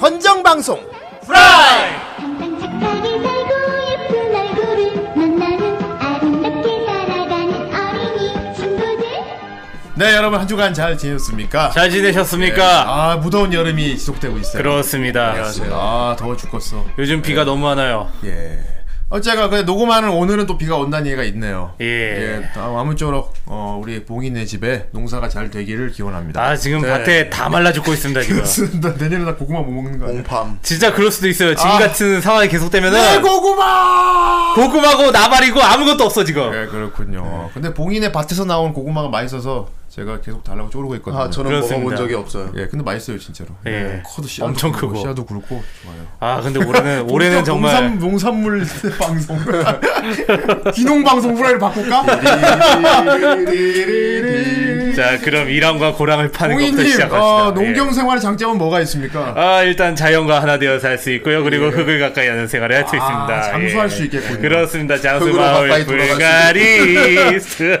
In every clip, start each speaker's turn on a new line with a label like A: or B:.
A: 헌정 방송
B: 항상 착하게 살고 예쁜 얼굴을 만나는 아름답게 살아가는 어린이 친구들
A: 네 여러분 한 주간 잘 지냈습니까?
C: 잘 지내셨습니까?
A: 아 무더운 여름이 지속되고 있어요
C: 그러니까 그렇습니다.
A: 안녕하세요 네. 아 더워 죽겠어
C: 요즘 비가 너무 안 와요.
A: 예 어째가 근데 녹음하는 오늘은 또 비가 온다는 얘기가 있네요
C: 예.
A: 아, 아무쪼록 어, 우리 봉인네 집에 농사가 잘 되기를 기원합니다
C: 아 지금
A: 네.
C: 밭에 다 말라 죽고 있습니다 지금.
A: 그렇습니다 내년에 나 고구마 못 먹는 거 아니야?
D: 봉팜
C: 진짜 그럴 수도 있어요. 지금
A: 아.
C: 같은 상황이 계속되면은
A: 내 고구마
C: 고구마고 나발이고 아무것도 없어 지금.
A: 예 그렇군요 근데 봉인의 밭에서 나온 고구마가 맛있어서 제가 계속 달라고 쪼르고 있거든요
D: 아 저는
C: 그렇습니다.
D: 먹어본 적이 없어요
A: 예 근데 맛있어요 진짜로
C: 예.
A: 커도 씨앗도
C: 엄청
A: 굵고,
C: 크고.
A: 씨앗도 굵고 좋아요
C: 아 근데 올해는 올해는 정말
A: 농산, 물 방송 기농 방송 후라이를 바꿀까?
C: 자 그럼 이랑과 고랑을 파는 것부터
A: 공인님
C: 시작합시다.
A: 어, 농경
C: 예.
A: 생활의 장점은 뭐가 있습니까?
C: 아 일단 자연과 하나 되어 살 수 있고요. 그리고 흙을 가까이 하는 생활을 할 수 있습니다.
A: 예. 아, 장수할
C: 예.
A: 수 있겠군요.
C: 그렇습니다. 장수
D: 흙으로
C: 마을
D: 가까이 돌아갈
C: 불가리스.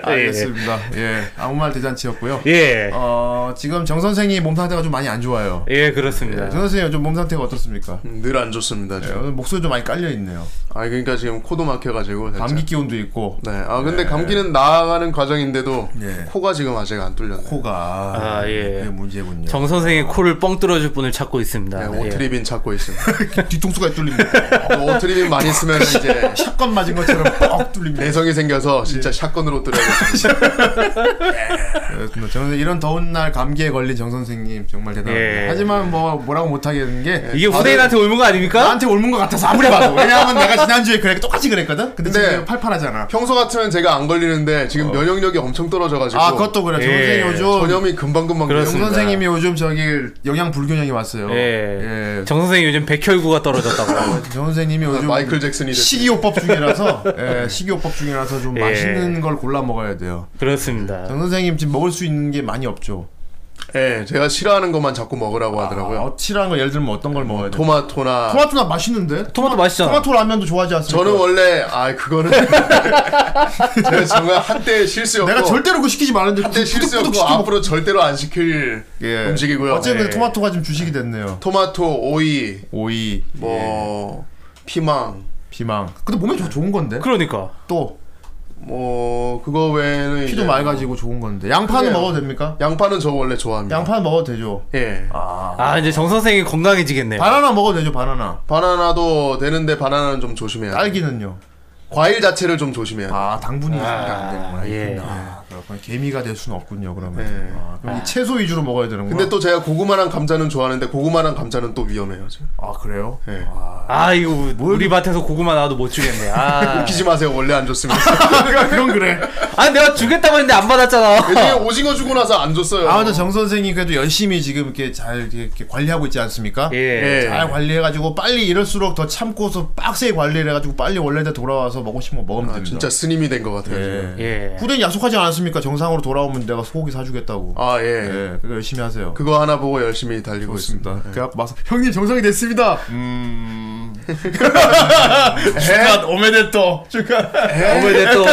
A: 알겠습니다. 예 아무 말 대잔치였고요.
C: 아, 예. 예.
A: 어 지금 정 선생이 몸 상태가 좀 많이 안 좋아요.
C: 예
A: 예,
C: 그렇습니다.
A: 정 선생님 요즘 몸 상태가 어떻습니까?
D: 음, 늘 안 좋습니다
A: 예,
D: 지금
A: 오늘 목소리 좀 많이 깔려 있네요.
D: 아 그러니까 지금 코도 막혀가지고
C: 그렇죠.
D: 살짝.
A: 감기 기운도 있고
D: 네아 근데 감기는 나아가는 과정인데도
A: 네.
D: 코가 지금 아직 안 뚫렸네 요
A: 코가
C: 아, 예.
A: 이게 문제군요.
C: 정 선생의 코를 뻥 뚫어줄 분을 찾고 있습니다.
D: 네,
C: 예.
D: 오트리빈 찾고 있습니다 네. 아,
A: 뒤통수가 뚫립니다. 예,
D: 오트리빈 많이 쓰면 이제
A: 샷건 맞은 것처럼 뻑 뚫립니다.
D: 내성이 생겨서 진짜 샷건으로 뚫어야겠습니다
A: 그렇습니다. 저는 이런 더운 날 감기에 걸린 정 선생님 정말 대단합니다.
C: 예.
A: 다지만 뭐 뭐라고 못하겠는 게
C: 이게 후대인한테 옮은 거 아닙니까?
A: 나한테 옮은 것 같아서 아무리 봐도 왜냐하면 내가 지난주에 그래 똑같이 그랬거든. 근데
D: 네.
A: 지금 팔팔하잖아.
D: 평소 같으면 제가 안 걸리는데 지금 면역력이 엄청 떨어져가지고
A: 아 그것도 그래. 정
C: 예.
A: 선생님 요즘
D: 전염이 금방금방
A: 정
C: 그렇습니다.
A: 선생님이 요즘 저기 영양 불균형이 왔어요.
C: 예. 정 선생이 요즘 백혈구가 떨어졌다고.
A: 정 선생님이 요즘
D: 마이클 잭슨이 됐
A: 식이요법 중이라서 예, 식이요법 중이라서 좀
C: 예.
A: 맛있는 걸 골라 먹어야 돼요.
C: 그렇습니다.
A: 정 선생님 지금 먹을 수 있는 게 많이 없죠.
D: 예, 제가 싫어하는 것만 자꾸 먹으라고 하더라고요
A: 아, 어치라는 거 예를 들면 어떤 걸 먹어야 돼요?
D: 토마토나
A: 토마토나 맛있는데?
C: 토마토 맛있잖아.
A: 토마토 라면도 좋아하지 않습니까?
D: 저는 원래 아 그거는 제가 정말 한때 실수였고
A: 내가 절대로 그거 시키지 말았는데
D: 한때 실수였고 앞으로 절대로 안 시킬 음식이고요.
A: 어쨌든
C: 예.
A: 토마토가 지금 주식이 됐네요.
D: 토마토, 오이,
A: 오이,
D: 뭐
A: 예.
D: 피망,
A: 비망. 근데 몸에 저 좋은 건데.
C: 그러니까.
A: 또
D: 뭐 그거 외에는
A: 피도
D: 이제
A: 맑아지고 좋은 건데. 양파는
D: 그래요.
A: 먹어도 됩니까?
D: 양파는 저 원래 좋아합니다.
A: 양파는 먹어도 되죠.
D: 예.
C: 아 이제 정 선생이 건강해지겠네요.
A: 바나나 먹어도 되죠. 바나나.
D: 바나나도 되는데 바나나는 좀 조심해야 돼.
A: 딸기는요.
D: 과일 자체를 좀 조심해야 돼.
A: 아 당분이 있으니까 안 되는구나.
C: 예.
A: 아, 그렇군. 개미가 될 수는 없군요. 그러면.
D: 예.
A: 아, 그럼 이 채소 위주로 먹어야 되는구나.
D: 근데 또 제가 고구마랑 감자는 좋아하는데 고구마랑 감자는 또 위험해요. 지금.
A: 아 그래요?
D: 예.
C: 아 이거 우리 밭에서 고구마 나와도 못 주겠네. 아,
D: 웃기지 마세요. 원래 안 줬습니다.
A: 그럼 그래.
C: 아 내가 주겠다고 했는데 안
D: 예전에
C: 받았잖아.
D: 오징어 주고 나서 안 줬어요.
A: 아무튼 정 선생이 그래도 열심히 지금 이렇게 잘 이렇게 관리하고 있지 않습니까?
C: 예.
D: 예.
A: 잘 관리해가지고 빨리 이럴수록 더 참고서 빡세게 관리를 해가지고 빨리 원래대로 돌아와서 먹고 싶은 거 먹으면
D: 아,
A: 됩니다.
D: 진짜 스님이 된 것 같아요. 지금.
A: 예.
C: 예.
A: 후대는 약속하지 않았습니까? 정상으로 돌아오면 내가 소고기 사주겠다고.
D: 아 예.
A: 예. 그거 열심히 하세요.
D: 그거 하나 보고 열심히 달리고 있습니다. 예.
A: 그렇습니다. 그래갖고 마서 형님 정상이 됐습니다. 음. 축하 네. 오메데토 축하.
C: 오늘 또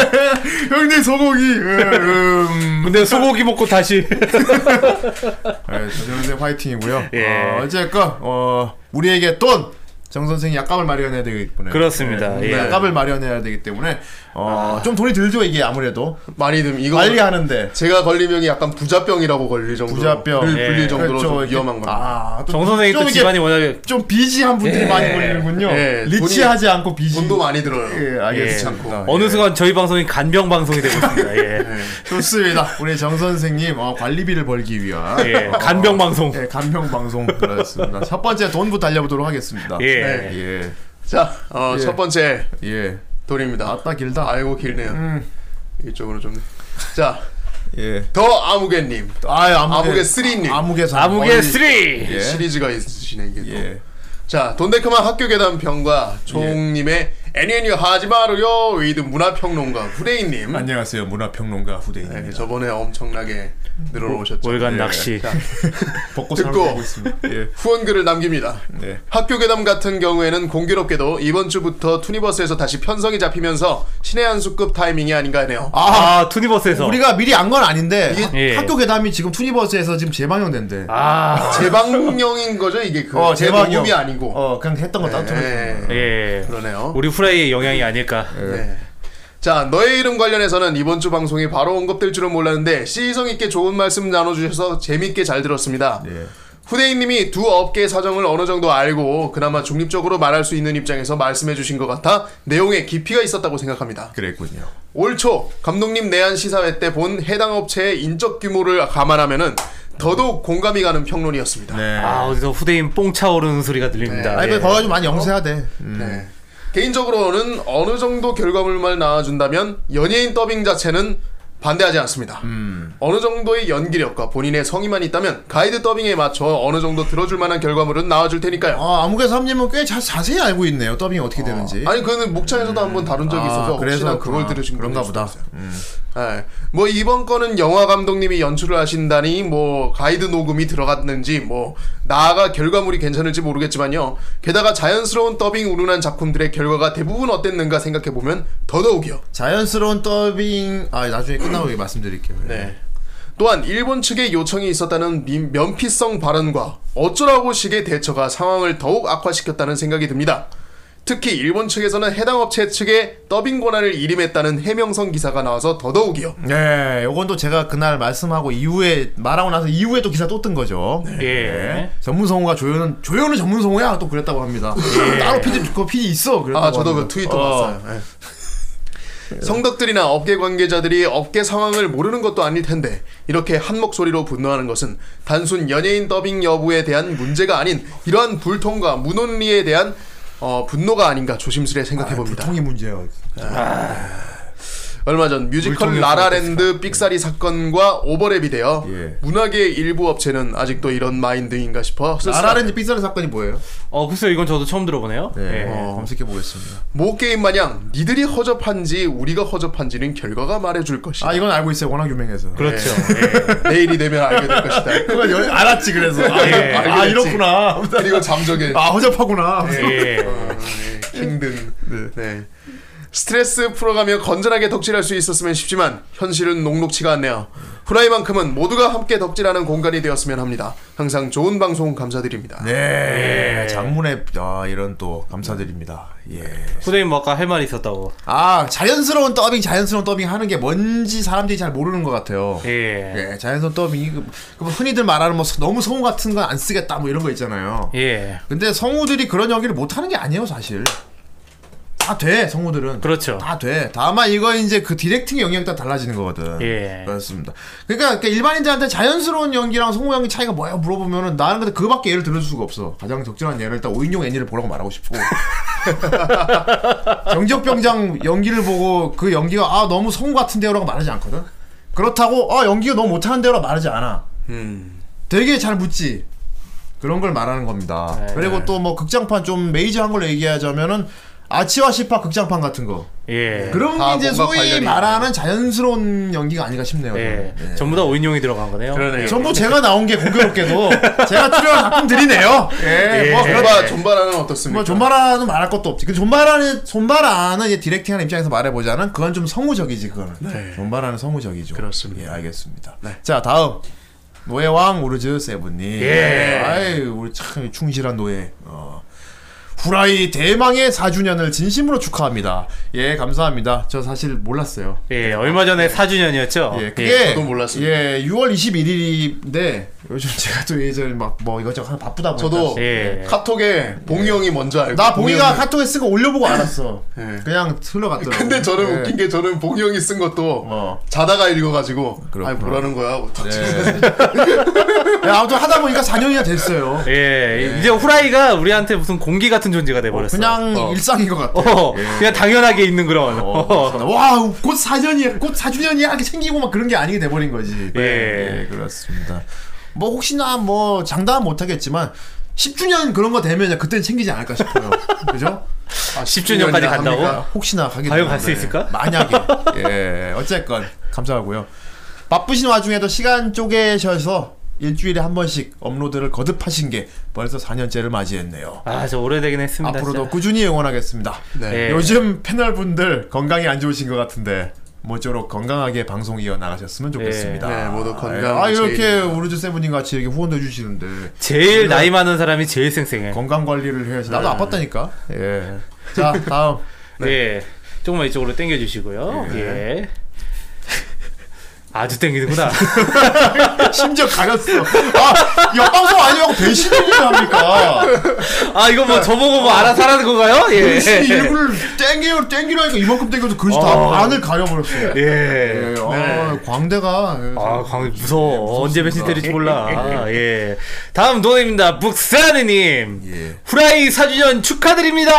A: 형님 소고기. 음.
C: 근데 소고기 먹고 다시.
A: 네, 정 선생 화이팅이고요.
C: 예.
A: 어, 어쨌건 어, 우리에게 또정 선생이 약값을 마련해야 되기 때문에
C: 그렇습니다.
A: 예.
C: 예.
A: 약값을 마련해야 되기 때문에 어, 좀 돈이 들죠 이게 아무래도
D: 많이 좀 이거
A: 관리하는데
D: 제가 걸리면 약간 부자병이라고 걸릴 정도로
A: 부자병. 그렇죠.
D: 불,
C: 예.
D: 불릴 정도로 좀
A: 이렇게-
D: 위험한 겁니다.
A: 아, 또
C: 정 선생이
A: 좀
C: 또
A: 이게 예.
C: 집안이 워낙에
A: 좀 비지한 분들이 많이 걸리는군요.
D: 예,
A: 리치하지 않고 비지.
D: 돈도 많이 들어요.
A: 예, 알겠습니다. 예.
C: 어느 순간 저희 방송이 간병 방송이 되고 있습니다. 예.
A: 좋습니다. 우리 정 선생님 어, 관리비를 벌기 위한
C: 예.
A: 어,
C: 간병 방송.
A: 예, 간병 방송 그렇습니다. 첫 번째 돈부터 달려보도록 하겠습니다.
C: 예.
A: 예,
D: 자, 어,
A: 예.
D: 첫 번째
A: 예.
D: 돌입니다.
A: 아따 길다.
D: 아이고 길네요.
A: 음.
D: 이쪽으로 좀. 자,
A: 예.
D: 더 아무개님
A: 아유
D: 아무개 쓰리님.
A: 아무개 삼.
C: 아무개
A: 어이,
C: 3!
A: 예.
D: 시리즈가 있으시네 이게. 또.
A: 예.
D: 자, 돈데크만 학교 계단 병과 종님의 애니애니 하지 마로요 위드 문화평론가 후대인님
A: 안녕하세요 문화평론가 후대인입니다.
D: 네, 저번에 엄청나게 늘어놓으셨죠
C: 월간
A: 예.
C: 낚시.
D: 자,
A: 벚꽃
D: 듣고.
A: 살고 있습니다. 예.
D: 후원글을 남깁니다
A: 네.
D: 학교 괴담 같은 경우에는 공교롭게도 이번 주부터 투니버스에서 다시 편성이 잡히면서 신의 한 수급 타이밍이 아닌가 하네요
C: 아, 투니버스에서.
A: 우리가 미리 안 건 아닌데
C: 예.
A: 학- 학교 괴담이 지금 투니버스에서 지금 재방영된대.
C: 아,
D: 재방영인 거죠 이게 그
A: 어, 재방영.
D: 재방영이 아니고
A: 어 그냥 했던 거 따로.
D: 네.
C: 예.
D: 그러네요
C: 우리 후라이의 영향이 아닐까.
D: 네. 자, 너의 이름 관련해서는 이번 주 방송이 바로 언급될 줄은 몰랐는데 시의성 있게 좋은 말씀 나눠주셔서 재밌게 잘 들었습니다. 후대인님이 두 업계의 사정을 어느 정도 알고 그나마 중립적으로 말할 수 있는 입장에서 말씀해주신 것 같아 내용에 깊이가 있었다고 생각합니다.
A: 그랬군요.
D: 올 초 감독님 내한 시사회 때 본 해당 업체의 인적 규모를 감안하면은 더더욱 공감이 가는 평론이었습니다.
A: 네.
C: 아, 어디서 후대인 뽕 차오르는 소리가 들립니다.
A: 아니
C: 예.
A: 예. 거가 좀 많이 영세야 돼. 음.
D: 네. 개인적으로는 어느 정도 결과물만 나와준다면 연예인 더빙 자체는 반대하지 않습니다. 어느 정도의 연기력과 본인의 성의만 있다면 가이드 더빙에 맞춰 어느 정도 들어줄 만한 결과물은 나와줄 테니까요.
A: 아 아무개 삼님은 꽤 자, 자세히 알고 있네요. 더빙이 어떻게 되는지.
D: 아니 그거는 목차에서도 한번 다룬 적이
A: 아,
D: 있어서 혹시나 그걸
A: 그렇구나.
D: 들으신
A: 그런가
D: 분일 수도
A: 보다. 음.
D: 있어요. 예. 뭐 이번 거는 영화 감독님이 연출을 하신다니 뭐 가이드 녹음이 들어갔는지 뭐 나아가 결과물이 괜찮을지 모르겠지만요. 게다가 자연스러운 더빙 우lun한 작품들의 결과가 대부분 어땠는가 생각해 보면 더더욱이요.
A: 자연스러운 더빙 아 나중에 끝나고 얘기 말씀드릴게요.
D: 네. 또한 일본 측의 요청이 있었다는 민- 면피성 발언과 어쩌라고 식의 대처가 상황을 더욱 악화시켰다는 생각이 듭니다. 특히 일본 측에서는 해당 업체 측에 더빙 권한을 이름했다는 해명성 기사가 나와서 더더욱이요.
A: 네, 요건 또 제가 그날 말씀하고 이후에 말하고 나서 이후에 또 기사 또 뜬 거죠.
D: 네.
C: 예.
A: 네. 전문성우가 조연은 조연은 전문성우야 또 그랬다고 합니다. 따로 PD 그거 PD 있어. 그랬다고
D: 예. 아, 저도 그
A: 합니다.
D: 트위터
A: 어.
D: 봤어요. 예. 성덕들이나 업계 관계자들이 업계 상황을 모르는 것도 아닐 텐데 이렇게 한 목소리로 분노하는 것은 단순 연예인 더빙 여부에 대한 문제가 아닌 이러한 불통과 무논리에 대한 어, 분노가 아닌가 조심스레 생각해 봅니다.
A: 불통이 문제예요.
D: 얼마 전 뮤지컬
A: 물통에서
D: 라라랜드 삑사리 사건과 오버랩이 되어
A: 예.
D: 문학의 일부 업체는 아직도 이런 마인드인가 싶어
A: 아라렌지 삐싸는 사건이 뭐예요?
C: 어, 글쎄요, 이건 저도 처음 들어보네요.
A: 네,
C: 예.
A: 검색해 보겠습니다.
D: 모뭐 게임 마냥 니들이 허접한지 우리가 허접한지는 결과가 말해줄 것이다.
A: 아 이건 알고 있어요. 워낙 유명해서.
C: 그렇죠.
A: 네.
D: 내일이 되면 알게 될 것이다.
A: 그걸 열- 알았지 그래서. 아,
C: 예,
A: 아
D: 알게 됐지.
A: 이렇구나.
D: 그리고 잠적에
A: 아 허접하구나.
C: 예. 예.
D: 힘든. 네. 스트레스 풀어가며 건전하게 덕질할 수 있었으면 싶지만 현실은 녹록치가 않네요. 후라이만큼은 모두가 함께 덕질하는 공간이 되었으면 합니다. 항상 좋은 방송 감사드립니다.
A: 네, 장문에 아, 이런 또 감사드립니다. 예.
C: 후대인 뭐 아까 할 말이 있었다고.
A: 아 자연스러운 더빙, 자연스러운 더빙 하는 게 뭔지 사람들이 잘 모르는 것 같아요.
C: 예.
A: 예, 자연스러운 더빙이 그, 그뭐 흔히들 말하는 뭐 서- 너무 성우 같은 건 안 쓰겠다 뭐 이런 거 있잖아요.
C: 예.
A: 근데 성우들이 그런 연기를 못 하는 게 아니에요 사실. 다 돼, 성우들은.
C: 그렇죠.
A: 다 돼. 다만 이거 이제 그 디렉팅의 영향에 따라 달라지는 거거든.
C: 예.
A: 그렇습니다. 그러니까 그 일반인들한테 자연스러운 연기랑 성우 연기 차이가 뭐야 물어보면은 나는 근데 그밖에 예를 들어줄 수가 없어. 가장 적절한 예를 일단 오인용 애니를 보라고 말하고 싶고. 정적병장 연기를 보고 그 연기가 아 너무 성우 같은데요라고 말하지 않거든. 그렇다고 아 연기가 너무 못하는데요라고 말하지 않아.
C: 음.
A: 되게 잘 묻지. 그런 걸 말하는 겁니다.
C: 네.
A: 그리고 또 뭐 극장판 좀 메이저한 걸로 얘기하자면은 아치와 시파 극장판 같은 거.
C: 예.
A: 그런
D: 다
A: 게 이제
D: 뭔가
A: 소위
D: 관련이
A: 말하는 자연스러운 연기가 아닌가 싶네요.
C: 예.
A: 저는.
C: 전부 다 오인용이 들어간 거네요.
A: 예.
D: 뭐
A: 전부 제가 나온 게 공교롭게도 제가 출연한 작품들이네요. 예,
C: 예.
A: 뭐 그런
D: 어, 존바 존바라는 어떻습니까?
A: 뭐 존바라는 말할 것도 없지. 근데 존바라는 존바라는 이제 디렉팅하는 입장에서 말해보자면 그건 좀 성우적이지 그거는. 존바라는 성우적이죠.
D: 네. 그렇습니다. 네.
A: 예, 알겠습니다. 자 다음 노예왕 오르즈 세븐님.
C: 예.
A: 아이 우리 참 충실한 노예. 어. 후라이 대망의 4주년을 진심으로 축하합니다. 예, 감사합니다. 저 사실 몰랐어요.
C: 예. 얼마 전에 4주년이었죠.
A: 예, 그게
D: 아, 저도 몰랐습니다.
A: 예, 6월 21일인데 요즘 제가 또 예전에 막 뭐 이것저것 하나 바쁘다 보니까
D: 저도
A: 네.
C: 예.
D: 카톡에 봉이 형이 먼저 알고
A: 나
D: 봉이
A: 봉이가
D: 형이-
A: 카톡에 쓴 거 올려보고 알았어.
D: 예.
A: 그냥 흘러갔더라고.
D: 근데 저는
A: 예.
D: 웃긴 게 저는 봉이 형이 쓴 것도
A: 어.
D: 자다가 읽어가지고
A: 그렇구나. 네.
D: 아니 뭐라는 거야
A: 예, 아무튼 하다 보니까 4년이나 됐어요.
C: 예, 이제 후라이가 우리한테 무슨 공기 같은 존재가 돼버렸어.
A: 그냥
D: 어.
A: 일상인 것 같아.
C: 어, 그냥 당연하게 있는 그런.
A: 예. 어,
C: 어.
A: 와, 곧 4년이야, 곧 4주년이야, 이렇게 챙기고 막 그런 게 아니게 돼버린 거지. 네,
C: 예.
A: 그렇습니다. 뭐, 혹시나 뭐, 장담은 못하겠지만, 10주년 그런 거 되면 그때는 챙기지 않을까 싶어요. 그죠?
D: 아,
C: 10주년까지
D: 합니까?
C: 간다고?
A: 혹시나 가게
C: 과연
A: 되면,
C: 갈수
A: 네.
C: 있을까?
A: 만약에 예 어쨌건 감사하고요 바쁘신 와중에도 시간 쪼개셔서 일주일에 한 번씩 업로드를 거듭하신 게 벌써 4년째를 맞이했네요
C: 아, 저 오래되긴 했습니다.
A: 앞으로도
C: 진짜.
A: 꾸준히 응원하겠습니다
D: 네.
C: 예.
A: 요즘 패널분들 건강이 안 좋으신 것 같은데 모쪼록 건강하게 방송 이어 나가셨으면 좋겠습니다.
D: 네, 모두 건강
A: 아 이렇게
D: 제일.
A: 우르주 세븐님 같이 이렇게 후원도 해주시는데 네.
C: 제일 나이 많은 사람이 제일 쌩쌩해.
A: 건강 관리를 해야지. 나도 아팠다니까. 예. 자 다음.
C: 예. 조금만 이쪽으로 당겨주시고요. 예. 아주 당기는구나.
A: 심지어 가렸어. 아 옆방송 아니라고 대신 일을 합니까?
C: 아, 이거 뭐 저보고 뭐 알아서 하라는 건가요? 예.
A: 대신 일부를 땡겨 땡기라니까 이만큼 땡겨도 글씨 다
C: 어.
A: 반을 가려버렸어. 예.
C: 예.
A: 아, 광대가.
C: 아, 광희 무서워. 언제 배신 때릴지 몰라. 아, 예. 다음 노래입니다. 북사르님.
A: 예.
C: 후라이 4주년 축하드립니다.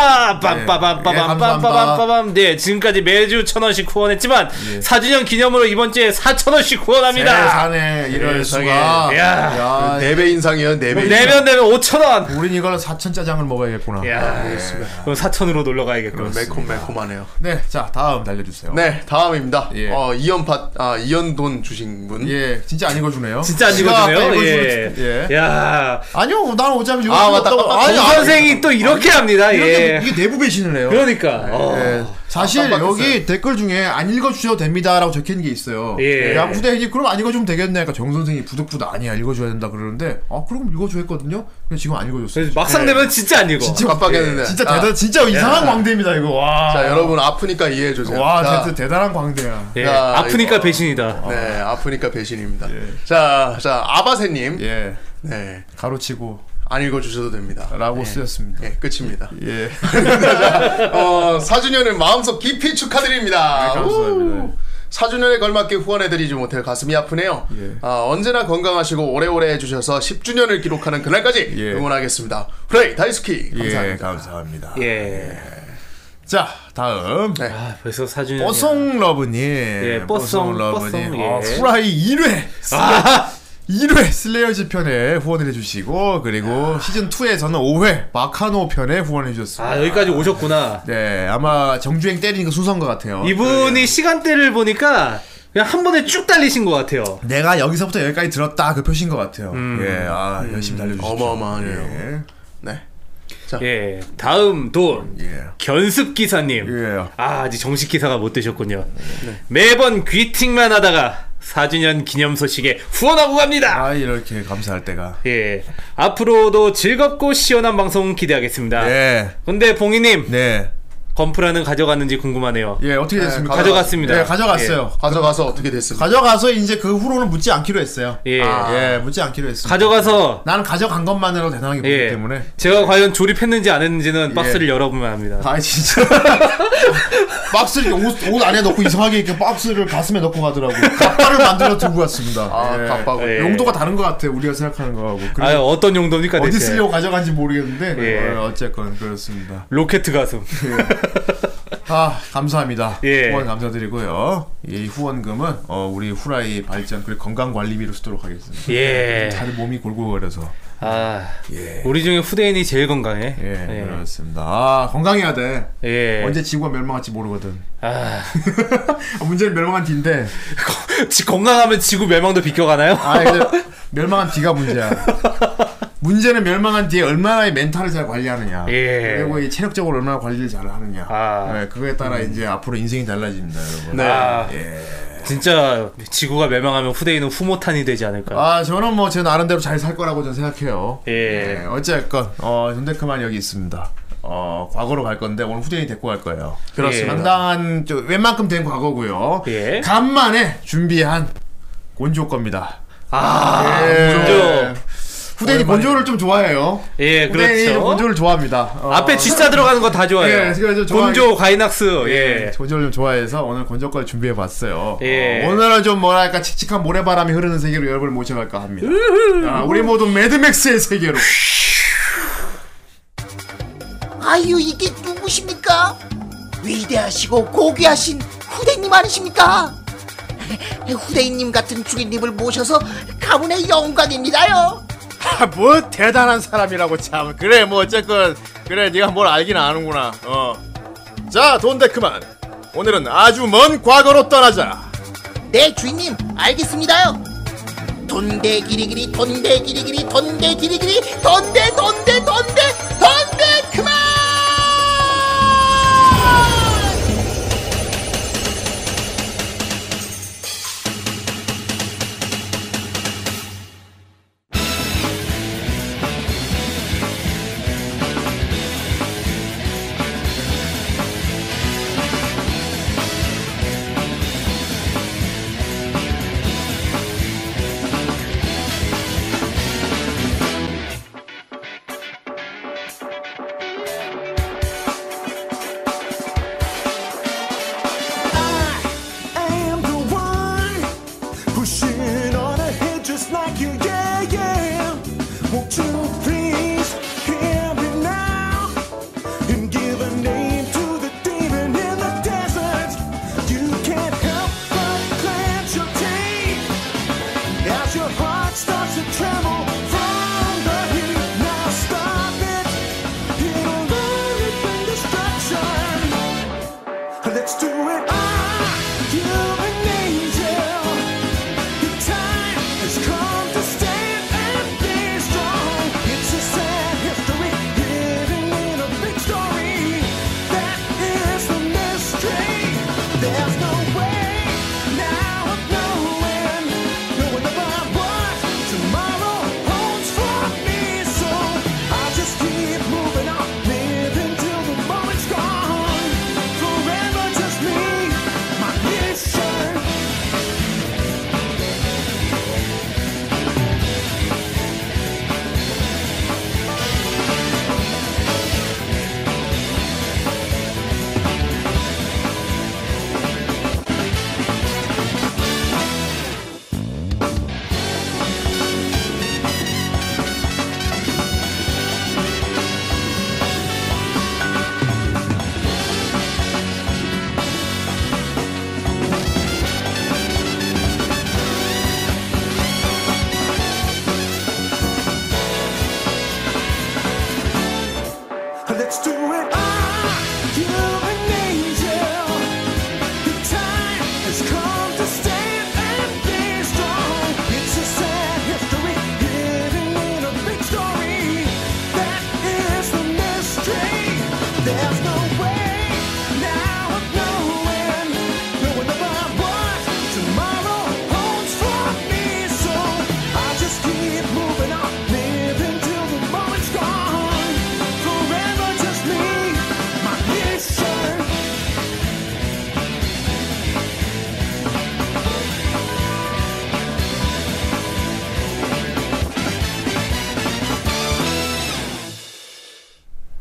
A: 예, 감사합니다.
C: 빰빠밤빠밤빠밤빠밤. 네, 지금까지 매주 천 원씩 후원했지만
A: 예.
C: 4주년 기념으로 이번 주에 4천 원씩 후원합니다.
A: 세상에 이럴
D: 세상에.
A: 수가.
C: 야.
A: 야,
D: 4배 인상이에요, 4배.
C: 내면 내면 5천 원.
A: 우린 이걸로 4천 짜장을 먹어야겠구나.
C: 야, 그럼 4천으로 놀러 가야겠군.
D: 매콤매콤하네요.
A: 네, 자 다음 달려주세요.
D: 네, 다음입니다.
A: 예.
D: 어, 이연팟, 아, 이연돈 주신 분.
A: 예, 진짜 안 읽어주네요.
C: 진짜 안
A: 지가 아까
C: 읽어주네요.
A: 읽어주는-
C: 예.
A: 예.
C: 야,
A: 아니요, 난 어차피 읽어줄
D: 아,
A: 거
D: 맞다.
A: 없다고-
C: 아
A: 아니, 아니,
C: 선생이 또 이렇게 합니다.
A: 이렇게
C: 예.
A: 이게 내부 배신을 해요.
C: 그러니까. 어.
A: 예. 사실
D: 깜빡했어요.
A: 여기 댓글 중에 안 읽어주셔도 됩니다라고 적힌 게 있어요.
C: 예.
A: 야, 후대행님 그럼 안 읽어주면 되겠네. 그러니까 정 선생이 부득부득 아니야 읽어줘야 된다 그러는데 아 그럼 읽어줘 했거든요. 근데 지금 안 읽어줬어요.
C: 그래서 막상 예. 되면 진짜 안 읽어.
D: 깜빡했는데.
A: 네. 진짜
D: 아.
A: 대단, 진짜 이상한 광대입니다 이거. 와,
D: 자, 여러분, 아프니까 이해해주세요.
A: 와,
D: 자,
A: 진짜 대단한 광대야.
C: 예.
D: 야,
C: 아프니까
D: 이거.
C: 배신이다.
D: 네, 아프니까 배신입니다. 자, 자, 아바세님.
A: 예,
D: 네,
A: 가로치고라고
D: 안 읽어주셔도 됩니다.
A: 쓰였습니다.
D: 네, 끝입니다.
A: 예.
D: 어, 4주년을 마음속 깊이 축하드립니다.
A: 네, 감사합니다.
D: 우! 4주년에 걸맞게 후원해드리지 못해 가슴이 아프네요.
A: 예.
D: 아, 언제나 건강하시고 오래오래 해주셔서 10주년을 기록하는 그날까지
A: 예.
D: 응원하겠습니다. 프레이 다이스키 감사합니다.
A: 예, 감사합니다.
C: 예.
A: 자, 다음.
D: 네.
C: 아, 벌써 4주년.
A: 뽀송러브님. 예,
C: 뽀송, 뽀송, 예.
A: 아, 후라이 1회. 아! 1회 슬레이어즈 편에 후원을 해주시고, 그리고
D: 아.
A: 시즌2에서는 5회 마카노 편에 후원해주셨습니다.
C: 아, 여기까지 오셨구나.
A: 네, 아마 정주행 때리는 거 순서인 것 같아요.
C: 이분이 시간대를 보니까 그냥 한 번에 쭉 달리신 것 같아요.
A: 내가 여기서부터 여기까지 들었다 그 표시인 것 같아요. 예, 아, 열심히 달려주시죠. 예.
D: 어마어마하네요. 음. 네.
C: 예. 다음 돈.
A: 예. 예.
C: 견습 기사님.
A: 예. 네.
C: 아, 아직 정식 기사가 못 되셨군요. 매번 귀팅만 하다가 4주년 기념 소식에 후원하고 갑니다.
A: 아, 이렇게 감사할 때가.
C: 예. 앞으로도 즐겁고 시원한 방송
D: 아.
C: 기대하겠습니다.
A: 예.
C: 근데 봉이님
A: 네.
C: 건프라는 가져갔는지 궁금하네요.
A: 예, 어떻게 됐습니까?
C: 가져갔습니다.
A: 예, 가져갔어요.
D: 가져가서 어떻게 됐습니까?
A: 가져가서 이제 그 후로는 묻지 않기로 했어요.
C: 예.
A: 아. 예, 묻지 않기로 했습니다.
C: 가져가서
A: 나는 가져간 것만으로 대단하게 보기
C: 예.
A: 때문에.
C: 제가 과연 조립했는지 안 했는지는 박스를 열어보면 압니다.
A: 아 진짜 박스를 옷, 옷 안에 넣고 이상하게 이렇게 박스를 가슴에 넣고 가더라고. 갑바를 만들어 들고 왔습니다.
D: 아, 갑바고.
C: 예.
A: 용도가 다른 것 같아. 우리가 생각하는 거하고.
C: 아
A: 그래서
C: 어떤 용도입니까
A: 네. 어디
D: 예.
C: 대체?
A: 쓰려고 가져간지 모르겠는데
C: 예.
A: 어, 어쨌건 그렇습니다.
C: 로켓 가슴.
A: 아 감사합니다.
C: 예.
A: 후원 감사드리고요. 이 후원금은 어, 우리 후라이 발전 그리고 건강 관리비로 쓰도록 하겠습니다.
C: 예.
A: 다들 몸이 골고루거려서
C: 아
A: 예.
C: 우리 중에 후대인이 제일 건강해.
A: 예, 그렇습니다. 아 건강해야 돼.
C: 예.
A: 언제 지구가 멸망할지 모르거든.
C: 아
A: 아, 문제는 멸망한 뒤인데.
C: 지- 건강하면 지구 멸망도 비껴가나요?
A: 아, 근데 멸망한 뒤가 문제야. 문제는 멸망한 뒤에 얼마나 이 멘탈을 잘 관리하느냐.
C: 예.
A: 그리고 이 체력적으로 얼마나 관리를 잘 하느냐.
C: 아.
A: 네, 그거에 따라 이제 앞으로 인생이 달라집니다, 여러분.
D: 네.
C: 아,
A: 예.
C: 진짜 지구가 멸망하면 후대인은 후모탄이 되지 않을까.
A: 아, 저는 뭐 제 나름대로 잘 살 거라고 저는 생각해요.
C: 예.
A: 네, 어쨌건, 어, 존데크만 여기 있습니다. 어, 과거로 갈 건데, 오늘 후대인이 데리고 갈 거예요.
C: 그렇습니다.
A: 상당한, 저, 웬만큼 된 과거고요.
C: 예.
A: 간만에 준비한 곤조 겁니다.
C: 아,
A: 예.
C: 곤조.
A: 후대인이 곤조를 좀 좋아해요.
C: 예,
A: 후대인이
C: 그렇죠.
A: 곤조를 좋아합니다. 어,
C: 앞에 G자 들어가는 거 다 좋아요.
A: 예, 그래서 좋아하기-
C: 곤조 가이낙스. 예.
A: 곤조를 좀 좋아해서 오늘 곤조걸 준비해 봤어요.
C: 예.
A: 어, 오늘은 좀 뭐랄까 칙칙한 모래바람이 흐르는 세계로 여러분을 모셔갈까 합니다. 아, 우리 모두 매드맥스의 세계로.
E: 아유 이게 누구십니까? 위대하시고 고귀하신 후대님 아니십니까? 후대님 같은 주인님을 모셔서 가문의 영광입니다요.
F: 야, 뭐 대단한 사람이라고 참. 그래, 뭐 어쨌건 그래, 네가 뭘 알긴 아는구나. 어. 자, 돈데크만. 오늘은 아주 먼 과거로 떠나자.
E: 네 주인님 알겠습니다요 돈대 기리기리 돈대 기리기리 돈대 기리기리 돈대 돈대 돈대 돈대 그만
G: am the one who shit on a hit just like you, yeah, yeah. Won't you please hear me now and give a name to the demon in the desert? You can't help but plant your teeth as your heart starts to tremble. from the heat. Now stop it. It'll only bring destruction. Let's do it. Ah, you're an angel. Your time has come to stand and be strong. It's a sad history hidden in a big story. That is the mystery. There's no way now of knowing, knowing about what tomorrow holds for me. So I just keep moving on, living till the moment's gone. Forever just me, my mission. Let's do it. Ah, you're an angel. The time has come to stand and be strong. It's a sad history hidden in a big story. That is the mystery. There's no way now of knowing, knowing about what tomorrow holds for me. So I just keep moving on, living till the moment's gone. Forever just me, my mission.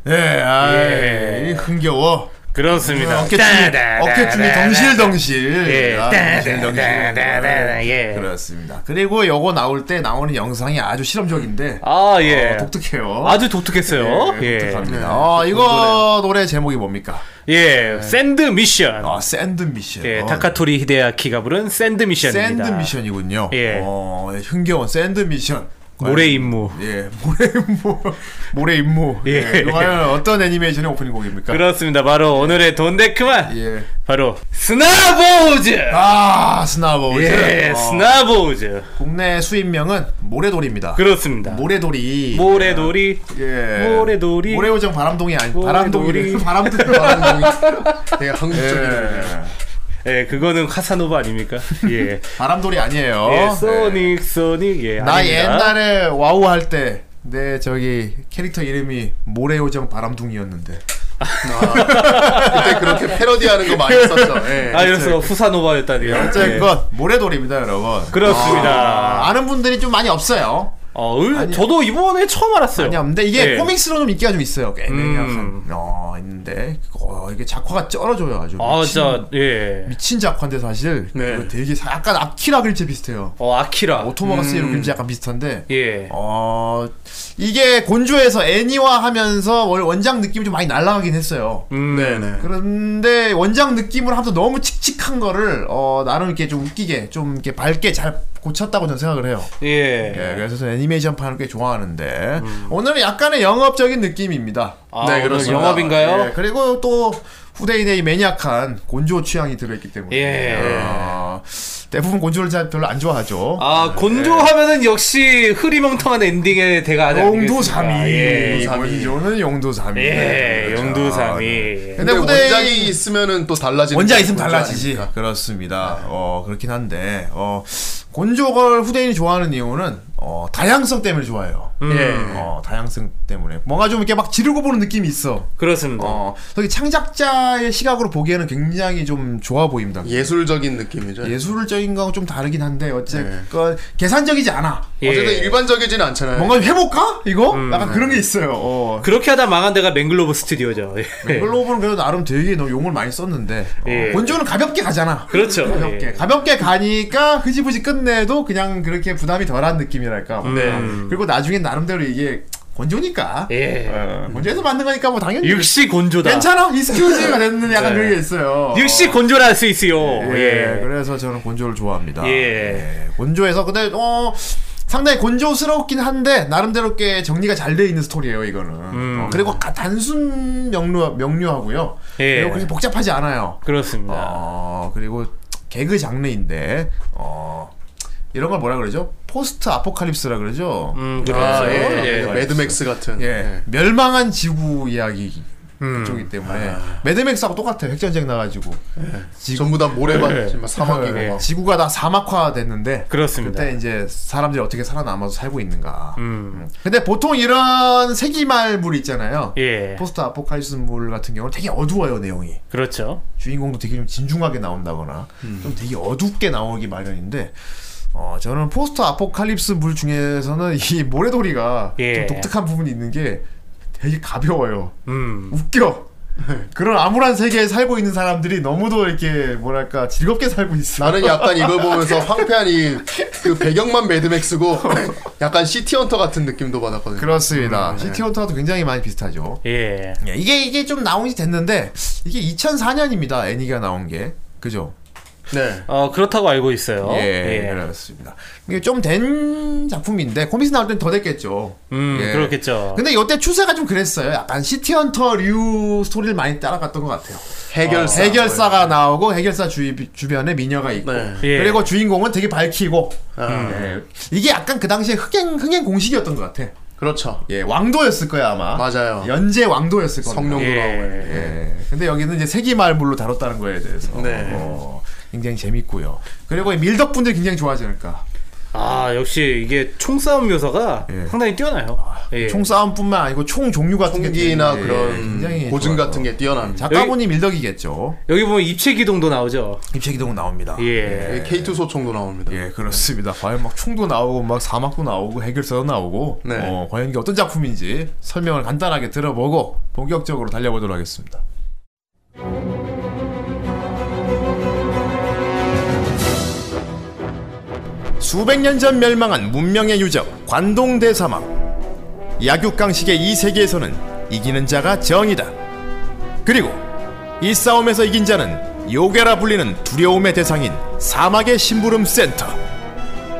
A: 예, 아,
C: 예.
A: 이 흥겨워.
C: 그렇습니다.
A: 음,
C: 네,
A: 어깨춤이
C: 따다다다다.
A: 어깨춤이 덩실덩실.
C: 예. 네,
A: 아, 덩실덩실.
C: 따다다다다. 예.
A: 그렇습니다. 그리고 요거 나올 때 나오는 영상이 아주 실험적인데
C: 아 예.
A: 어, 독특해요.
C: 아주 독특했어요.
A: 예,
C: 예.
A: 독특합니다. 어, 이거 노래 제목이 뭡니까?
C: 예. 샌드 미션.
A: 네. 아, 샌드 미션.
C: 예. 타카토리 히데아키가 부른 샌드 미션입니다.
A: 샌드 미션이군요.
C: 예.
A: 어, 예, 흥겨운 샌드 미션.
C: 모래 임무.
A: 예, 모래 임무. 모래 임무. 예.
C: 예.
A: 이거 과연 어떤 애니메이션의 오프닝 곡입니까?
C: 그렇습니다. 바로 오늘의 돈데크만.
A: 예.
C: 바로 스나보우즈.
A: 아, 스나보즈.
C: 예.
A: 어,
C: 스나보우즈.
A: 국내 수입명은 모래돌입니다.
C: 그렇습니다.
A: 모래돌이.
C: 모래돌이.
A: 예.
C: 모래돌이.
A: 모래오정 바람동이 아니
C: 모래돌이.
A: 바람동이래. 바람동이 바람동이.
D: 되게 한국적이네.
A: 예.
C: 예. 그거는 카사노바 아닙니까? 예.
A: 바람돌이 아니에요.
C: 예, 소닉 소닉 예.
A: 어? 나
C: 아닙니다.
A: 옛날에 와우 할 때 내 저기 캐릭터 이름이 모래요정 바람둥이였는데
D: 그때 그렇게 패러디하는 거 많이 썼죠. 예.
C: 아 이래서 후사노바였다니요. 예,
A: 어쨌건 모래돌입니다 여러분
C: 그렇습니다.
A: 예, 아, 아는 분들이 좀 많이 없어요
C: 어, 을- 저도 이번에 처음 알았어요.
A: 아니야 근데 이게
C: 예.
A: 코믹스로 좀 인기가 좀 있어요 꽤
C: 음.
A: 약간, 어 있는데 어, 이게 작화가 쩔어져요 아주
C: 아,
A: 미친,
C: 진짜 예.
A: 미친 작화인데 사실
D: 네.
A: 그거 되게 사- 약간 아키라 그림체 비슷해요
C: 어, 아키라.
A: 오토마가스의 그림체 약간 비슷한데
C: 음. 예.
A: 어 이게 곤조에서 애니화하면서 원- 원작 느낌이 좀 많이 날아가긴 했어요
C: 음.
D: 네네.
A: 그런데 원작 느낌으로 하면서 너무 칙칙한 거를 어 나름 이렇게 좀 웃기게 좀 이렇게 밝게 잘 고쳤다고 저는 생각을 해요.
C: 예.
A: 예, 그래서 저는 애니메이션 판을 꽤 좋아하는데 오늘은 약간의 영업적인 느낌입니다.
C: 음. 아,
D: 네,
C: 오늘
D: 그렇습니다.
C: 영업인가요?
A: 예, 그리고 또 후대인의 이 매니악한 곤조 취향이 들어있기 때문에
C: 예.
A: 어, 대부분 곤조를 잘 별로 안 좋아하죠.
C: 아
A: 예.
C: 곤조하면은 역시 흐리멍텅한 엔딩의 대가
A: 네,
C: 아니
A: 용두삼이
C: 예.
A: 곤조는 용두삼이. 네, 그렇죠. 아,
C: 예. 용두삼이.
A: 근데
D: 근데
A: 후대인-
D: 원작이 있으면은 또 달라지는
A: 원작
D: 게
A: 있으면
D: 뭔지
A: 달라지지.
D: 아닙니까?
A: 그렇습니다. 어, 그렇긴 한데, 어, 곤조걸 후대인이 좋아하는 이유는, 어, 다양성 때문에 좋아해요.
D: 예.
A: 어, 다양성 때문에. 뭔가 좀 이렇게 막 지르고 보는 느낌이 있어.
C: 그렇습니다.
A: 어, 저기 창작자의 시각으로 보기에는 굉장히 좀 좋아 보입니다.
D: 예술적인 느낌이죠.
A: 예술적인 예. 거하고 좀 다르긴 한데, 어쨌건, 계산적이지 않아.
C: 예.
D: 어쨌든 일반적이진 않잖아요.
A: 뭔가 좀 해볼까? 이거? 약간 그런 게 있어요. 어.
C: 그렇게 하다 망한 데가 맹글로브 스튜디오죠. 예.
A: 글로브는 그래도 나름 되게 너무 용을 많이 썼는데 어,
C: 예.
A: 곤조는 가볍게 가잖아.
C: 그렇죠.
A: 가볍게
C: 예.
A: 가볍게 가니까 흐지부지 끝내도 그냥 그렇게 부담이 덜한 느낌이랄까. 뭔가.
C: 네.
A: 그리고 나중에 나름대로 이게 곤조니까.
C: 예.
A: 어, 곤조에서 만든 거니까 뭐 당연히.
C: 역시 곤조다.
A: 괜찮아. 익스큐즈가 됐는 약간
C: 네.
A: 그런 게 있어요.
C: 역시 곤조라 할 수 있어요.
A: 어, 예.
C: 예.
A: 그래서 저는 곤조를 좋아합니다.
C: 예.
A: 곤조에서 근데 어. 상당히 곤조스럽긴 한데 나름대로 꽤 정리가 잘 돼 있는 스토리예요 이거는
C: 음.
A: 어, 그리고 가- 단순 명료 명료하고요
C: 예.
A: 그리고 그렇게 복잡하지 않아요
C: 그렇습니다.
A: 어, 그리고 개그 장르인데 어, 이런 걸 뭐라 그러죠? 포스트 아포칼립스라 그러죠.
C: 음, 그렇죠.
D: 아,
C: 예.
A: 예.
D: 예, 매드맥스 같은.
A: 예,
D: 네.
A: 멸망한 지구 이야기
D: 음.
A: 그쪽이기 때문에 매드맥스하고 똑같아요. 핵전쟁 나가지고 지구,
D: 아. 네. 전부 다 모래밭, 막 사막이고
A: 예,
D: 막.
A: 지구가 다 사막화 됐는데
C: 그렇습니다.
A: 그때 이제 사람들이 어떻게 살아남아서 살고 있는가. 음. 근데 보통 이런 세기말물 있잖아요.
C: 예.
A: 포스트 아포칼립스물 같은 경우는 되게 어두워요 내용이.
C: 그렇죠.
A: 주인공도 되게 좀 진중하게 나온다거나
C: 음.
A: 좀 되게 어둡게 나오기 마련인데 어 저는 포스트 아포칼립스 물 중에서는 이 모래돌이가
C: 예.
A: 좀 독특한 부분이 있는 게 되게 가벼워요.
C: 음. 네.
A: 웃겨. 그런 암울한 세계에 살고 있는 사람들이 너무도 이렇게 뭐랄까 즐겁게 살고 있어.
D: 나는 약간 이걸 보면서 황폐한 이 그 배경만 매드맥스고 약간 시티헌터 같은 느낌도 받았거든요.
A: 그렇습니다.
C: 음, 네.
A: 시티헌터와도 굉장히 많이 비슷하죠.
C: 예.
A: 예, 이게 이게 좀 나온 지 됐는데 이게 2004년입니다. 애니가 나온 게 그죠?
D: 네.
C: 어, 그렇다고 알고 있어요.
A: 예, 그렇습니다. 이게 좀 된 작품인데 코믹스 나올 땐 더 됐겠죠.
C: 음,
A: 예.
C: 그렇겠죠.
A: 근데 이때 추세가 좀 그랬어요. 약간 시티헌터류 스토리를 많이 따라갔던 것 같아요. 어,
D: 해결사.
A: 해결사가 나오고 해결사 주, 주변에 미녀가 있고
D: 네.
C: 예.
A: 그리고 주인공은 되게 밝히고
D: 아,
A: 예. 이게 약간 그 당시에 흥행 흥행 공식이었던 것 같아.
D: 그렇죠.
A: 예, 왕도였을 거야 아마.
D: 맞아요.
A: 연재 왕도였을 겁니다.
D: 성룡도
C: 예.
D: 나오고.
A: 예. 근데 여기는 이제 세기말물로 다뤘다는 거에 대해서
D: 네.
A: 어, 굉장히 재밌고요. 그리고 이 밀덕 분들이 굉장히 좋아하지 않을까.
C: 아, 역시 이게 총싸움 묘사가
A: 예. 아,
C: 상당히 뛰어나요. 예.
A: 총 싸움뿐만 아니고 총 종류 같은 게
D: 총기나
A: 되게, 예,
D: 그런
A: 굉장히
D: 고증
A: 좋아서.
D: 같은 게 뛰어납니다.
A: 작가분이 밀덕이겠죠.
C: 여기 보면 입체 기동도 나오죠.
A: 입체 기동은 나옵니다.
C: 예.
D: 예, K2 소총도 나옵니다.
A: 예, 그렇습니다. 과연 막 총도 나오고 막 사막도 나오고 해결사도 나오고
D: 네.
A: 어, 과연 이게 어떤 작품인지 설명을 간단하게 들어보고 본격적으로 달려보도록 하겠습니다. 수백 년 전 멸망한 문명의 유적 관동 대사막 약육강식의 이 세계에서는 이기는 자가 정이다. 그리고 이 싸움에서 이긴 자는 요괴라 불리는 두려움의 대상인 사막의 심부름 센터.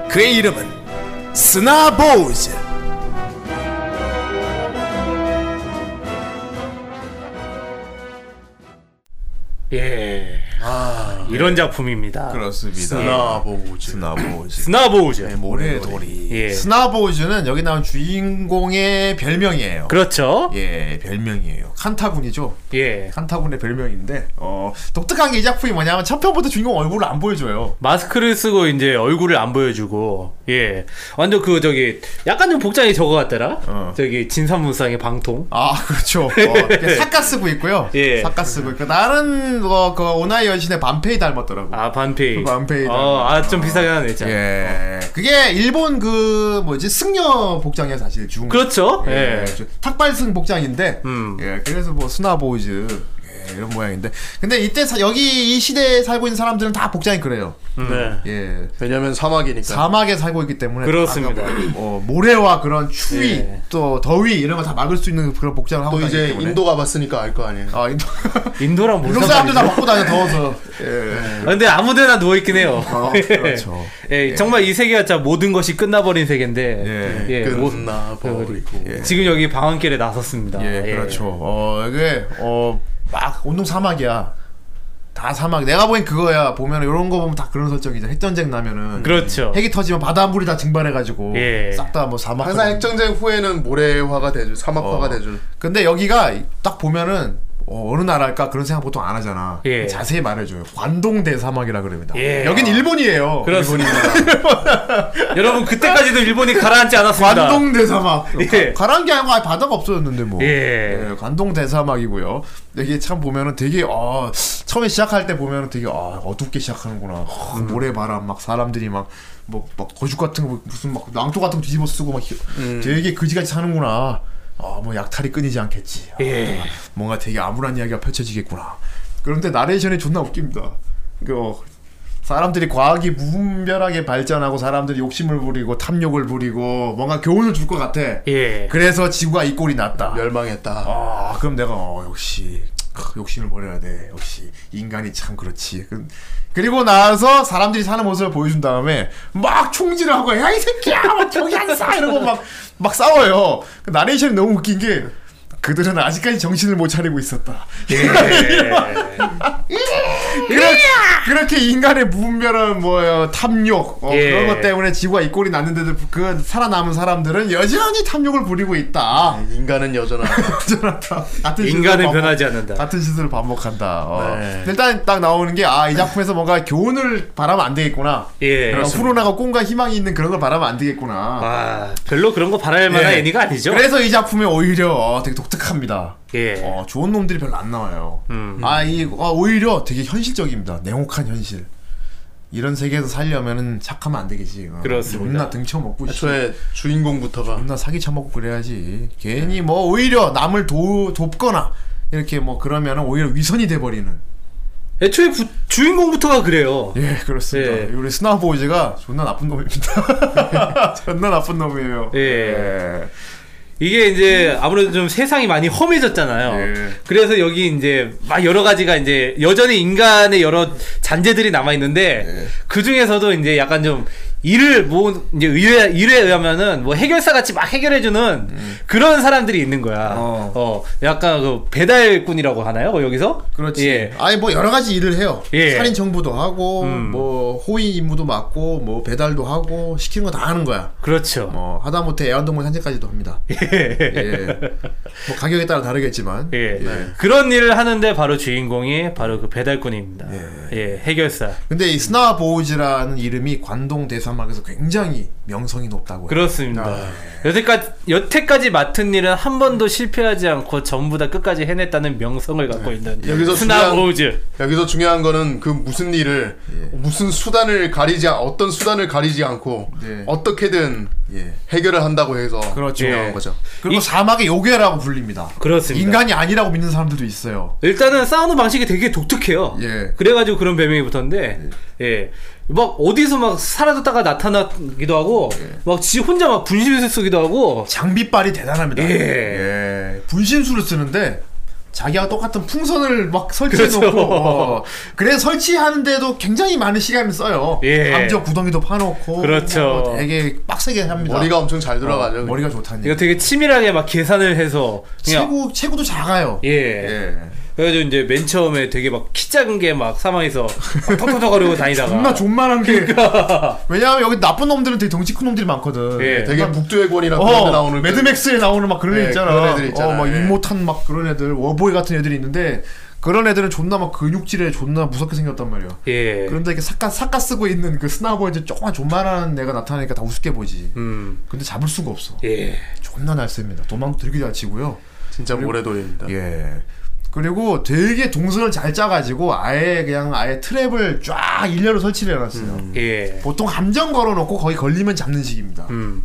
A: 그의 이름은 스나보우즈.
C: 예. 이런 작품입니다.
A: 그렇습니다.
D: 아,
A: 예, 뭐.
D: 스나보고지.
A: 스나보우즈.
C: 스나보우즈.
A: 모래돌이.
C: 예.
A: 스나보우즈는 여기 나온 주인공의 별명이에요.
C: 그렇죠.
A: 예, 별명이에요. 칸타군이죠.
C: 예.
A: 칸타군의 별명인데 어 독특한 게 이 작품이 뭐냐면 첫 편부터 주인공 얼굴을 안 보여줘요.
C: 마스크를 쓰고 이제 얼굴을 안 보여주고 예 완전 그 저기 약간 좀 복장이 저거 같더라
A: 어.
C: 저기 진산문상의 방통
A: 아 그렇죠. 어, 이렇게 삭가 쓰고 있고요.
C: 네. 예.
A: 삭가 쓰고 있고 나는 뭐그 오나이 여신의 반페이 닮았더라고.
C: 아 반페이
A: 반페이
C: 어아좀 비싸긴 하네 진짜
A: 예. 그게 일본 그 뭐지 승려 복장이야 사실 중.
C: 그렇죠 예,
A: 예. 탁발승 복장인데.
C: 음.
A: 예. 그래서 뭐 스나보이즈. 예. 이런 모양인데 근데 이때 사- 여기 이 시대에 살고 있는 사람들은 다 복장이 그래요.
C: 네.
A: 예
D: 왜냐면 사막이니까.
A: 사막에 살고 있기 때문에
C: 그렇습니다.
A: 아까 뭐, 어, 모래와 그런 추위
C: 예.
A: 또 더위 이런 거 다 막을 수 있는 아, 그런 복장을 하고
D: 또
A: 다니기
D: 이제
A: 때문에
D: 인도 가봤으니까 알 거 아니에요.
A: 아 인도
C: 인도랑 뭔
A: 인도 사람들 다
C: 상관이죠?
A: 먹고 다녀 더워서 예
C: 아, 근데 아무데나 누워 있긴 해요.
A: 어, 그렇죠.
C: 예, 정말 이 세계가 진짜 모든 것이 끝나버린 세계인데.
A: 예.
C: 뭐-
D: 끝나버리고.
A: 예.
C: 지금 여기 방황길에 나섰습니다.
A: 예, 그렇죠. 어, 이게, 어, 막, 온통 사막이야. 다 사막. 내가 보기엔 그거야. 보면, 이런 거 보면 다 그런 설정이죠. 핵전쟁 나면은.
C: 그렇죠.
A: 핵이 터지면 바닷물이 다 증발해가지고.
C: 예.
A: 싹 다 뭐 사막.
D: 항상 핵전쟁 후에는 모래화가 되죠. 사막화가
A: 어.
D: 되죠.
A: 근데 여기가 딱 보면은, 어, 어느 나라일까 그런 생각 보통 안 하잖아.
C: 예.
A: 자세히 말해줘요. 관동대 사막이라 그럽니다.
C: 예.
A: 여긴 일본이에요.
C: 그렇습니다. 여러분 그때까지도 일본이 가라앉지 않았습니다.
A: 관동대 사막.
C: 예.
A: 가, 란게 아니고 아예 바다가 없어졌는데 뭐.
C: 예.
A: 예, 관동 대사막이고요. 이게 참 보면은 되게 어, 처음에 시작할 때 보면은 되게 아, 어둡게 시작하는구나. 어,
C: 음.
A: 모래바람 막 사람들이 막 뭐, 막 거죽 같은 거 무슨 막 낭토 같은 거 뒤집어 쓰고 막 히-
C: 음.
A: 되게 그지같이 사는구나. 아, 뭐 약탈이 끊이지 않겠지. 아,
C: 예.
A: 뭔가 되게 암울한 이야기가 펼쳐지겠구나. 그런데 나레이션이 존나 웃깁니다. 그 어, 사람들이 과학이 무분별하게 발전하고 사람들이 욕심을 부리고 탐욕을 부리고 뭔가 교훈을 줄 것 같아.
C: 예.
A: 그래서 지구가 이 꼴이 났다.
D: 멸망했다.
A: 아 그럼 내가 어, 역시 크, 욕심을 버려야 돼 역시 인간이 참 그렇지 그, 그리고 나서 사람들이 사는 모습을 보여준 다음에 막 총질을 하고 야 이 새끼야 막 저기 앉아 이러고 막, 막 싸워요 그 나레이션이 너무 웃긴 게 그들은 아직까지 정신을 못 차리고 있었다 그렇, 그렇게 인간의 무분별한 뭐 어, 탐욕 어,
C: 예.
A: 그런 것 때문에 지구가 이 꼴이 났는데도 그 살아남은 사람들은 여전히 탐욕을 부리고 있다
D: 인간은 여전하다.
A: 전화다. 같은 짓을
C: 인간은
A: 반복-
C: 변하지 않는다. 네.
A: 같은 짓을 반복한다. 어. 일단 딱 나오는 게 아 이 작품에서 뭔가 교훈을 바라면 안 되겠구나.
C: 예.
A: 그런 후로나가 꿈과 희망이 있는 그런 걸 바라면 안 되겠구나.
C: 아 별로 그런 거 바랄 만한
A: 예.
C: 애니가 아니죠.
A: 그래서 이 작품이 오히려 어, 되게 독특합니다.
C: 예. 음.
A: 어, 좋은 놈들이 별로 안 나와요. 아이 어, 오히려 되게 현실적입니다. 냉혹한 현실. 이런 세계에서 살려면은 착하면 안 되겠지. 어,
C: 그렇습니다. 아,
A: 존나 등쳐먹고 씨.
D: 애초에 주인공부터가
A: 존나 사기 쳐먹고 그래야지. 괜히 뭐 오히려 남을 도, 돕거나 이렇게 뭐 그러면은 오히려 위선이 돼버리는.
C: 애초에 부- 주인공부터가 그래요.
A: 예, 그렇습니다.
C: 예.
A: 우리 스나보이즈가 존나 나쁜 놈입니다. 존나 나쁜 놈이에요.
C: 예.
A: 예.
C: 이게 이제 아무래도 좀 세상이 많이 험해졌잖아요.
A: 예.
C: 그래서 여기 이제 막 여러 가지가 이제 여전히 인간의 여러 잔재들이 남아 있는데
A: 예.
C: 그 중에서도 이제 약간 좀 일을 뭐 이제 의뢰 일에 의하면은 뭐 해결사 같이 막 해결해 주는 그런 사람들이 있는 거야. 어,
A: 음. 어.
C: 약간 그 배달꾼이라고 하나요? 뭐 여기서?
A: 그렇지.
C: 예.
A: 아니 뭐 여러 가지 일을 해요.
C: 예.
A: 살인 정보도 하고
C: 음.
A: 뭐 호위 임무도 맡고 뭐 배달도 하고 시키는 거 다 하는 거야.
C: 그렇죠.
A: 뭐 하다못해 애완동물 산책까지도 합니다. 예. 뭐 가격에 따라 다르겠지만.
C: 예.
A: 네.
C: 그런 일을 하는데 바로 주인공이 바로 그 배달꾼입니다. 예. 해결사.
A: 근데 이 스나보우즈라는 이름이 관동 대사막에서 굉장히 명성이 높다고요.
C: 그렇습니다. 여태까지 여태까지 맡은 일은 한 번도 실패하지 않고 전부 다 끝까지 해냈다는 명성을 갖고 있는
D: 여기서 중요한-
C: 스나보우즈.
D: 여기서 중요한 거는 그 무슨 일을
A: 예.
D: 무슨 수단을 가리지 않- 어떤 수단을 가리지 않고
A: 네.
D: 어떻게든
A: 예.
D: 해결을 한다고 해서
A: 그렇죠.
D: 중요한 거죠.
A: 그리고
C: 예. 이-
A: 사막의 요괴라고 불립니다.
C: 그렇습니다.
A: 인간이 아니라고 믿는 사람들도 있어요.
C: 일단은 싸우는 방식이 되게 독특해요.
A: 예.
C: 그래가지고 그런 별명이 붙었는데, 예. 막 어디서 막 사라졌다가 나타나기도 하고, 막 지 혼자 막 분신술 쓰기도 하고,
A: 장비빨이 대단합니다.
C: 예.
A: 예. 분신술을 쓰는데 자기와 똑같은 풍선을 막 설치해놓고
C: 그렇죠.
A: 어. 그래 설치하는데도 굉장히 많은 시간을 써요.
C: 예.
A: 암적 구덩이도 파놓고
C: 그렇죠.
A: 뭐 되게 빡세게 합니다.
D: 머리가 엄청 잘
A: 어,
D: 돌아가죠.
A: 머리가 좋다니.
C: 이거 되게 치밀하게 막 계산을 해서 그냥
A: 체구 체구도 작아요.
C: 예.
A: 예.
C: 그래가지고 이제 맨 처음에 되게 막 키 작은 게 막 사망해서 막 턱턱턱거리고 다니다가
A: 존나
C: 그러니까.
A: 존만한 게 왜냐하면 여기 나쁜 놈들은 되게 덩치 큰 놈들이 많거든.
C: 예.
D: 되게 북두의 권이랑 그런 데
A: 어,
D: 나오는 그-
A: 매드맥스에 나오는 막 그런
D: 예,
A: 애 있잖아.
D: 그런 애들 있잖아.
A: 어, 막
D: 예.
A: 임모탄 막 그런 애들, 워보이 같은 애들이 있는데 그런 애들은 존나 막 근육질에 존나 무섭게 생겼단 말이야.
C: 예.
A: 그런데 이렇게 삭가 삭가 쓰고 있는 그 스나보이즈 조그만 존만한 애가 나타나니까 다 우습게 보이지.
C: 음.
A: 근데 잡을 수가 없어.
C: 예.
A: 존나 날쌔니다. 도망도 되게 잘 치고요.
D: 진짜 모래돌입니다.
A: 예. 그리고 되게 동선을 잘 짜가지고 아예 그냥 아예 트랩을 쫙 일렬로 설치를 해놨어요.
C: 예.
A: 보통 함정 걸어놓고 거기 걸리면 잡는 식입니다.
C: 음.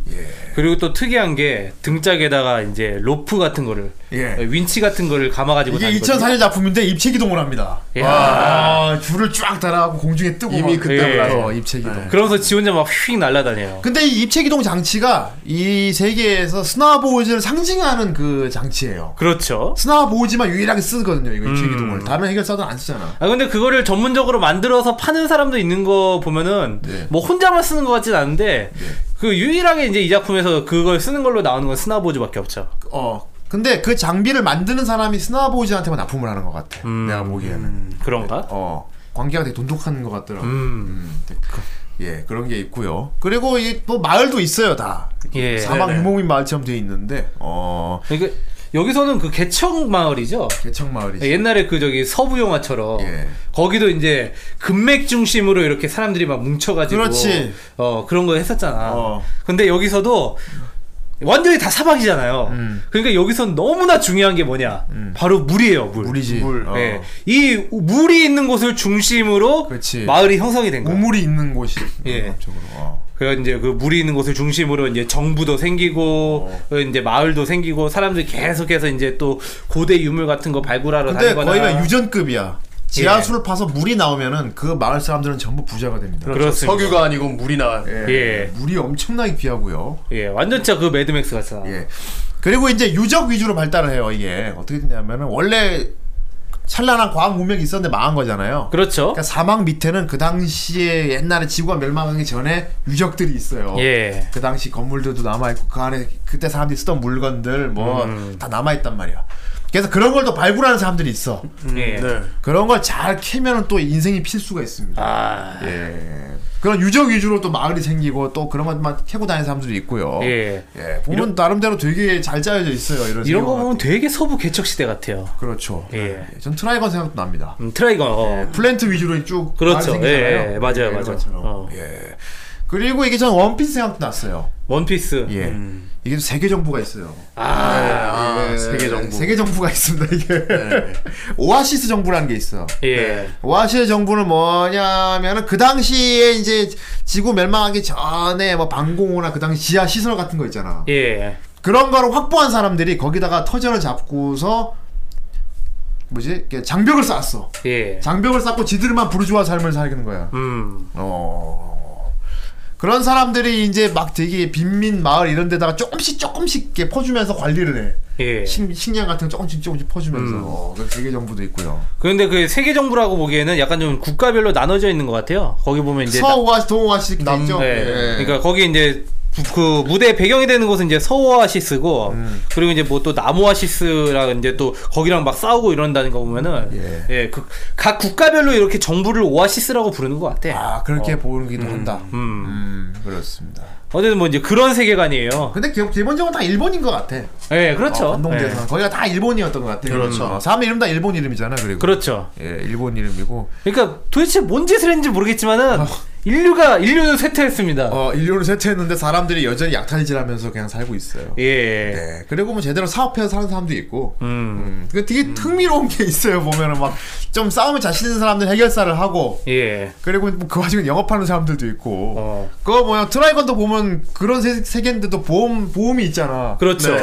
C: 그리고 또 특이한 게 등짝에다가 이제 로프 같은 거를
A: 예.
C: 윈치 같은 거를 감아가지고
A: 이게
C: 다니거든요.
A: 2004년 작품인데 입체 기동을 합니다.
C: 야.
A: 아, 줄을 쫙 달아갖고 공중에 뜨고
D: 이미
A: 막
D: 그때부터
A: 어, 입체 기동.
C: 그러면서 지 혼자 막 휙 날아다녀요.
A: 근데 이 입체 기동 장치가 이 세계에서 스나보우즈를 상징하는 그 장치예요.
C: 그렇죠.
A: 스나보우즈만 유일하게 쓰거든요. 이거 입체
C: 음.
A: 기동을. 다른 해결사들은 안 쓰잖아.
C: 아 근데 그거를 전문적으로 만들어서 파는 사람도 있는 거 보면은
A: 네.
C: 뭐 혼자만 쓰는 것 같진 않은데 그 유일하게 이제 이 작품에서 그걸 쓰는 걸로 나오는 건 스나보즈밖에 없죠.
A: 어. 근데 그 장비를 만드는 사람이 스나보우즈한테만 납품을 하는 것 같아.
C: 음.
A: 내가 보기에는.
C: 그런가?
A: 어. 관계가 되게 돈독한 것 같더라고. 요
C: 음.
A: 예, 그런 게 있고요. 그리고 이 또 마을도 있어요, 다.
C: 예.
A: 사막
C: 네네.
A: 유목민 마을처럼 돼 있는데. 어.
C: 그러니까 여기서는 그 개척 마을이죠.
A: 개척 마을이지.
C: 옛날에 그 저기 서부 영화처럼
A: 예.
C: 거기도 이제 금맥 중심으로 이렇게 사람들이 막 뭉쳐가지고
A: 그렇지.
C: 어 그런 거 했었잖아.
A: 어.
C: 근데 여기서도 완전히 다 사막이잖아요.
A: 음.
C: 그러니까 여기선 너무나 중요한 게 뭐냐? 바로 물이에요, 물.
A: 물이지. 물. 어.
C: 예. 이 물이 있는 곳을 중심으로
A: 그렇지. 음.
C: 마을이 형성이 된 거예요.
A: 우물이 있는 곳이
C: 예.
A: 쪽으로. 어.
C: 그래서 이제 그 물이 있는 곳을 중심으로 이제 정부도 생기고
A: 어.
C: 그 이제 마을도 생기고 사람들이 계속해서 이제 또 고대 유물 같은 거 발굴하러
A: 근데
C: 다니거나 예.
A: 거의 다 유전급이야. 지하수를 파서 물이 나오면은 그 마을 사람들은 전부 부자가 됩니다.
C: 그렇습니다.
D: 석유가 아니고 물이나
C: 예.
A: 물이 엄청나게 귀하고요.
C: 예, 완전 진짜 그 매드맥스 같잖아.
A: 예. 그리고 이제 유적 위주로 발달을 해요. 이게 어떻게 되냐면은 원래 찬란한 과학 문명이 있었는데 망한 거잖아요.
C: 그렇죠.
A: 그러니까 사막 밑에는 그 당시에 옛날에 지구가 멸망하기 전에 유적들이 있어요.
C: 예.
A: 그 당시 건물들도 남아 있고 그 안에 그때 사람들이 쓰던 물건들 뭐 다
C: 음.
A: 남아 있단 말이야. 그래서 그런 걸 또 발굴하는 사람들이 있어.
C: 예.
A: 네. 그런 걸 잘 캐면은 또 인생이 필 수가 있습니다.
C: 아.
A: 예. 그런 유적 위주로 또 마을이 생기고 또 그런 것만 캐고 다니는 사람들이 있고요.
C: 예.
A: 예, 보면 나름대로 되게 잘 짜여져 있어요. 이런
C: 이런 거
A: 생각은.
C: 보면 되게 서부 개척 시대 같아요.
A: 그렇죠.
C: 예.
A: 전 트라이건 생각도 납니다.
C: 음, 트라이거. 어.
A: 플랜트 위주로 쭉 네.
C: 그렇죠.
A: 많이 생기잖아요.
C: 예, 예, 맞아요,
A: 예,
C: 맞아요.
A: 이것처럼.
C: 어.
A: 예. 그리고 이게 전 원피스 생각도 났어요.
C: 원피스.
A: 예.
C: 음.
A: 이게 세계 정부가 있어요. 예,
C: 아.
D: 아, 세계 정부. 네.
A: 세계 정부가 있습니다. 이게 오아시스 정부라는 게 있어.
C: 예.
A: 네. 오아시스 정부는 뭐냐면은 그 당시에 이제 지구 멸망하기 전에 뭐 방공호나 그 당시 지하 시설 같은 거 있잖아.
C: 예.
A: 그런 거를 확보한 사람들이 거기다가 터전을 잡고서 뭐지 이렇게 장벽을 쌓았어.
C: 예.
A: 장벽을 쌓고 지들만 부르주아 삶을 살기는 거야.
C: 음.
A: 어. 그런 사람들이 이제 막 되게 빈민 마을 이런 데다가 조금씩 조금씩 이렇게 퍼주면서 관리를 해.
C: 예.
A: 식, 식량 같은 거 조금씩 조금씩 퍼주면서.
C: 음.
A: 어, 그 세계 정부도 있고요.
C: 그런데 그 세계 정부라고 보기에는 약간 좀 국가별로 나눠져 있는 것 같아요. 거기 보면 이제 나-
A: 서오아시, 동오아시 이렇게 돼 있죠.
C: 네.
A: 예.
C: 그러니까 거기 이제 부- 그 무대 배경이 되는 곳은 이제 서오아시스고 그리고 이제 뭐 또 남오아시스랑 이제 또 거기랑 막 싸우고 이런다는 거 보면은
A: 예.
C: 예, 그, 각 국가별로 이렇게 정부를 오아시스라고 부르는 것 같아.
A: 아 그렇게 보기도 한다.
C: 어. 음.
A: 음 그렇습니다.
C: 어쨌든 뭐 이제 그런 세계관이에요.
A: 근데 기- 기본적으로 다 일본인 것 그렇죠. 같아.
C: 예, 그렇죠.
A: 어, 관동대상
C: 예.
A: 거기가 다 일본이었던 것 같아요.
D: 그렇죠.
A: 어, 사람 이름 다 일본 이름이잖아. 그리고
C: 그렇죠.
A: 예, 일본 이름이고
C: 그러니까 도대체 뭔 짓을 했는지 모르겠지만은 인류가 인류는 쇠퇴했습니다.
A: 어 인류를 쇠퇴했는데 사람들이 여전히 약탈질하면서 그냥 살고 있어요.
C: 예.
A: 네, 그리고 뭐 제대로 사업해서 사는 사람도 있고.
C: 음.
A: 음, 그 되게 흥미로운 게 있어요. 보면은 막 좀 싸움에 자신 있는 사람들 해결사를 하고
C: 예.
A: 그리고 뭐그 와중에 영업하는 사람들도 있고.
C: 어.
A: 그거 뭐야 트라이건도 보면 그런 세, 세계인데도 보험 보험이 있잖아.
C: 그렇죠.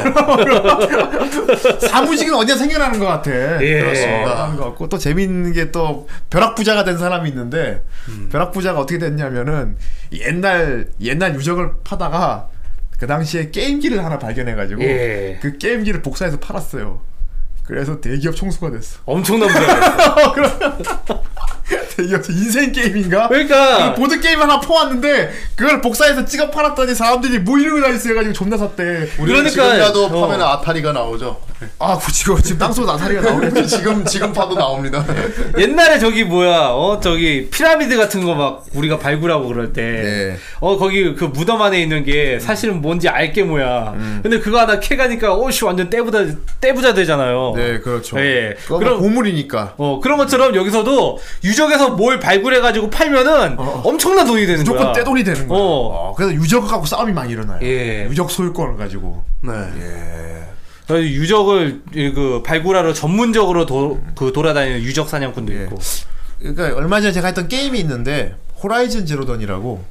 A: 사무직은 어디야 생겨나는 것 같아.
C: 예.
A: 그렇습니다. 하는 것 같고 또 재밌는 게 또 벼락 부자가 된 사람이 있는데
C: 음.
A: 벼락 부자가 어떻게 됐냐면은 옛날 옛날 유적을 파다가 그 당시에 게임기를 하나 발견해가지고
C: 예.
A: 그 게임기를 복사해서 팔았어요. 그래서 대기업 총수가 됐어.
C: 엄청난 부자.
A: 대기업 인생 게임인가?
C: 그러니까
A: 보드 게임 하나 퍼왔는데 그걸 복사해서 찍어 팔았더니 사람들이 뭐 이런 거 다있어 해가지고 존나 샀대.
C: 그러니까-
D: 지금이라도
C: 어.
D: 파면 아타리가 나오죠.
A: 아, 지금 지금 땅속 나사리가 예. 나오네.
D: 지금 지금 파도 나옵니다.
C: 옛날에 저기 뭐야 어 저기 피라미드 같은 거 막 우리가 발굴하고 그럴 때
A: 네.
C: 어 거기 그 무덤 안에 있는 게 사실은 뭔지 알게 뭐야
A: 음.
C: 근데 그거 하나 캐가니까 어, 오씨 완전 떼부자 떼부자 되잖아요
A: 네, 그렇죠.
C: 예.
A: 그거
C: 그럼-
A: 보물이니까.
C: 어 그런 것처럼 여기서도 유적에서 뭘 발굴해가지고 팔면은 엄청난 돈이 되는 거야
A: 어. 무조건 떼돈이 되는 거야.
C: 어.
A: 어, 그래서 유적 갖고 싸움이 많이 일어나요.
C: 예.
A: 유적 소유권을 가지고.
D: 네.
A: 예.
C: 그래서 유적을 이그 발굴하러 전문적으로 도, 그 돌아다니는 유적 사냥꾼도
A: 예.
C: 있고
A: 그러니까 얼마 전에 제가 했던 게임이 있는데 호라이즌 제로던이라고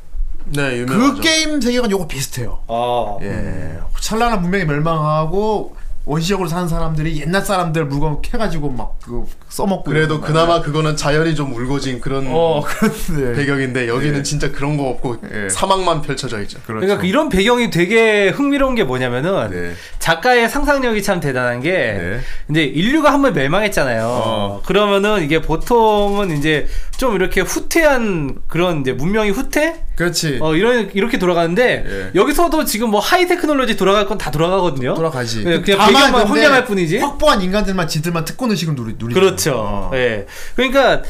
D: 네,
A: 그
D: 유명하죠.
A: 게임 세계관 요거 비슷해요.
C: 아
A: 예. 찬란한 문명이 멸망하고 원시적으로 사는 사람들이 옛날 사람들 물건 캐가지고 막 그거 써먹고
D: 그래도
A: 이러는
D: 그나마 그거는 자연이 좀 울고진 그런
A: 어
C: 네.
A: 그런데
D: 배경인데 여기는 진짜 그런 거 없고
A: 예.
D: 사막만 펼쳐져 있죠.
A: 그렇죠.
C: 그러니까 그 이런 배경이 되게 흥미로운 게 뭐냐면은
A: 네.
C: 작가의 상상력이 참 대단한 게
A: 네.
C: 이제 인류가 한 번 멸망했잖아요.
A: 어.
C: 그러면은 이게 보통은 이제 좀 이렇게 후퇴한 그런 이제 문명이 후퇴?
A: 그렇지
C: 어 이런 이렇게 돌아가는데
A: 예.
C: 여기서도 지금 뭐 하이 테크놀로지 돌아갈 건 다 돌아가거든요.
A: 돌아가지.
C: 네, 그냥
A: 다만
C: 배경만
A: 근데
C: 황량할 뿐이지.
A: 확보한 인간들만 지들만 특권 의식을 누리 누리.
C: 그렇죠.
A: 어.
C: 예. 그러니까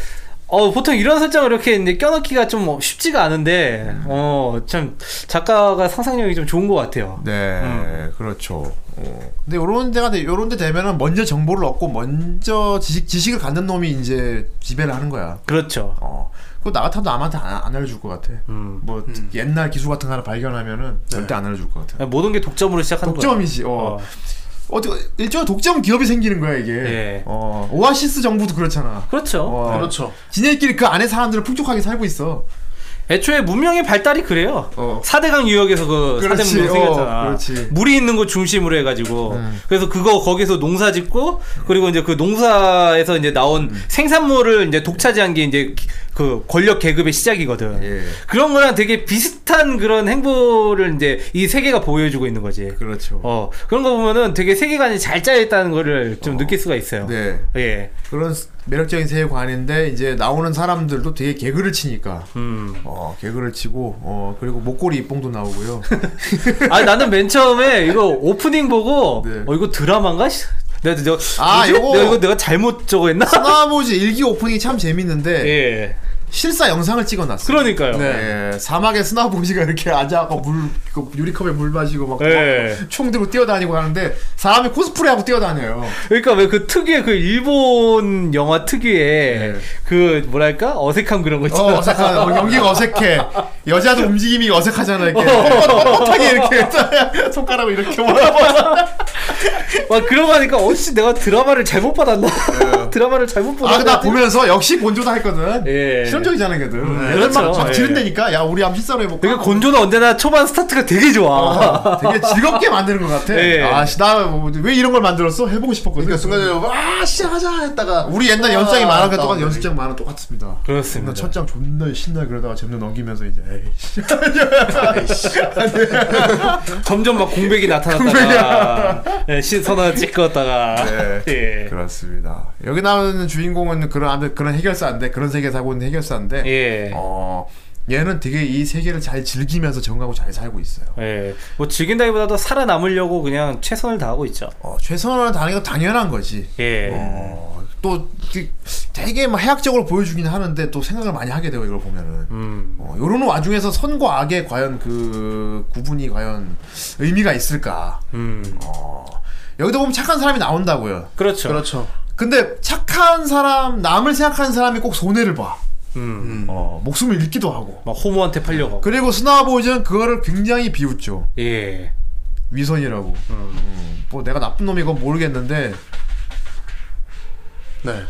C: 어, 보통 이런 설정을 이렇게 이제 껴넣기가 좀 쉽지가 않은데 어, 참 작가가 상상력이 좀 좋은 것 같아요.
A: 네, 그렇죠. 어. 근데 요런 데가 돼- 요런 데 되면은 먼저 정보를 얻고 먼저 지식 지식을 갖는 놈이 이제 지배를 하는 거야.
C: 그렇죠.
A: 어. 그거 나 같아도 남한테 안, 안 알려줄 것 같아. 뭐
D: 음.
A: 옛날 기술 같은 거 하나 발견하면은 절대 안 알려줄 것 같아.
C: 모든 게 독점으로 시작하는 거예요.
A: 독점이지. 네. 어.
C: 어.
A: 어. 떻게 일종의 독점 기업이 생기는 거야 이게.
C: 예.
A: 어. 오아시스 정부도 그렇잖아.
C: 그렇죠.
A: 어.
D: 그렇죠.
A: 지네끼리 그 안에 사람들을 풍족하게 살고 있어.
C: 애초에 문명의 발달이 그래요.
A: 어.
C: 4대강 유역에서 그 4대 문명
A: 그렇지. 어,
C: 생겼잖아.
A: 그렇지. 음.
C: 물이 있는 곳 중심으로 해가지고. 그래서 그거 거기서 농사 짓고, 그리고 이제 그 농사에서 이제 나온
A: 음.
C: 생산물을 이제 독차지한 게 이제 그 권력 계급의 시작이거든.
A: 예.
C: 그런 거랑 되게 비슷한 그런 행보를 이제 이 세계가 보여주고 있는 거지.
A: 그렇죠.
C: 어. 그런 거 보면은 되게 세계관이 잘 짜여있다는 거를 좀 느낄 수가 있어요.
A: 네.
C: 예.
A: 그런 스- 매력적인 세계관인데 이제 나오는 사람들도 되게 개그를 치니까
C: 음.
A: 어 개그를 치고 어 그리고 목걸이 입봉도 나오고요
C: 아 나는 맨 처음에 이거 오프닝 보고
A: 네.
C: 어 이거 드라마인가? 씨, 내가 내가
A: 아,
C: 뭐지?
A: 요거.
C: 내가 이거 내가 잘못 저거 했나?
A: 하나보지 일기 오프닝이 참 재밌는데
C: 예.
A: 실사 영상을 찍어놨어요
C: 그러니까요.
A: 네. 예, 사막에 스나보지가 이렇게 앉아서 물, 그 유리컵에 물 마시고 막,
C: 네.
A: 막 총 들고 뛰어다니고 하는데 사람이 코스프레하고 뛰어다녀요.
C: 그러니까 왜 그 특유의 그 일본 영화 특유의
A: 네.
C: 그 뭐랄까 어색함 그런 거
A: 어,
C: 있잖아.
A: 어색한, 어, 연기가 어색해. 여자도 움직임이 어색하잖아, 이렇게. 뻣뻣하게 이렇게 손가락을
C: 어.
A: 이렇게 몰아봐서.
C: 막 그러고 하니까 어씨 내가 드라마를 잘못 받았나? 드라마를 잘못 보나?
A: 아, 근데 나 보면서 역시 곤조다 했거든.
C: 예.
A: 실험적이잖아, 걔들.
C: 그렇죠.
A: 막, 막
C: 예.
A: 지른다니까? 야, 우리 한번 실사로 해볼까?
C: 되게 곤조는 언제나 초반 스타트가 되게 좋아.
A: 어, 되게 즐겁게 만드는 것 같아.
C: 예.
A: 아, 씨, 나왜 이런 걸 만들었어? 해보고 싶었거든.
D: 그러니까 순간적으로
A: 아,
D: 와 시작하자 했다가
A: 우리 옛날 연장이
D: 아,
A: 만화가
D: 나오네.
A: 똑같 연습장 만화 똑같습니다.
C: 그렇습니다.
A: 나 첫 장 존나 신나 그러다가 점점 넘기면서 이제 에이씨
C: 점점 막 공백이 나타났다가 예, 신선화 찍었다가 예.
A: 네. 그렇습니다. 여기 나오는 주인공은 그런 아무- 그런 해결사인데 그런 세계 살고 있는 해결사인데
C: 예.
A: 어 얘는 되게 이 세계를 잘 즐기면서 적응하고 잘 살고 있어요.
C: 예. 뭐 즐긴다기보다도 살아남으려고 그냥 최선을 다하고 있죠.
A: 어, 최선을 다하는 건 당연한 거지.
C: 예.
A: 어, 또 되- 되게 막 해학적으로 보여주긴 하는데 또 생각을 많이 하게 되고 이걸 보면은
C: 음.
A: 어, 요런 와중에서 선과 악의 과연 그 구분이 과연 의미가 있을까?
C: 음.
A: 어, 여기도 보면 착한 사람이 나온다고요.
C: 그렇죠.
D: 그렇죠.
A: 근데 착한 사람, 남을 생각하는 사람이 꼭 손해를 봐.
C: 음.
A: 어, 목숨을 잃기도 하고.
C: 막 호모한테 팔려가고.
A: 그리고 스나보이즈는 그거를 굉장히 비웃죠.
C: 예.
A: 위선이라고. 음, 뭐 내가 나쁜 놈이건 모르겠는데.
D: 네.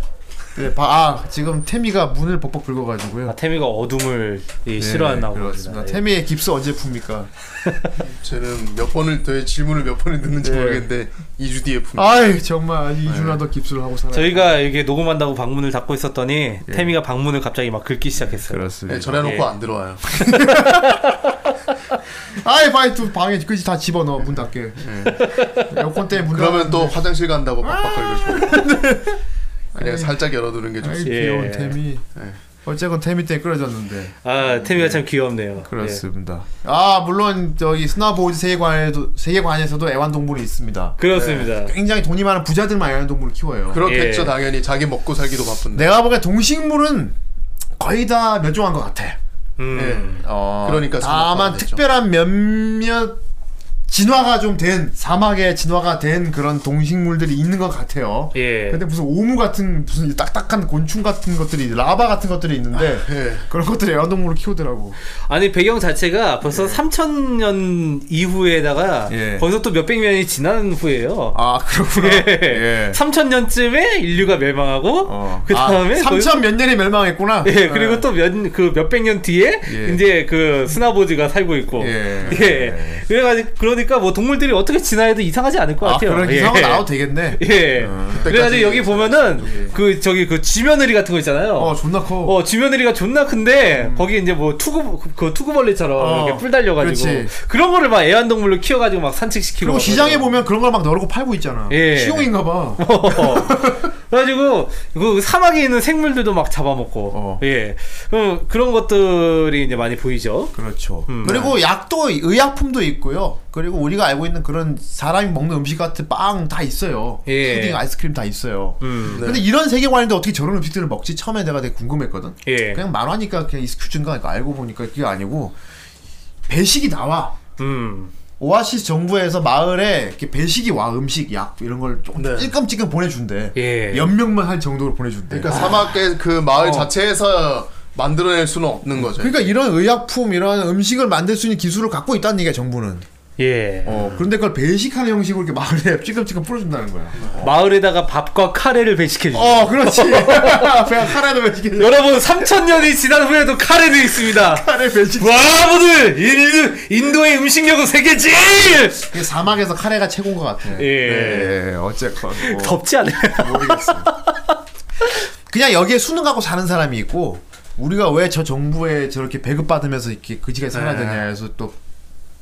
A: 네, 봐, 아, 지금 태미가 문을 벅벅 긁어가지고요.
C: 아, 태미가 어둠을 예,
A: 네,
C: 싫어한다고.
A: 그렇습니다.
C: 봅니다. 예.
A: 태미의 깁스 언제 풉니까?
D: 저는 몇 번을 더 질문을 몇 번을 듣는지
C: 네.
A: 예.
D: 모르겠는데 2주 뒤에 품.
A: 아이 정말 이준아 더 깁스를 하고 살아.
C: 예. 저희가 이게 녹음한다고 방문을 닫고 있었더니 태미가 방문을 갑자기 막 긁기
A: 예.
C: 시작했어요.
A: 그렇습니다.
D: 네, 전해놓고
C: 예.
D: 안 들어와요.
A: 아이 빨리 또 방에 그지 다 집어 넣어 문 닫게.
C: 예.
A: 에어컨 때문에 문
D: 그러면
A: 닫는데.
D: 또 화장실 간다고
A: 아.
D: 빡빡거리고 싶어요. 그냥 살짝 열어두는 게
A: 아이
D: 좋지.
A: 귀여운
C: 예.
A: 태미.
D: 예.
A: 어쨌건 태미 때 끌어졌는데.
C: 아, 태미가 참 귀엽네요.
A: 아 물론 저기 스나보우즈 세계관에도 세계관에서도 애완동물이 있습니다.
C: 예. 그렇습니다.
A: 굉장히 돈이 많은 부자들만 애완동물을 키워요.
D: 그렇겠죠
C: 예.
D: 당연히 자기 먹고 살기도 바쁜데.
A: 내가 보기엔 동식물은 거의 다 멸종한 것 같아.
C: 음.
A: 어,
D: 그러니까 사막화가
A: 다만
D: 됐죠.
A: 특별한 몇몇 진화가 좀 된 사막에 진화가 된 그런 동식물들이 있는 것 같아요.
C: 예.
A: 근데 무슨 오무 같은 무슨 딱딱한 곤충 같은 것들이 라바 같은 것들이 있는데
D: 예.
A: 그런 것들이 애완동물로 키우더라고.
C: 아니 배경 자체가 벌써 3000년 이후에다가
A: 네. 예.
C: 벌써 또 몇백 년이 지난 후예요.
A: 아 그렇구나. 예.
C: 3000년쯤에 인류가 멸망하고
A: 어.
C: 그 다음에
A: 아, 3천 몇 년이 멸망했구나.
C: 예, 그리고 또 몇 그 몇백 년 뒤에
A: 아. 예.
C: 이제 그 스나보즈가 살고 있고
A: 예.
C: 예. 그래가지고 보니까 뭐 동물들이 어떻게 지나해도 이상하지 않을 것
A: 아,
C: 같아요.
A: 그런
C: 예.
A: 기사가 나와도 어, 되겠네.
C: 예. 그래가지고 여기 보면은 그 저기 그 쥐며느리 같은 거 있잖아요.
A: 예. 어,
C: 어,
A: 존나 커.
C: 쥐며느리가 존나 큰데 거기 이제 뭐 투구 그 투구벌레처럼
A: 어,
C: 이렇게 뿔 달려가지고
A: 그렇지.
C: 그런 거를 막 애완동물로 키워가지고 막 산책시키고
A: 그리고
C: 막
A: 시장에
C: 그러더라고요.
A: 보면 그런 걸 막 넣어놓고 팔고 있잖아.
C: 예.
A: 시용인가 봐.
C: 어. 그래가지고 그 사막에 있는 생물들도 막 잡아먹고
A: 어.
C: 예 그럼 그런 것들이 이제 많이 보이죠
A: 그렇죠.
C: 음, 네.
A: 그리고 약도 의약품도 있고요. 그리고 우리가 알고 있는 그런 사람이 먹는 음식 같은 빵 다 있어요.
C: 예.
A: 푸딩, 아이스크림 다 있어요.
C: 음.
A: 근데
D: 네.
A: 이런 세계관인데 어떻게 저런 음식들을 먹지? 처음에 내가 되게 궁금했거든.
C: 예.
A: 그냥 만화니까 그냥 익스큐즈인가 그러니까 알고 보니까 그게 아니고 배식이 나와.
C: 음
A: 오아시스 정부에서 마을에 이렇게 배식이 와 음식, 약 이런 걸 조금
D: 네.
A: 찔끔찔끔 보내준대.
C: 예.
A: 연명만 할 정도로 보내준대.
D: 그러니까 사막의 그 마을
A: 어.
D: 자체에서 만들어낼 수는 없는 거죠.
A: 그러니까 이런 의약품, 이런 음식을 만들 수 있는 기술을 갖고 있다는 얘기야 정부는.
C: 예.
A: 어, 그런데 그걸 배식하는 형식으로 이렇게 마을에 찔끔찔끔 뿌려준다는 거야.
C: 마을에다가 밥과 카레를 배식해 주죠.
A: 어, 그렇지. 그냥 카레도 배식해.
C: 여러분 3천 년이 지난 후에도 카레도 있습니다.
A: 카레 배식.
C: 와부들 인도, 인도의 음식력은 세계 제일.
A: 이게 사막에서 카레가 최고인 것 같아.
C: 예.
A: 네, 어쨌건. 뭐.
C: 덥지 않아요?
A: 모르겠습니다. 그냥 여기에 수능하고 사는 사람이 있고 우리가 왜 저 정부에 저렇게 배급받으면서 이렇게 그지가 살아야 되냐 해서 또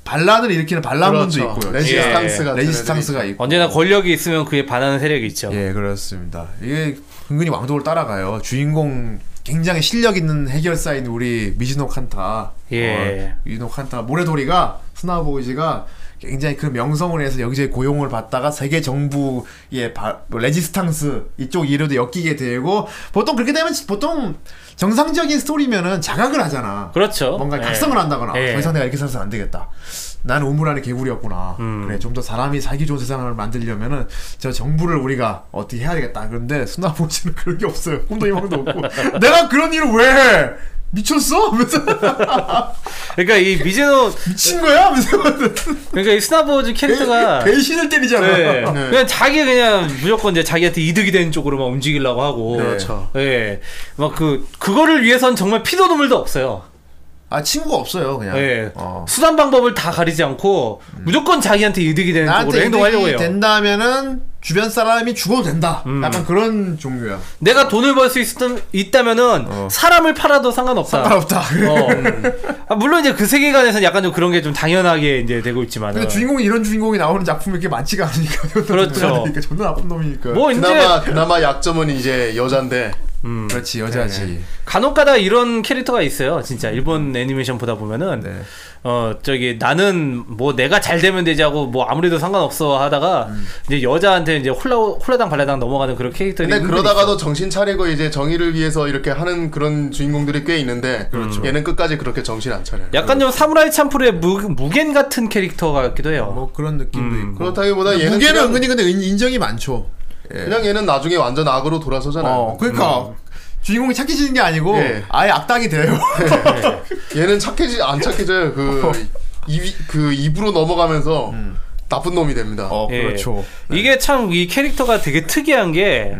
A: 반란을 일으키는 반란군도 있고요.
D: 레지스탕스
C: 예.
D: 같은
A: 레지스탕스가 있고.
C: 언제나 권력이 있으면 그에 반하는 세력이 있죠.
A: 예, 그렇습니다. 이게 은근히 왕족을 따라가요. 주인공 굉장히 실력 있는 해결사인 우리 미즈노 칸타.
C: 예.
A: 어, 미즈노 칸타 모래돌이가 스나보이즈가 굉장히 그 명성을 해서 여기저기 고용을 받다가 세계 정부의 바, 뭐 레지스탕스 이쪽 일에도 엮이게 되고 보통 그렇게 되면 보통 정상적인 스토리면은 자각을 하잖아.
C: 그렇죠.
A: 뭔가
C: 예.
A: 각성을 한다거나
C: 예.
A: 더 이상 내가 이렇게 살아서 안 되겠다. 난 우물 안에 개구리였구나.
C: 음.
A: 그래 좀 더 사람이 살기 좋은 세상을 만들려면은 저 정부를 우리가 어떻게 해야 되겠다. 그런데 수나 보시는 그런 게 없어요. 꿈도 희망도 없고 내가 그런 일을 왜 해? 미쳤어? 하면서
C: 그러니까 이 미제노
A: 미친 거야? 하면서
C: 그러니까 이 스나보즈 캐릭터가
A: 배신을 때리잖아. 네.
C: 예. 그냥 자기 그냥 무조건 이제 자기한테 이득이 되는 쪽으로만 움직이려고 하고
D: 그렇죠.
C: 예. 막 그 그거를 위해선 정말 피도 눈물도 없어요.
A: 아 친구가 없어요 그냥.
C: 예.
A: 어.
C: 수단 방법을 다 가리지 않고 무조건 자기한테 이득이 되는 쪽으로
A: 나한테
C: 네. 행동하려고 해요. 음.
A: 이득이 된다면은 주변 사람이 죽어도 된다. 약간 그런 종류야.
C: 내가 돈을 벌 수 있다면은 사람을 팔아도 상관없다.
A: 상관없다.
C: 어. 아, 물론 이제 그 세계관에서는 약간 좀 그런 게 좀 당연하게 이제 되고 있지만.
A: 근데 그러니까 주인공이 이런 주인공이 나오는 작품이 이렇게 많지가 않으니까
C: 어. 그렇죠.
A: 그러니까 존나 나쁜 놈이니까
C: 뭐 이제
D: 그나마 그나마 약점은 이제 여잔데
A: 그렇지 여자지
C: 간혹가다 이런 캐릭터가 있어요. 진짜 일본 애니메이션 보다 보면은
D: 네.
C: 어 저기 나는 뭐 내가 잘 되면 되지 하고 뭐 아무래도 상관없어 하다가
D: 음.
C: 이제 여자한테 이제 홀라 홀라당 발라당 넘어가는 그런 캐릭터들이
D: 근데
C: 은근히
D: 그러다가도 정신 차리고 이제 정의를 위해서 이렇게 하는 그런 주인공들이 꽤 있는데 얘는 끝까지 그렇게 정신 안 차려요.
C: 그렇죠. 약간 좀 사무라이 참프로의 무, 무겐 같은 캐릭터 같기도 해요.
A: 뭐 그런 느낌도 있고
D: 그렇다기보다 얘는
A: 음. 무게는
D: 그냥,
A: 은근히 근데 인, 인정이 많죠
D: 그냥 얘는 나중에 완전 악으로 돌아서잖아요.
A: 어 그러니까 주인공이 착해지는 게 아니고
D: 예.
A: 아예 예. 악당이 돼요
D: 얘는 착해지 안 착해져요. 그 입이 그 입으로 넘어가면서 나쁜 놈이 됩니다.
A: 음. 어
C: 예.
A: 그렇죠
C: 이게 참 이 캐릭터가 되게 특이한 게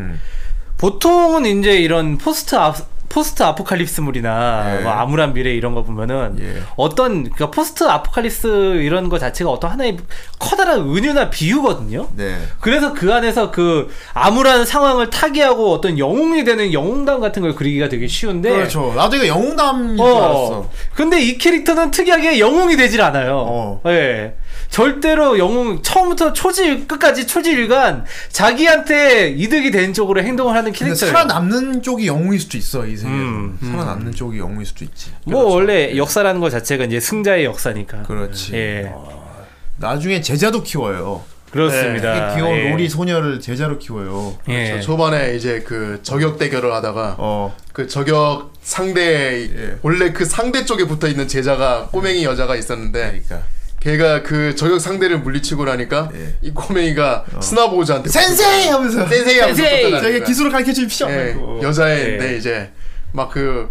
C: 보통은 이제 이런 포스트 아 포스트 아포칼립스물이나
A: 예.
C: 뭐 암울한 미래 이런 거 보면은
A: 예.
C: 어떤 그러니까 포스트 아포칼립스 이런 거 자체가 어떤 하나의 커다란 은유나 비유거든요.
A: 네
C: 그래서 그 안에서 그 암울한 상황을 타개하고 어떤 영웅이 되는 영웅담 같은 걸 그리기가 되게 쉬운데
A: 그렇죠 나도 이거 영웅담인 줄
C: 네. 어.
A: 알았어
C: 근데 이 캐릭터는 특이하게 영웅이 되질 않아요.
A: 어.
C: 예. 절대로 영웅 처음부터 초지 끝까지 초지일간 자기한테 이득이 되는 쪽으로 행동을 하는
A: 근데
C: 캐릭터.
A: 살아남는 쪽이 영웅일 수도 있어 이 세계에서
C: 음,
A: 살아남는 쪽이 영웅일 수도 있지
C: 뭐 원래 역사라는 것 자체가 이제 승자의 역사니까.
A: 그렇죠. 예. 그렇지
C: 예.
A: 나중에 제자도 키워요
C: 그렇습니다.
A: 되게 네. 귀여운
C: 예.
A: 로리 소녀를 제자로 키워요 그렇죠.
C: 예.
D: 저 초반에 이제 그 저격 대결을 하다가
A: 네. 어
D: 그 저격 상대
A: 예. 음.
D: 원래 그 상대 쪽에 붙어 있는 제자가 꼬맹이 여자가 있었는데
A: 그러니까
D: 걔가 그 저격 상대를 물리치고 나니까
A: 예. 어.
D: 이 꼬맹이가 스나보우즈한테
A: 센세이 하면서
D: 센세이 하면서
C: 센세이!
D: 붙었잖아요.
A: 네. 저게 기술을 가르쳐 주십시오
D: 예,
A: 그리고.
D: 여자애인데
C: 예.
D: 이제 네. 막 그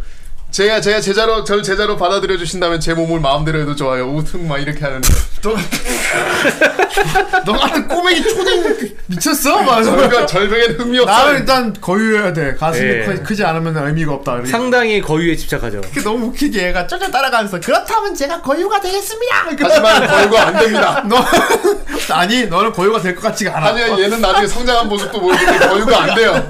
D: 제가 제가 제자로 저를 제자로 받아들여 주신다면 제 몸을 마음대로 해도 좋아요. 우승 막 이렇게 하는데
A: 너 같은 꼬맹이 초딩 미쳤어? 맞아.
D: 절벽 절벽에 흥미 없어.
A: 나를 일단 거유해야 돼. 가슴이
C: 예.
A: 커- 크지 않으면 의미가 없다. 이렇게
C: 상당히 거유에 집착하죠.
A: 너무 웃기게 얘가 쫄쫄 따라가면서 그렇다면 제가 거유가 되겠습니다.
D: 하지만 결과 안 됩니다.
A: 너 아니 너는 고유가 될 것 같지가 않아.
D: 하지만 얘는 나중에 성장한 모습도 보이는데 거유가 안 돼요.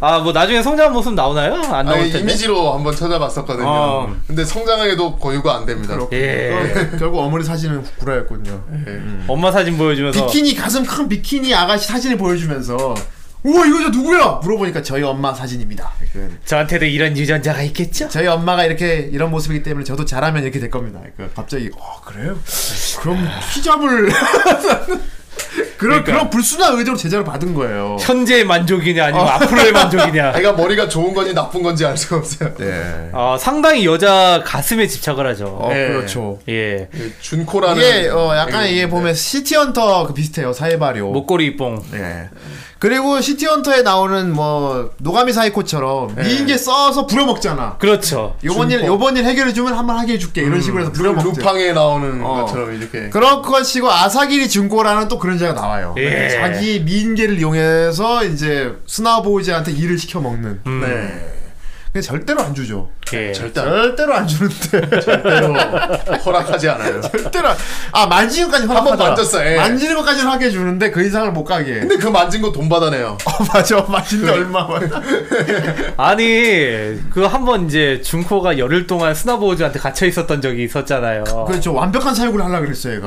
C: 아 뭐 나중에 성장한 모습 나오나요? 안 나올
D: 아니,
C: 텐데.
D: 이미지로 한번 찾아봤었거든요.
C: 어.
D: 근데 성장해도 거유가 안 됩니다.
A: 그렇군요.
C: 예.
A: 어, 결국 어머니 사진은 구라였군요. 예.
C: 엄마 사진 보여주면서
A: 비키니 가슴 큰 비키니 아가씨 사진을 보여주면서 우와 이거 저 누구야? 물어보니까 저희 엄마 사진입니다. 그 이렇게.
C: 저한테도 이런 유전자가 있겠죠?
A: 저희 엄마가 이렇게 이런 모습이기 때문에 저도 잘하면 이렇게 될 겁니다. 그러니까 갑자기 어 그래요? 그럼 피자물 그런 그런 불순한 의도로 제자를 받은 거예요.
C: 현재의 만족이냐
A: 어.
C: 아니면 앞으로의 만족이냐.
D: 애가 머리가 좋은 건지 나쁜 건지 알 수가 없어요.
A: 네.
C: 아 상당히 여자 가슴에 집착을 하죠.
A: 어
D: 예.
A: 그렇죠.
C: 예.
D: 그 준코라는
A: 이게 어 약간
D: 애기.
A: 이게 보면 시티헌터 그 비슷해요 사이바리오.
C: 목걸이 뽕.
A: 예. 그리고 시티헌터에 나오는 뭐 노가미 사이코처럼 미인계 써서 부려먹잖아.
C: 그렇죠.
A: 요번 일 요번 일 해결해 주면 한번 하게 해줄게 이런 식으로 해서
D: 루-
A: 부려먹지.
D: 루팡에 나오는
A: 어.
D: 것처럼 이렇게
A: 그런 것이고 아사기리 증고라는 또 그런 자가 나와요.
C: 예.
A: 자기 미인계를 이용해서 이제 스나보이즈한테 일을 시켜 먹는. 네. 근데 절대로 안 주죠.
C: 예.
D: 절대 안-
A: 네, 절대로 안 주는데.
D: 절대로 허락하지 않아요.
A: 절대로 안- 아 만지는 것까지
D: 번 만졌어, 예.
A: 만지는 것까지는 하게 해주는데 그 이상을 못 가게. 해.
D: 근데 그 만진 거 돈 받아내요.
A: 어, 맞아 만진데 얼마
C: 아니 그 한 번 이제 준코가 열흘 동안 스나보우즈한테 갇혀 있었던 적이 있었잖아요.
A: 그렇죠 완벽한 사육을 하려 그랬어요 얘가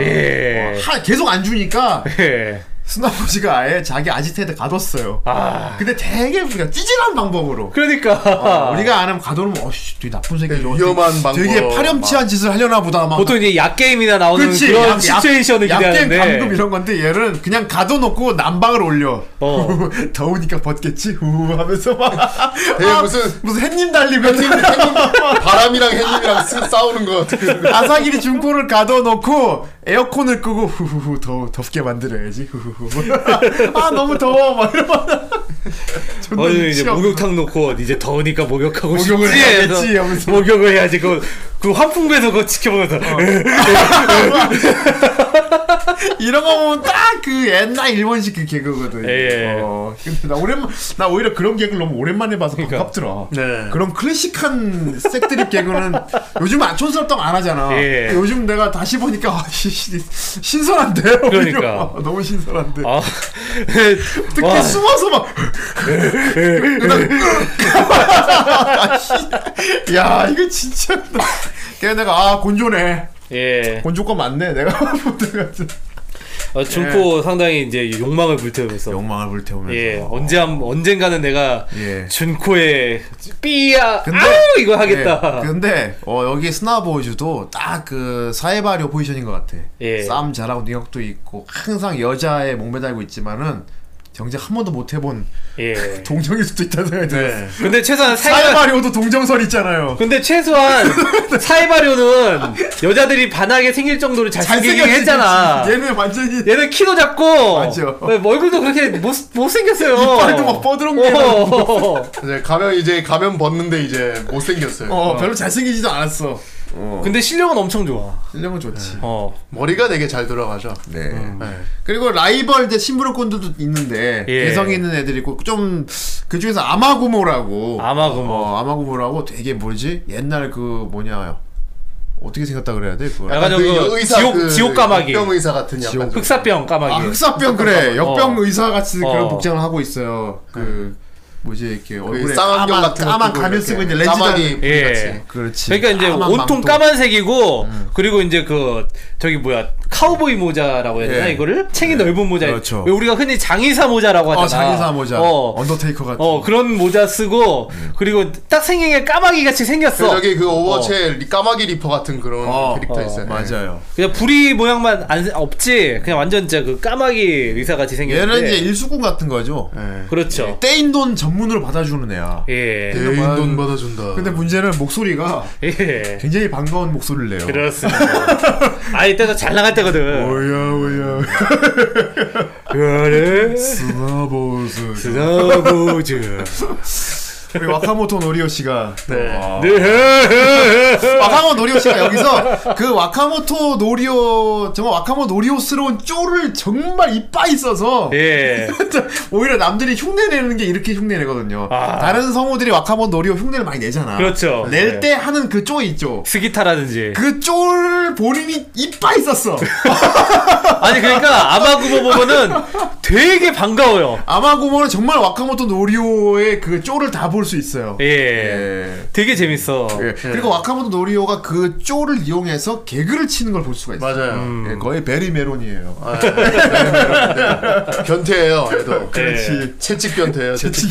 A: 어,
C: 예.
A: 하, 계속 안 주니까
C: 예.
A: 스나버지가 아예 자기 아지트에다 가뒀어요
C: 아.
A: 근데 되게 우리가 찌질한 방법으로
C: 그러니까
A: 아, 우리가 안 하면 가둬놓으면 어씨 되게 나쁜 새끼 저거
D: 위험한
A: 되게-
D: 방법.
A: 되게 파렴치한 짓을 하려나 보다 막
C: 보통 이제 약 게임이나 나오는
A: 그렇지
C: 그런
A: 약- 약-
C: 시츄에이션을 기대하는데
A: 약겜 감금 이런 건데 얘는 그냥 가둬놓고 난방을 올려
C: 어.
A: 더우니까 벗겠지 후 하면서 막
D: 되게
A: 아,
D: 네, 무슨-
A: 무슨 햇님 달리고
D: 바람이랑 햇님이랑 쓰- 싸우는 거 같은.
A: 아사기리 중고를 가둬놓고 에어컨을 끄고 후후후 더 덥게 만들어야지 후후후 아 너무 더워 막 이러면 존나
C: 어느 이제
A: 미치겠어.
C: 목욕탕 놓고 이제 더우니까 목욕하고
A: 목욕을
C: 싶지 해서
A: 해야겠지 하면서.
C: 목욕을 해야지 그, 그 환풍구에서 그거 지켜보면서
A: 어. 이런 거 보면 딱 그 옛날 일본식 그 개그거든
C: 예.
A: 어, 근데 나 오랜만 나 오히려 그런 개그를 너무 오랜만에 봐서
C: 그러니까.
A: 반갑더라
D: 네.
A: 그런 클래식한 색드립 개그는 요즘 안 촌스럽다고 안 하잖아
C: 예.
A: 요즘 내가 다시 보니까 아, 시- 시- 신선한데 오히려. 어,
C: 그러니까.
A: 너무 신선한데
C: 아,
A: 특히
C: 와,
A: 숨어서 막. 야, 이거 진짜. 걔 내가 아 곤조네.
C: 예
A: 곤조 거 맞네. 내가 보다가
C: 어, 중코 상당히 이제 욕망을 불태우면서
A: 예. 욕망을 불태우면서.
C: 예 언제 한 언젠가는 내가
A: 예.
C: 준코의 삐야
A: 근데-
C: 아우 이거 하겠다
A: 예, 근데 어, 여기 스나보이즈도 딱 그 사회바리오 포지션인 것 같아.
C: 예.
A: 싸움 잘하고 능력도 있고 항상 여자에 목매달고 있지만은 정작 한 번도 못 해본
C: 예
A: 동정일 수도 있다는 생각이 들어요.
C: 근데 최소한 사이가
A: 그 사회바리오도 동정설 있잖아요.
C: 근데 최소한 사이바료는 여자들이 반하게 생길 정도로 잘생기긴
A: 잘생겼지,
C: 했잖아. 예.
A: 그치? 얘는 완전히
C: 얘는 키도 작고
A: 맞아.
C: 네, 얼굴도 그렇게 못, 못생겼어요
A: 이빨도 막 뻐드렁대요.
C: 어.
D: 이제 가면 이제 가면 벗는데 이제 못 생겼어요.
A: 어, 별로 잘생기지도 않았어.
C: 근데 실력은 엄청 좋아
A: 실력은 좋지.
C: 어.
D: 머리가 되게 잘 돌아가죠. 음,
A: 네. 그리고 라이벌 이제 심부름꾼들도 있는데
C: 예.
A: 개성 있는 애들이 있고 좀 그중에서 아마구모라고.
C: 아마구모.
A: 어, 아마구모라고 되게 뭐지? 옛날 그 뭐냐 어떻게 생겼다 그래야 돼? 그거.
D: 아,
C: 약간 좀 그 지옥, 지옥 까마귀
D: 병 의사 같은 약간
A: 지옥.
D: 좀-
C: 흑사병 까마귀
A: 아, 흑사병 그래. 역병
C: 어.
A: 의사 같이
C: 어.
A: 그런 복장을 하고 있어요. 그 뭐지 이렇게 얼굴에
D: 그 쌍안경
A: 까만-
D: 같은 거
A: 까만
D: 끼고
A: 가면
D: 이렇게
A: 쓰고 있는 렌즈 달린
D: 까마귀
C: 예.
D: 같이.
A: 그렇지.
C: 그러니까 이제
A: 까만
C: 온통
A: 망토. 음.
C: 까만색이고 그리고 이제 그 저기 뭐야 카우보이 모자라고 해야 되나
A: 예.
C: 이거를 챙이 넓은 모자
A: 그렇죠.
C: 왜 우리가 흔히 장의사 모자라고 하잖아
A: 어, 장의사 모자. 음.
C: 어.
A: 언더테이커 같은.
C: 어 그런 모자 쓰고 그리고 딱 생긴 게 까마귀 같이
D: 그
C: 생겼어.
D: 저기 그 오버워치의 리- 까마귀 리퍼 같은 그런 캐릭터
A: 어,
D: 있어요.
A: 맞아요.
C: 그냥 부리 모양만 안 없지. 그냥 완전 진짜 그 까마귀 의사 같이 생겼는데.
A: 얘는 이제 일수꾼 같은 거죠.
C: 그렇죠.
A: 떼인 돈 전문으로 받아주는 애야.
C: 예.
D: 예. 개인 돈 받아준다.
A: 근데 문제는 목소리가
C: 예.
A: 굉장히 반가운 목소리를 내요.
C: 그렇습니다. 아 이때가 잘 나갈 때거든.
A: 오야 오야
C: 그래.
A: 스나보스
C: 스나보즈.
A: 우리 와카모토 노리오 씨가 와. 예.
C: 네.
A: 와카모 노리오 씨가 여기서 그 와카모토 노리오 정말 와카모 노리오스러운 쪼를 정말 이빠 있어서
C: 예.
A: 오히려 남들이 흉내 내는 게 이렇게 흉내 내거든요.
C: 아.
A: 다른 성우들이 와카모 노리오 흉내를 많이 내잖아.
C: 그렇죠.
A: 낼
C: 네.
A: 때 하는 그 쪼 있죠.
C: 스기타라든지.
A: 그 쫄 본인이 이빠 있었어.
C: 아니 그러니까 아마구모 보면은 되게 반가워요.
A: 아마고모는 정말 와카모토 노리오의 그 쪼를 다 볼 수 있어요.
C: 예. 되게 재밌어.
A: 예. 그리고 와카모토 노리오가 그 쪼를 이용해서 개그를 치는 걸 볼 수가 있어요.
D: 맞아요.
C: 음.
A: 예, 거의 베리메론이에요.
D: 아, 네, 네. 변태예요, 얘도.
C: 네.
A: 그렇지.
D: 채찍 변태예요. 채찍.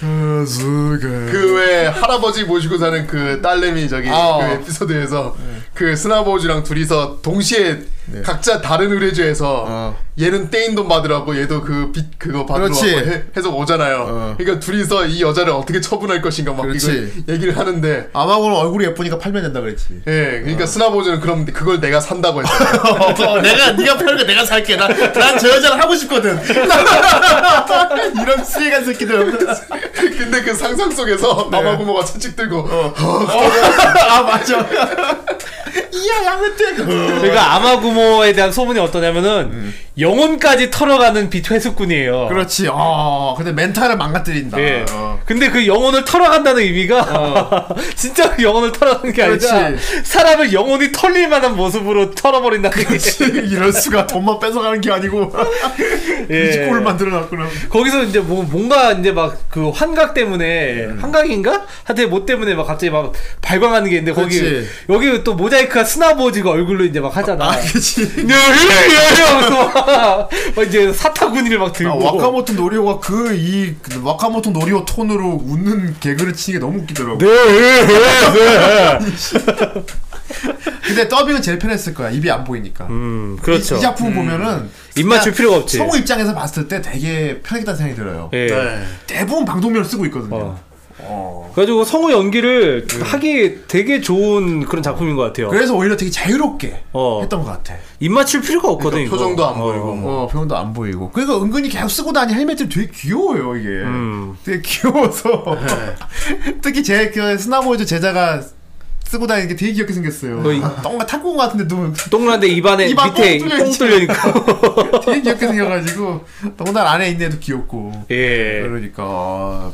A: 그
D: 그 외에 할아버지 모시고 사는 그 딸내미 저기
A: 아.
D: 그 에피소드에서 그 스나버즈랑 둘이서 동시에 각자 다른 의뢰주에서
A: 네. 어.
D: 얘는 떼인 돈 받으라고 얘도 그 빚 그거 받으러
A: 그렇지.
D: 왔고 해, 해서 오잖아요.
A: 어.
D: 그러니까 둘이서 이 여자를 어떻게 처분할 것인가 막 이거
A: 그렇지.
D: 얘기를 하는데
A: 아마고는 얼굴이 예쁘니까 팔면 된다 그랬지.
D: 예, 그러니까 스나버즈는 그럼 그걸 내가 산다고 했어.
F: 내가 네가 팔고 내가 살게. 난난저 여자를 하고 싶거든.
A: 이런 쓰레간 새끼들.
D: 근데 그 상상 속에서 마마구모가 채찍 들고
A: 아 맞아. 이야 양은태.
C: 그러니까 아마구모에 대한 소문이 어떠냐면은 영혼까지 털어가는 빛
A: 음.
C: 회수꾼이에요.
A: 그렇지. 아 근데 멘탈을 망가뜨린다.
C: 예.
A: 어.
C: 근데 그 영혼을 털어간다는 의미가 진짜 그 영혼을 털어가는 게 아니라
A: 그렇지.
C: 사람을 영혼이 털릴 만한 모습으로 털어버린다는 게
A: 이럴 수가 돈만 뺏어가는 게 아니고
C: 예.
A: 이집골 만들어놨구나.
C: 거기서 이제 뭐 뭔가 이제 막 그 환각 때문에
A: 음.
C: 환각인가? 하여튼 뭐 때문에 막 갑자기 막 발광하는 게 있는데 거기
A: 그렇지.
C: 여기 또 모자이크가 스나버지가 얼굴로 이제 막 하잖아. 네,
A: 그치.
C: 막, 막 이제 사타구니를 막
D: 어.
A: 아,
C: 들고
A: 와카모토 노리오가 그 이 와카모토 노리오 톤으로 웃는 개그를 치는 게 너무
C: 네.
A: 웃기더라고. 근데 더빙은 제일 편했을 거야. 입이 안 보이니까.
C: 음, 그렇죠.
A: 이, 이 작품 보면은
C: 입 맞출
A: 그냥
C: 필요가 없지.
A: 성우 네. 입장에서 봤을 때 되게 편하겠다는 생각이 들어요.
C: 예.
A: 대부분 방독면을 쓰고 있거든요.
C: 어. 그래가지고 성우 연기를 하기 되게 좋은 그런 작품인 것 같아요.
A: 음. 그래서 오히려 되게 자유롭게
C: 어.
A: 했던 것 같아.
C: 입 맞출 필요가
A: 그러니까
C: 없거든. 요
D: 표정도 안 보이고. 뭐.
A: 어, 병원도 안 보이고. 그러니까 은근히 계속 쓰고 다니 헬멧들 되게 귀여워요, 이게.
D: 음.
A: 되게 귀여워서.
D: 네.
A: 특히 제, 그, 스나보이즈 제자가 쓰고 다니는 게 되게 귀엽게 생겼어요.
C: 거의-
A: 똥가 탁구공 같은데 너무
C: 동그란데 입안에
A: 입안
C: 밑에
A: 뽕
C: 뽕
A: 뚫려있지.
C: 뚫려니까.
A: 되게 귀엽게 생겨가지고. 더군다나 안에 있는 애도 귀엽고.
C: 예.
A: 그러니까. 아,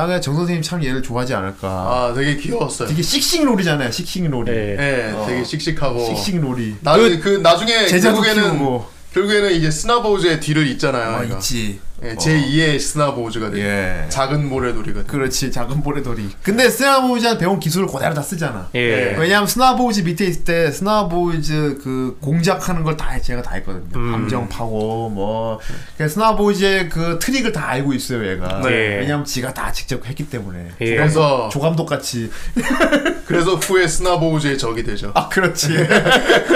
A: 나 그냥 정선생님 참 얘를 좋아하지 않을까.
D: 아 되게 귀여웠어요.
A: 되게 씩씩놀이잖아요, 씩씩놀이.
C: 예.
D: 예, 되게 씩씩하고.
A: 씩씩놀이.
D: 나중에 그, 나중에
A: 제자도
D: 결국에는
A: 키우고.
D: 결국에는 이제 스나보우즈의 뒤를 잇잖아요.
A: 아,
D: 그러니까.
A: 있지. 어.
D: 예, 제 2의 스나보우즈가 되죠.
A: 예.
D: 작은 모래돌이가 되
A: 그렇지, 작은 보레돌이. 근데 스나보이즈한테 배운 기술을 그대로 다 쓰잖아.
C: 예.
D: 예.
A: 왜냐하면 스나보우즈 밑에 있을 때 스나보우즈 그 공작하는 걸 다 제가 다 했거든요.
C: 음.
A: 감정 파고 뭐 그러니까 스나보우즈의 그 트릭을 다 알고 있어요, 얘가.
C: 네.
A: 왜냐하면 지가 다 직접 했기 때문에.
C: 예.
D: 그래서
A: 조감독 같이.
D: 그래서 후에 스나보우즈의 적이 되죠.
A: 아 그렇지.
C: 네.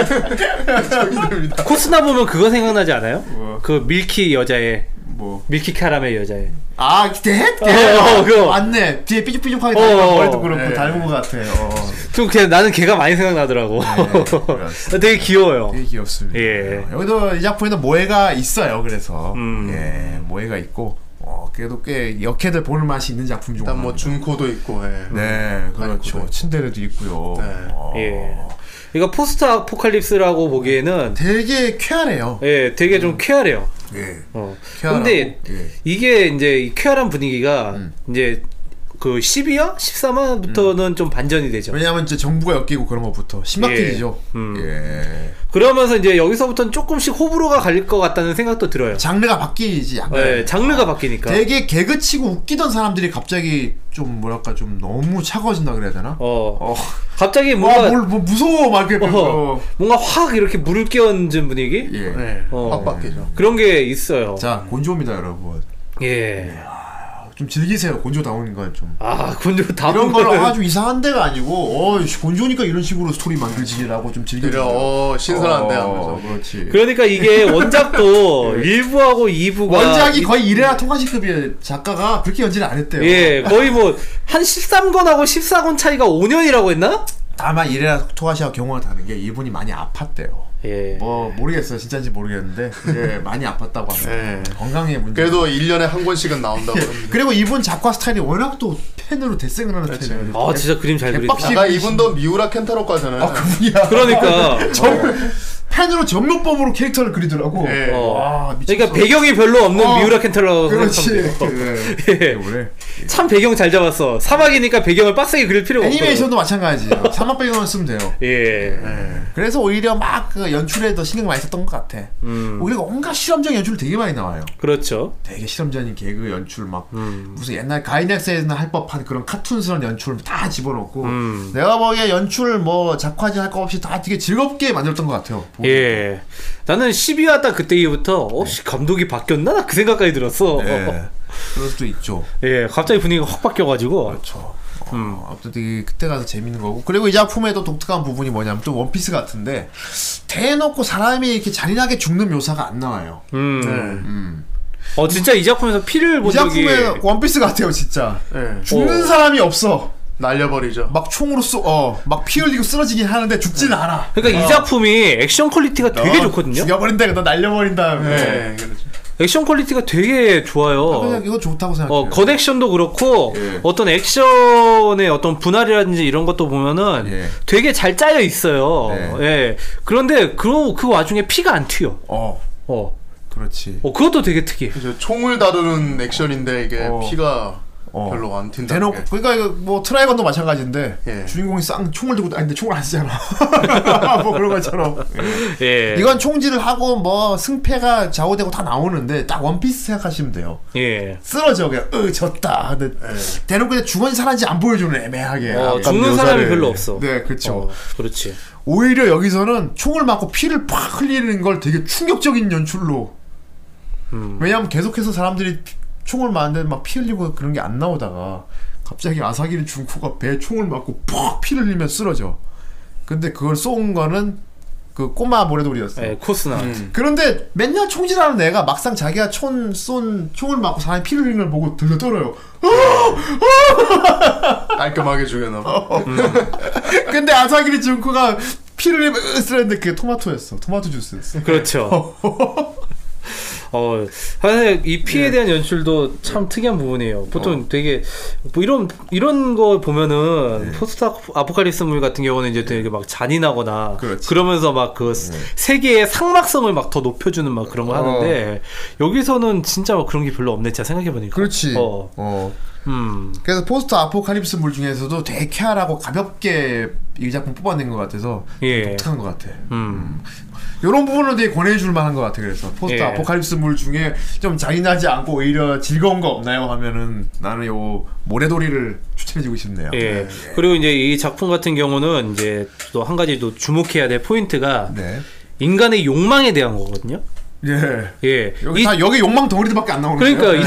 D: 적이 됩니다.
C: 코스나 보면 그거 생각나지 않아요?
A: 뭐.
C: 그 밀키 여자애.
A: 뭐.
C: 밀키 카라멜 여자애.
A: 아 대? 대?
C: 어, 어, 그거.
A: 맞네. 뒤에 삐죽삐죽하게
C: 어,
A: 닮은
C: 어,
A: 머리도 그렇고
D: 예.
A: 닮은 것 같아요. 어.
C: 좀 그냥 나는 걔가 많이 생각나더라고.
A: 네. 그렇습니다.
C: 되게 귀여워요.
A: 되게 귀엽습니다.
C: 예.
A: 여기도 이 작품에는 모해가 있어요. 그래서
C: 음.
A: 예 모해가 있고 어, 그래도 꽤 역해들 보는 맛이 있는 작품 중.
D: 일단 뭐
A: 하나입니다.
D: 준코도 있고. 예.
A: 네,
D: 아이쿠도
A: 그렇죠.
D: 있고.
A: 침대에도 있고요.
D: 네.
A: 어,
C: 예. 이거 포스트 아포칼립스라고 보기에는
A: 되게 쾌활해요.
C: 예, 되게 좀 쾌활해요.
A: 예.
C: 어.
A: 음. 쾌활하고,
C: 근데
A: 예. 음.
C: 이게 이제 이 쾌활한 분위기가 이제 그 12화, 13화부터는 좀 반전이 되죠.
A: 음. 왜냐하면 이제 정부가 엮이고 그런 것부터 심각해지죠. 예.
C: 음. 그러면서 이제 여기서부터는 조금씩 호불호가 갈릴 것 같다는 생각도 들어요.
A: 장르가 바뀌지 약간.
C: 예, 장르가 바뀌니까.
A: 네. 되게 개그치고 웃기던 사람들이 갑자기 좀 뭐랄까 좀 너무 차가워진다 그래야 되나?
C: 어.
A: 어.
C: 갑자기 뭔가
A: 와, 뭘, 뭐 무서워 막 이렇게.
C: 어,
A: 어.
C: 뭔가 확 이렇게 물을 끼얹은 분위기?
A: 예.
D: 네.
C: 어.
D: 확 바뀌죠.
C: 그런 게 있어요.
A: 자, 곤조입니다, 여러분.
C: 예.
A: 좀 즐기세요. 곤조다운 건 좀.
C: 아, 군주 다음
A: 이런 거는 아주 이상한 데가 아니고, 어이, 곤조니까 이런 식으로 스토리 만들지라고 좀 즐기세요.
D: 그래, 어, 신선한데
A: 어,
D: 하면서.
A: 그렇지.
C: 그러니까 이게 원작도 1부하고 2부가
A: 예. 원작이 거의 이래라 통과시급이에요. 작가가 그렇게 연기를 안 했대요.
C: 예, 거의 뭐, 한 13권하고 14권 차이가 5년이라고 했나?
A: 다만 이래라 토가시와 경우가 다른 게 이분이 많이 아팠대요.
C: 예.
A: 뭐 모르겠어요. 진짜인지 모르겠는데 예, 많이 아팠다고 합니다.
D: 예.
A: 건강에 문제.
D: 그래도 1년에 한 권씩은 나온다고 합니다.
A: 예, 그리고 이분 작화 스타일이 워낙 또 팬으로 대생을 하는 팬이에요. 예.
C: 아 진짜 그림 잘 그린다.
A: 대박씨.
D: 아까 이분도 미우라 켄타로과잖아요.
A: 아 그분이야.
C: 그러니까
A: 정 팬으로 전문법으로 캐릭터를 그리더라고.
D: 예.
C: 어.
A: 와 미쳤어.
C: 그러니까 배경이 별로 없는
A: 어,
C: 미우라 켄탈러
A: 그렇지.
C: 예.
A: 그래.
C: 참 배경 잘 잡았어. 사막이니까 배경을 빡세게 그릴 필요가 없어.
A: 애니메이션도 네. 마찬가지예요. 사막 배경만 쓰면 돼요.
C: 예.
A: 그래서 오히려 막 그 연출에 더 신경 많이 썼던 것 같아.
C: 음.
A: 오히려 온갖 실험적 연출 되게 많이 나와요.
C: 그렇죠.
A: 되게 실험적인 개그 연출 막
C: 음.
A: 무슨 옛날 가이넥스에서나 할 법한 그런 카툰스러운 연출 다 집어넣고
C: 음.
A: 내가 보기에 연출 뭐 작화진 할 거 없이 다 되게 즐겁게 만들었던 것 같아요.
C: 예. 나는 12화 딱 그때 이후부터
A: 네.
C: 혹시 감독이 바뀌었나? 나그 생각까지 들었어.
A: 예. 그럴 수도 있죠.
C: 예. 갑자기 분위기가 확 바뀌어가지고.
A: 그렇죠. 어,
C: 음.
A: 아무튼 되게 그때 가서 재밌는 거고 그리고 이 작품의 또 독특한 부분이 뭐냐면 또 원피스 같은데 대놓고 사람이 이렇게 잔인하게 죽는 묘사가 안 나와요.
C: 음.
D: 예.
C: 어 진짜 이 작품에서 피를 본
A: 이
C: 적이.
A: 작품의 원피스 같아요 진짜.
D: 예.
A: 죽는
C: 어.
A: 사람이 없어.
D: 날려버리죠.
A: 막 총으로 쏘, 어, 막 피 흘리고 쓰러지긴 하는데 죽진 않아. 아,
C: 그러니까 이 작품이 액션 퀄리티가 되게 좋거든요.
A: 죽여버린다, 그다 날려버린 다음에.
D: 예. 그렇죠.
C: 액션 퀄리티가 되게 좋아요.
A: 그냥 이거 좋다고 생각해요.
C: 어, 건액션도 그렇고
A: 예.
C: 어떤 액션의 어떤 분할이라든지 이런 것도 보면은
A: 예.
C: 되게 잘 짜여 있어요.
A: 네.
C: 예. 그런데 그, 그 와중에 피가 안 튀어.
A: 어,
C: 어.
A: 그렇지.
C: 어, 그것도 되게 특이해.
D: 그렇죠. 총을 다루는 액션인데 이게
A: 어.
D: 피가
A: 어.
D: 별로 안 튄다.
A: 대놓고 그러니까 이거 뭐 트라이건도 마찬가지인데
D: 예.
A: 주인공이 쌍 총을 들고 아니 근데 총을 안 쓰잖아 뭐 그런 것처럼 예.
C: 예.
A: 이건 총질을 하고 뭐 승패가 좌우되고 다 나오는데 딱 원피스 생각하시면 돼요
C: 예.
A: 쓰러져 그냥 으 졌다 근데 대놓고 그냥 죽은 사람인지 안 보여주는 애매하게
C: 어,
A: 약간
C: 죽는
A: 묘사를.
C: 사람이 별로 없어.
A: 네 그렇죠
C: 어, 그렇지.
A: 오히려 여기서는 총을 맞고 피를 팍 흘리는 걸 되게 충격적인 연출로 왜냐하면 계속해서 사람들이 피- 총을 맞는데 막 피 흘리고 그런 게 안 나오다가 갑자기 아사기를 중코가 배에 총을 맞고 팍 피를 흘리면 쓰러져 근데 그걸 쏜 거는 그 꼬마 모래돌이었어
C: 예,
A: 요
C: 코스나.
A: 그런데 맨날 총질하는 애가 막상 자기가 총 쏜 총을 맞고 사람이 피를 흘리는 걸 보고 들려떨어요
D: 깔끔하게 죽여놔.
A: 어, 근데 아사기리 중코가 피를 흘리면 으 쓰랬는데 그게 토마토였어 토마토 주스였어
C: 그렇죠. 어, 사실 이 피에
A: 예.
C: 대한 연출도 참 특이한 부분이에요.
A: 어.
C: 보통 되게 뭐 이런 이런 거
A: 예.
C: 보면은 포스트 아포칼립스물 같은 경우는 이제 되게 막 잔인하거나
A: 그렇지. 예.
C: 러면서 막 그 세계의 상막성을 막 더 높여주는 막
A: 어.
C: 그런 걸 하는데 여기서는 진짜 막 그런 게 별로 없네. 진짜 생각해 보니까.
A: 그렇지
C: 어,
A: 어.
C: 음,
A: 그래서 포스트 아포칼립스 물 중에서도 되게 쾌활하고 가볍게 이 작품 뽑아낸 것 같아서
C: 예,
A: 독특한 것 같아.
C: 음,
A: 이런 부분은 되게 권해줄 만한 것 같아. 그래서 포스트
C: 예.
A: 아포칼립스 물 중에 좀 잔인하지 않고 오히려 즐거운 거 없나요? 하면은 나는 요 모래돌이를 추천해주고 싶네요.
C: 예. 그리고 이제 이 작품 같은 경우는 이제 또 한 가지 또 주목해야 될 포인트가
A: 네.
C: 인간의 욕망에 대한 거거든요.
A: 예.
C: 예,
A: 여기
C: 이-
A: 다 여기 욕망 덩어리들밖에 안 나오는
C: 그러니까
A: 거예요.
C: 이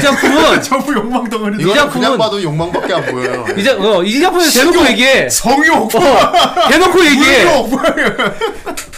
C: 작품은
A: 전부 욕망 덩어리.
D: 이거는
C: 작품은-
D: 그냥 봐도 욕망밖에 안 보여요.
C: 이, 작, 어, 이 작품에서 대놓고 얘기해
A: 성욕.
C: 대놓고 얘기해
A: 욕.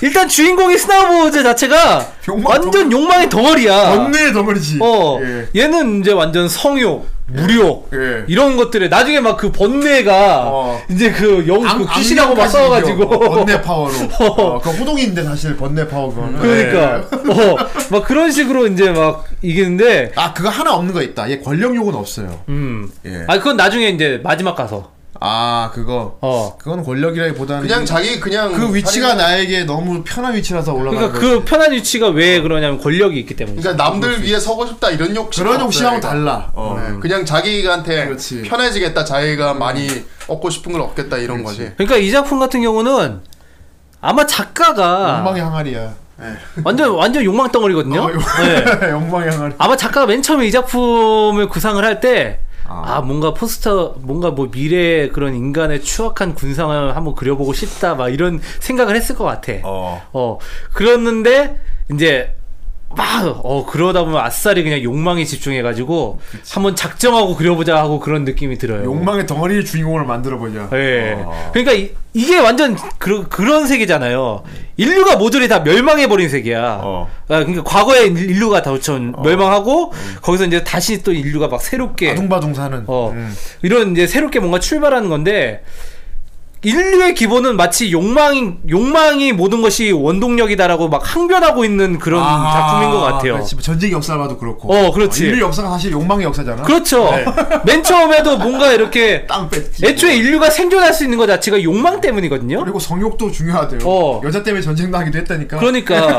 C: 일단 주인공이 스나우보즈 자체가
A: 욕망
C: 완전 욕망의 덩어리야
A: 언니의 덩어리지.
C: 아. 어
A: 예.
C: 얘는 이제 완전 성욕 무력
A: 예.
C: 이런 것들에 나중에 막 그 번뇌가
A: 어.
C: 이제 그영그
A: 악-
C: 귀신하고 막
A: 악령까지
C: 싸워가지고
A: 이겨. 번뇌 파워로. 어, 그 호동인데 사실 번뇌 파워 그거는.
C: 그러니까
A: 예.
C: 어막 그런 식으로 이제 막 이기는데
A: 아 그거 하나 없는 거 있다. 얘 권력욕은 없어요.
C: 음아
A: 예.
C: 그건 나중에 이제 마지막 가서
A: 아 그거.
C: 어
A: 그건 권력이라기보다는
D: 그냥 자기 그냥
A: 그 위치가
D: 살인한-
A: 나에게 너무 편한 위치라서 올라가는
C: 그러니까
A: 거지.
C: 그 편한 위치가 왜 그러냐면 권력이 있기 때문에
D: 그러니까 남들 위해 서고 싶다 이런 욕심
A: 그런 욕심하고
C: 그러니까.
A: 달라. 어.
D: 네, 그냥 자기한테
A: 그렇지. 음.
D: 편해지겠다 자기가 많이 얻고 싶은 걸 얻겠다 이런 거지
C: 그러니까 이 작품 같은 경우는 아마 작가가
A: 욕망의 항아리야.
C: 완전 완전 욕망 덩어리거든요.
A: 어, 욕-
C: 네.
A: 욕망의 항아리.
C: 아마 작가가 맨 처음에 이 작품을 구상을 할 때 아, 뭔가 포스터 뭔가 뭐 미래의 그런 인간의 추악한 군상을 한번 그려보고 싶다 막 이런 생각을 했을 것 같아.
A: 어.
C: 어 그랬는데 이제 막 어 그러다 보면 아싸리 그냥 욕망에 집중해가지고 한번 작정하고 그려보자 하고 그런 느낌이 들어요.
A: 욕망의 덩어리의 주인공을 만들어 보자.
C: 예.
A: 어.
C: 그러니까 이, 게 완전 그, 그런 세계잖아요. 인류가 모조리 다 멸망해버린 세계야.
A: 어.
C: 아, 그러니까 과거에 인- 인류가 다 우천 멸망하고
A: 음.
C: 거기서 이제 다시 또 인류가 막 새롭게
A: 바둥바둥 사는.
C: 어
A: 음.
C: 이런 이제 새롭게 뭔가 출발하는 건데 인류의 기본은 마치 욕망이 욕망이 모든 것이 원동력이다라고 막 항변하고 있는 그런 작품인 것 같아요.
A: 그렇지. 뭐 전쟁 역사 봐도 그렇고.
C: 어, 그렇지.
A: 인류 역사가 사실 욕망의 역사잖아.
C: 그렇죠. 맨 처음에도 뭔가 이렇게
A: 땅 뺏기.
C: 애초에 인류가 생존할 수 있는 것 자체가 욕망 때문이거든요.
A: 그리고 성욕도 중요하대요.
C: 어.
A: 여자 때문에 전쟁도 하기도 했다니까.
C: 그러니까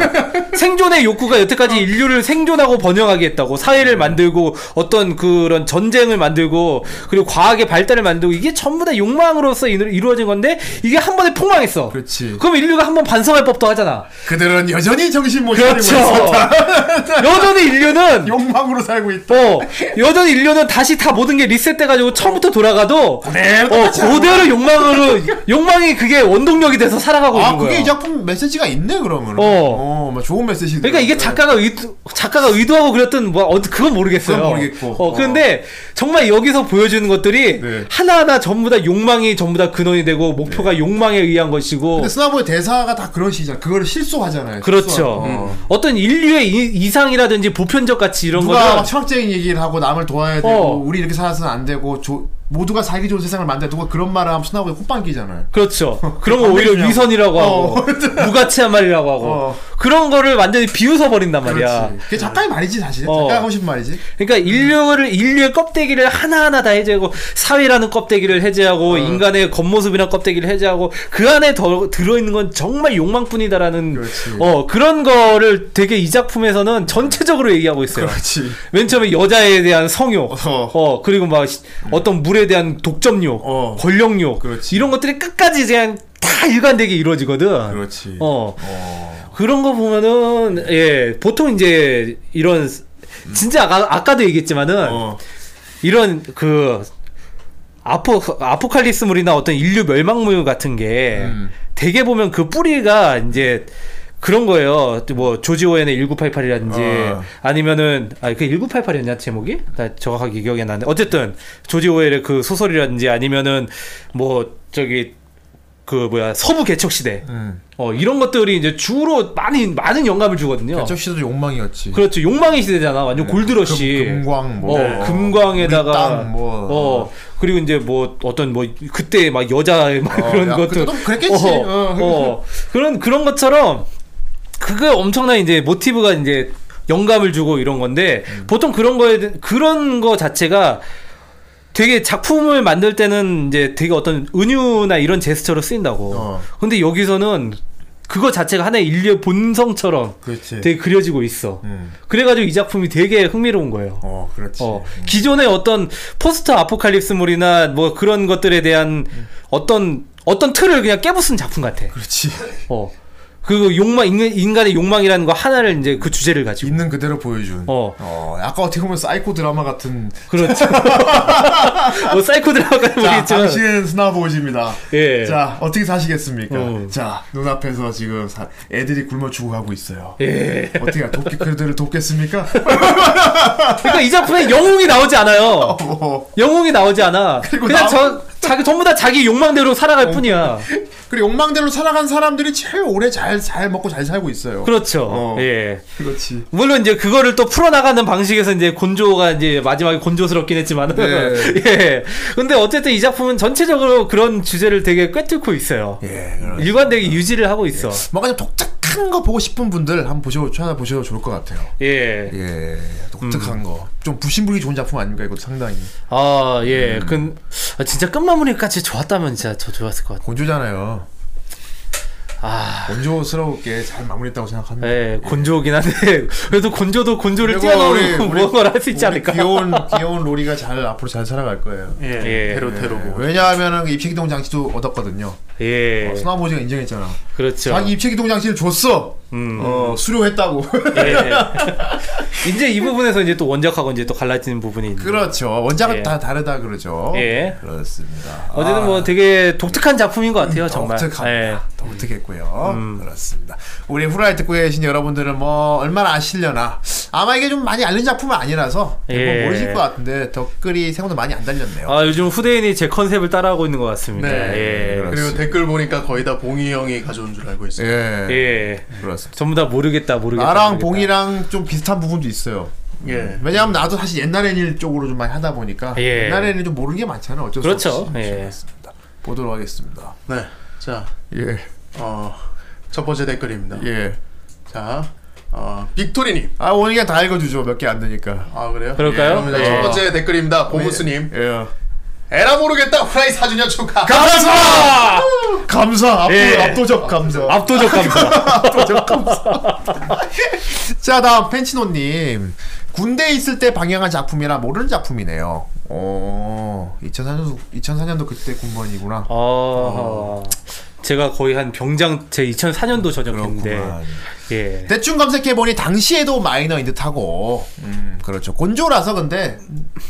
C: 생존의 욕구가
A: 어.
C: 여태까지 인류를 생존하고 번영하게 했다고 사회를
A: 음.
C: 만들고 어떤 그런 전쟁을 만들고 그리고 과학의 발달을 만들고 이게 전부 다 욕망으로서 이루- 이루어진 건데 이게 한 번에 폭망했어.
A: 그렇지.
C: 그럼 인류가 한 번 반성할 법도 하잖아.
A: 그들은 여전히 정신 못 차리고
C: 그렇죠.
A: 있었다.
C: 여전히 인류는
A: 욕망으로 살고 있다.
C: 어 여전히 인류는 다시 다 모든 게 리셋돼가지고 처음부터 돌아가도
A: 그대로
C: 어 그대로 욕망으로 욕망이 그게 어, 원동력이 돼서 살아가고
A: 아
C: 있는 거야.
A: 그게 이 작품 메시지가 있네 그러면.
C: 어.
A: 막 좋은 메시지.
C: 그러니까 이게 작가가 의도, 작가가 의도하고 그렸던 뭐 어, 그건 모르겠어요.
A: 그건 모르겠고.
C: 어, 그런데 정말 여기서 보여주는 것들이
A: 네.
C: 하나하나 전부 다 욕망이 전부 다 근원이 되고 목표가 욕망에 의한 것이고
A: 근데 스나보의 대사가 다 그런 식이잖아. 그거를 실소하잖아요.
C: 그렇죠.
A: 실소하고. 어.
C: 어. 떤 인류의 이, 이상이라든지 보편적 가치 이런
A: 누가
C: 거는
A: 막 철학적인 얘기를 하고 남을 도와야 되고
C: 어.
A: 우리 이렇게 살아서는 안 되고 조- 모두가 살기 좋은 세상을 만들야 누가 그런 말을 하면 순하고 콧방귀잖아요.
C: 그렇죠. 그런 거 오히려
A: 반대주의하고.
C: 위선이라고
A: 어.
C: 하고 무가치한 말이라고 하고
A: 어.
C: 그런 거를 완전히 비웃어 버린단 말이야.
A: 그렇지. 그게 작가의 말이지 사실.
C: 어.
A: 작가가 하고 싶은 말이지.
C: 그러니까 인류를 인류의 껍데기를 하나하나 다 해제하고 사회라는 껍데기를 해제하고
A: 어.
C: 인간의 겉모습이라는 껍데기를 해제하고 그 안에 더 들어있는 건 정말 욕망뿐이다라는
A: 그렇지.
C: 어 그런 거를 되게 이 작품에서는 전체적으로 얘기하고 있어요.
A: 그렇지.
C: 맨 처음에 여자에 대한 성욕,
A: 어.
C: 어, 그리고 막 시- 어떤 물에 대한 독점욕,
A: 어.
C: 권력욕,
A: 그렇지.
C: 이런 것들이 끝까지 그냥 다 일관되게 이루어지거든.
A: 그렇지.
C: 어. 그런 거 보면은 예 보통 이제 이런 진짜 아까, 아까도 얘기했지만은
A: 어.
C: 이런 그 아포 아포칼립스물이나 어떤 인류 멸망물 같은 게
A: 음.
C: 되게 보면 그 뿌리가 이제 그런 거예요. 뭐 조지 오웬의 1988이라든지
A: 어.
C: 아니면은 아그 1988이었냐 제목이? 나 정확하게 기억이 안 나는데 어쨌든 조지 오웰의 그 소설이라든지 아니면은 뭐 저기 그 뭐야 서부 개척 시대
A: 음.
C: 어 이런 것들이 이제 주로 많이 많은 영감을 주거든요.
A: 개척 시도 욕망이었지. 네.
C: 그렇죠. 욕망의 시대잖아. 완전 골드러시.
A: 금- 금광 뭐.
C: 어, 금광에다가
A: 우리 땅 뭐.
C: 어. 그리고 이제 뭐 어떤 뭐 그때 막 여자의 막
A: 어,
C: 그런
A: 야,
C: 것도
A: 그때도 그랬겠지.
C: 어,
A: 어.
C: 어. 그런 그런 것처럼 그게 엄청난 이제 모티브가 이제 영감을 주고 이런 건데
A: 음.
C: 보통 그런 거에 대- 그런 거 자체가 되게 작품을 만들 때는 이제 되게 어떤 은유나 이런 제스처로 쓰인다고.
A: 어.
C: 근데 여기서는 그거 자체가 하나의 인류의 본성처럼
A: 그렇지.
C: 되게 그려지고 있어.
A: 음.
C: 그래가지고 이 작품이 되게 흥미로운 거예요.
A: 어, 그렇지.
C: 어, 기존의 어떤 포스트 아포칼립스물이나 뭐 그런 것들에 대한 어떤 어떤 틀을 그냥 깨부순 작품 같아.
A: 음. 그렇지.
C: 어. 그 욕망 인간, 인간의 욕망이라는 거 하나를 이제 그 주제를 가지고.
A: 있는 그대로 보여준.
C: 어.
A: 어, 아까 어떻게 보면 사이코 드라마 같은.
C: 그렇죠. 뭐 사이코 드라마까지
A: 자,
C: 모르겠지만.
A: 당신은 스나보이즈입니다.
C: 예.
A: 자, 어떻게 사시겠습니까?
C: 어.
A: 자, 눈앞에서 지금 사- 애들이 굶어 죽어 가고 있어요.
C: 예.
A: 어떻게 돕기 그들을 돕겠습니까?
C: 그러니까 이 작품에 영웅이 나오지 않아요.
A: 어.
C: 영웅이 나오지 않아. 그냥
A: 나-
C: 저 자기 전부 다 자기 욕망대로
A: 어.
C: 살아갈 뿐이야.
A: 그리고 욕망대로 살아간 사람들이 제일 오래 잘 잘 먹고 잘 살고 있어요.
C: 그렇죠.
A: 어.
C: 예.
A: 그렇지.
C: 물론 이제 그거를 또 풀어나가는 방식에서 이제 곤조가 이제 마지막에 곤조스럽긴 했지만
A: 네.
C: 예 근데 어쨌든 이 작품은 전체적으로 그런 주제를 되게 꿰뚫고 있어요
A: 예, 그렇-
C: 일관되게 유지를 하고 있어
A: 뭔가 좀 독특한 거 보고 싶은 분들 한번 보셔 찾아보셔도 좋을 것 같아요.
C: 예
A: 예,
C: 음.
A: 독특한 거. 좀 부심부리 좋은 작품 아닙니까? 이것도 상당히.
C: 아,
A: 음.
C: 예. 근, 아, 진짜 끝마무리까지 좋았다면 진짜 저 좋았을 것 같아요.
A: 곤조잖아요.
C: 아,
A: 곤조스럽게 잘 마무리했다고 생각합니다.
C: 예, 곤조긴 한데, 그래도 곤조도 곤조를
A: 그리고 우리-
C: 뛰어넘는
A: 우리-
C: 무언가를 할 수 있지
A: 우리
C: 않을까.
A: 귀여운 귀여운 로리가 잘 앞으로 잘 살아갈 거예요.
C: 예,
A: 예, 왜냐하면은 입체기동 장치도 얻었거든요.
C: 예.
A: 어, 스나보지가 인정했잖아.
C: 그렇죠.
A: 자기 입체기동 장치를 줬어.
C: 음.
A: 어, 수료했다고.
C: 예. 이제 이 부분에서 이제 또 원작하고 이제 또 갈라지는 부분이 있는데.
A: 그렇죠. 원작은
C: 예.
A: 다 다르다 그러죠.
C: 예.
A: 그렇습니다.
C: 어쨌든 뭐 되게 독특한 작품인 것 같아요, 정말.
A: 음, 독특합니다.
C: 예. 음.
A: 독특했고요. 그렇습니다. 우리 후라이 듣고 계신 여러분들은 뭐 얼마나 아시려나. 아마 이게 좀 많이 알린 작품은 아니라서
C: 예.
A: 뭐 모르실 것 같은데 댓글이 생각보다 많이 안 달렸네요.
C: 아, 요즘 후대인이 제 컨셉을 따라하고 있는 것 같습니다.
A: 네,
C: 예.
D: 그리고
A: 그렇습니다.
D: 댓글 보니까 거의 다 봉이 형이 가져온 줄 알고 있어요.
A: 예.
C: 예.
A: 그렇습니다.
C: 전부 다 모르겠다, 모르겠다.
A: 나랑
C: 모르겠다.
A: 봉이랑 좀 비슷한 부분도 있어요.
D: 예.
A: 왜냐하면 나도 사실 옛날 애니 쪽으로 좀 많이 하다 보니까
C: 예.
A: 옛날 애니 좀 모르는 게 많잖아. 어쩔
C: 그렇죠.
A: 수 없이.
C: 예.
A: 그렇습니다. 보도록 하겠습니다.
D: 네. 자,
A: 예,
D: 어, 첫 번째 댓글입니다.
A: 예.
D: 자, 어, 빅토리님.
A: 아 오늘 그냥 다 읽어주죠. 몇 개 안 되니까.
D: 아, 그래요?
C: 그럴까요?
D: 예, 그러면 첫 번째 댓글입니다. 고무스님.
A: 예.
D: 에라 모르겠다. 후라이 4주년 축하.
A: 감사. 감사. 압도,
C: 예.
A: 압도적 감사.
C: 압도적 감사.
A: 자 다음 펜치노님 군대에 있을 때 방영한 작품이라 모르는 작품이네요 어 2004년도, 2004년도 그때 군번이구나
C: 어, 제가 거의 한 병장 제 2004년도 전역인데
A: 그렇구만. 네.
C: 예.
A: 대충 검색해보니 당시에도 마이너인 듯하고 음 그렇죠 곤조라서 근데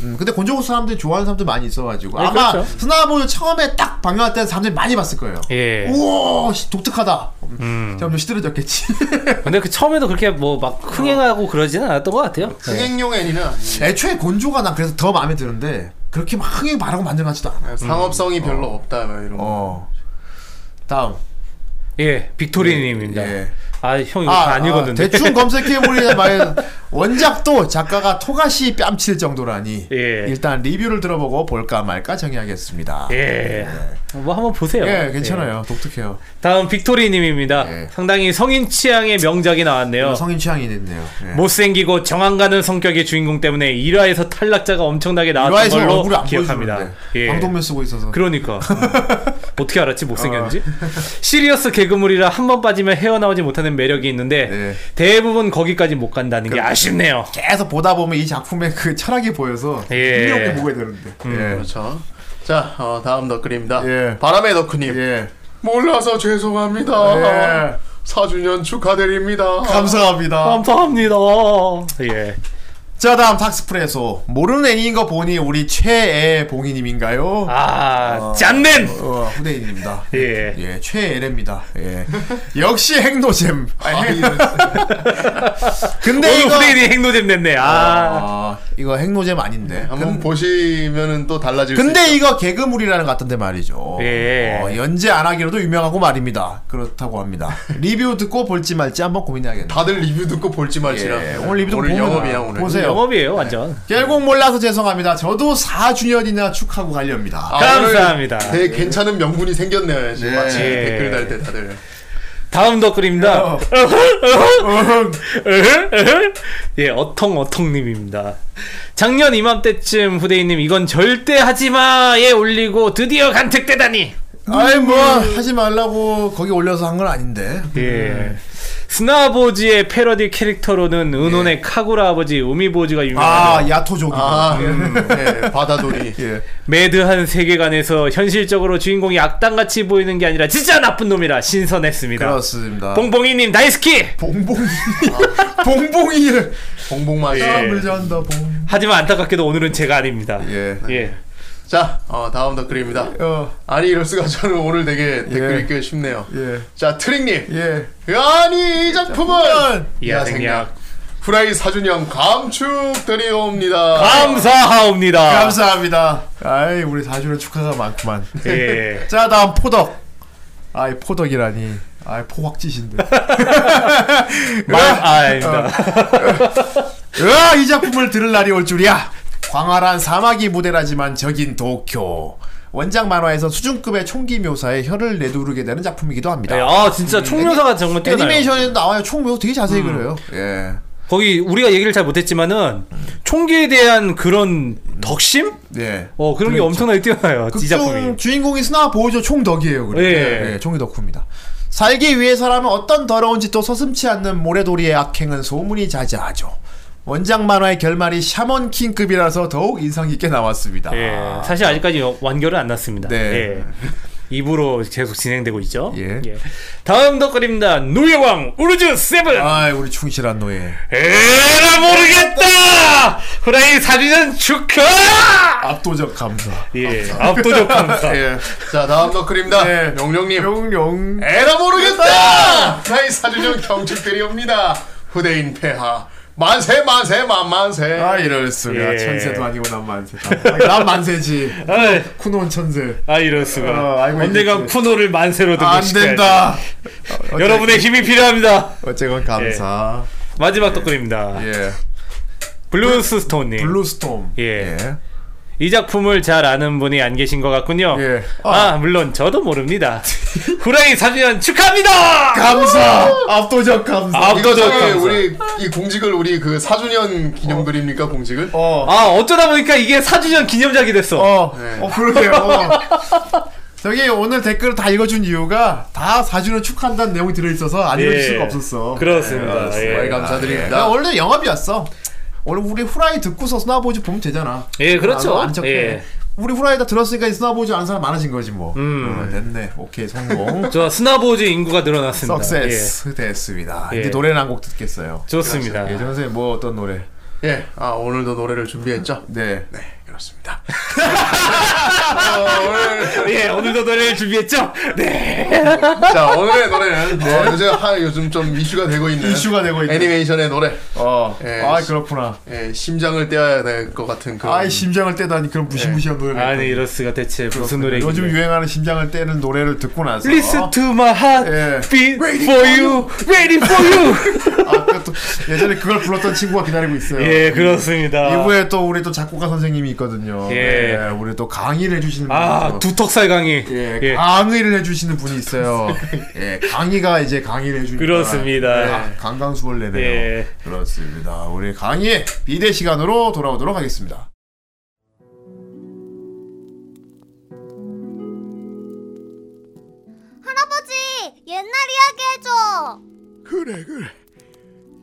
A: 음 근데 곤조 사람들이 좋아하는 사람들 많이 있어가지고
C: 네,
A: 아마
C: 그렇죠.
A: 스나보를 처음에 딱 방영할 때는 사람들이 많이 봤을 거예요
C: 예.
A: 우와 씨, 독특하다
C: 음.
A: 점점 시들어졌겠지
C: 근데 그 처음에도 그렇게 뭐 막 흥행하고 그러지는 않았던 것 같아요. 네.
D: 흥행용 애니는 아니에요.
A: 애초에 곤조가 난 그래서 더 마음에 드는데 그렇게 막 흥행 바라고 만들어놨지도 않아요
D: 상업성이 별로 없다. 막 이런 거.
A: 어 다음
C: 예, 빅토리님입니다.
A: 예.
C: 아, 형 이거 다안 읽었는데.
A: 대충 검색해보니 말 원작도 작가가 토가시 뺨칠 정도라니
C: 예.
A: 일단 리뷰를 들어보고 볼까 말까 정해야겠습니다 예,
C: 예. 뭐 한번 보세요.
A: 괜찮아요 독특해요
C: 예. 다음 빅토리님입니다.
A: 예.
C: 상당히 성인 취향의 명작이 나왔네요.
A: 성인 취향이 됐네요
C: 뭐
A: 예.
C: 못생기고 정안 가는 성격의 주인공 때문에 1화에서 탈락자가 엄청나게 나왔던
A: 일화에서 얼굴을
C: 걸로
A: 안
C: 기억합니다.
A: 보여주는데
C: 예.
A: 방독면 쓰고 있어서
C: 그러니까 어떻게 알았지 못생겼는지 시리어스 개그물이라 한 번 빠지면 헤어나오지 못하는 매력이 있는데
A: 네.
C: 대부분 거기까지 못 간다는
A: 그렇죠.
C: 게 아쉽네요
A: 계속 보다 보면 이 작품의 그 철학이 보여서
C: 예. 음,
A: 흥미롭게 보게 되는데 예.
D: 그렇죠. 자, 어, 다음 댓글입니다.
A: 예.
D: 바람의 덕후님.
A: 예.
D: 몰라서 죄송합니다.
A: 예.
D: 4주년 축하드립니다.
A: 어. 감사합니다
C: 어. 감사합니다 예
A: 자 다음 닥스프레소 모르는 애니인 거 보니 우리 최애 봉이님인가요?
C: 아, 짠넨!
A: 어, 후대인입니다.
C: 예.
A: 예, 최애래입니다. 예. 역시 행노잼. 근데
C: 오늘
A: 이거
C: 후대인이 행노잼 냈네. 아,
A: 아, 이거 행노잼 아닌데.
D: 한번 보시면은 또 달라질 수
A: 근데
D: 있어요.
A: 이거 개그물이라는 것 같은데 말이죠.
C: 예.
A: 어, 연재 안 하기로도 유명하고 말입니다. 그렇다고 합니다. 리뷰 듣고 볼지 말지 한번 고민해야겠네요.
D: 다들 리뷰 듣고 볼지 말지라.
A: 예, 오늘 리뷰 좀
D: 오늘
A: 보면
D: 영업이야 오늘.
A: 보세요.
C: 영업이에요, 완전.
A: 결국 몰라서 죄송합니다. 저도 4주년이나 축하고 가려합니다.
D: 아,
C: 감사합니다.
D: 오늘 되게 괜찮은 명분이 생겼네요. 지금
A: 예.
D: 마침
C: 예.
D: 댓글 달 때 다들.
C: 다음 덧글입니다.
A: 어. 어흥.
C: 예, 어텅어텅님입니다. 작년 이맘때쯤 후대인님 이건 절대 하지마에 예, 올리고 드디어 간택되다니!
A: 아이 뭐 하지 말라고 거기 올려서 한 건 아닌데.
C: 예.
A: 음.
C: 스나보지의 패러디 캐릭터로는 은혼의 카구라 아버지 우미보지가 유명하죠.
A: 예. 아 야토족이.
D: 아, 음, 예, 바다돌이.
A: 예.
C: 매드한 세계관에서 현실적으로 주인공이 악당같이 보이는 게 아니라 진짜 나쁜 놈이라 신선했습니다.
A: 그렇습니다.
C: 봉봉이님 다이스키!
A: 봉봉이. 봉봉이를.
C: 예.
D: 봉봉마이.
A: 사람을 잔다 봉.
C: 하지만 안타깝게도 오늘은 제가 아닙니다.
A: 예.
C: 예.
D: 자, 어, 다음 댓글입니다.
A: 어.
D: 아니 이럴 수가 저는 오늘 되게 댓글
A: 예.
D: 읽기 쉽네요.
A: 예.
D: 자, 트릭님.
A: 예.
D: 아니 이 작품은
C: 야생약.
D: 후라이 사주년 감축드리옵니다.
C: 감사하옵니다.
A: 감사합니다. 아이 우리 사주는 축하가 많구만.
C: 예.
A: 자 다음 포덕. 아이 포덕이라니. 아이 포확지신데.
C: 말, 아,
A: 어.
C: 아닙니다.
A: 으아 이 작품을 들을 날이 올 줄이야 광활한 사막이 무대라지만 저긴 도쿄 원작 만화에서 수준급의 총기 묘사에 혀를 내두르게 되는 작품이기도 합니다
C: 예, 아, 진짜 총묘사가 정말 뛰어나요. 음.
A: 애니메이션에도 나와요 총 묘사 되게 자세히 그려요 예.
C: 거기 우리가 얘기를 잘 못했지만은 총기에 대한 그런 덕심?
A: 예.
C: 어, 그런 게 엄청나게 뛰어나요. 이 작품이.
A: 극중 주인공이 스나 보호조 총덕이에요 그리고.
C: 예.
A: 예, 총이 덕후입니다 살기 위해서라면 어떤 더러운 짓도 서슴치 않는 모래도리의 악행은 소문이 자자하죠 원작 만화의 결말이 샤먼킹급이라서 더욱 인상 깊게 나왔습니다
C: 예. 사실 아직까지 여- 완결은 안 났습니다.
A: 네.
C: 예. 2부로 계속 진행되고 있죠.
A: 예.
C: 다음 덧글입니다. 노예왕 우르즈 세븐.
A: 아이 우리 충실한 노예
C: 에라 모르겠다. 후라이 사주는 축하.
A: 압도적 감사.
C: 예.
A: 아.
C: 압도적 감사.
D: 예. 자, 다음 댓글입니다.
A: 예.
D: 영령님.
A: 용용.
D: 에라 모르겠다! 나의 사주전 경축드리옵니다. 후대인 폐하. 만세, 만세, 만만세.
A: 아 이럴 수가.
C: 예.
A: 천세도 아니고 난 만세. 아, 난 만세지.
C: 아이,
A: 쿠노는 천세.
C: 아 이럴 수가.
A: 어, 알고
C: 언젠간
A: 있겠지.
C: 쿠노를 만세로
A: 안
C: 등극시켜야지.
A: 된다. 어째-
C: 여러분의 힘이 필요합니다.
A: 어쨌건 감사.
C: 마지막 덧글입니다.
A: 예.
C: 블루스스톤님.
A: 블루스톰.
C: 예.
A: 예.
C: 이 작품을 잘 아는 분이 안 계신 것 같군요.
D: 예.
C: 아, 물론 저도 모릅니다. 후라이 3주년 축하합니다!
A: 감사. 압도적 감사.
C: 아,
D: 이거 저기
C: 감사합니다.
D: 우리 이 공직을 우리 그 4주년 기념글입니까 공직을?
A: 어.
C: 아, 어쩌다 보니까 이게 4주년 기념작이 됐어.
A: 어.
D: 네.
A: 어 그러게요. 어. 저기 오늘 댓글을 다 읽어준 이유가 다 사주는 축한다는 내용이 들어있어서 안 읽어줄 수가 없었어.
C: 예. 그렇습니다.
D: 네,
C: 예.
D: 정말
A: 나
D: 감사드립니다.
A: 원래 영업이었어. 원래 우리 후라이 듣고서 스나보즈 보면 되잖아.
C: 예, 그렇죠.
A: 아, 안 척해.
C: 예.
A: 우리 후라이 다 들었으니까 스나보즈 아는 사람 많아진 거지 뭐.
C: 음.
A: 어, 됐네. 오케이 성공.
C: 저 스나보즈 인구가 늘어났습니다.
A: 석세스 됐습니다.
C: 예.
A: 이제 노래는 한 곡 듣겠어요.
C: 예. 좋습니다.
A: 예, 정 선생님 뭐 어떤 노래?
D: 예, 아 오늘도 노래를 준비했죠.
A: 네.
D: 네, 그렇습니다. 어, 오늘
C: 예, 오늘도 노래를 준비했죠? 네.
D: 자 오늘의 노래는 어, 요즘 하, 요즘 좀 이슈가 되고 있는
A: 이슈가 되고 있는.
D: 애니메이션의 노래.
A: 어.
D: 예.
A: 아 그렇구나.
D: 예, 심장을 떼어야 될 것 같은 그런.
A: 아이 심장을 떼다니 그런 무시무시한 노래를.
C: 예. 아니,
A: 했거든요.
C: 이럴수가 대체 무슨 노래
A: 요즘 유행하는 심장을 떼는 노래를 듣고 나서
C: Listen to my heart
A: 예.
C: beat for you, waiting for you.
A: 아까 그 또 예전에 그걸 불렀던 친구가 기다리고 있어요.
C: 예, 그렇습니다.
A: 이후에 또 우리 또 작곡가 선생님이 있거든요. 네,
C: 예.
A: 우리 또 강의를 해주시는
C: 아,
A: 분이 있어요.
C: 두턱살 강의.
A: 예, 강의를 해주시는 분이 있어요. 예, 강의가 이제 강의를 해주니까
C: 그렇습니다.
A: 예, 강강수월래네요.
C: 예.
A: 그렇습니다. 우리 강의 비대 시간으로 돌아오도록 하겠습니다.
B: 할아버지 옛날 이야기 해줘
G: 그래 그래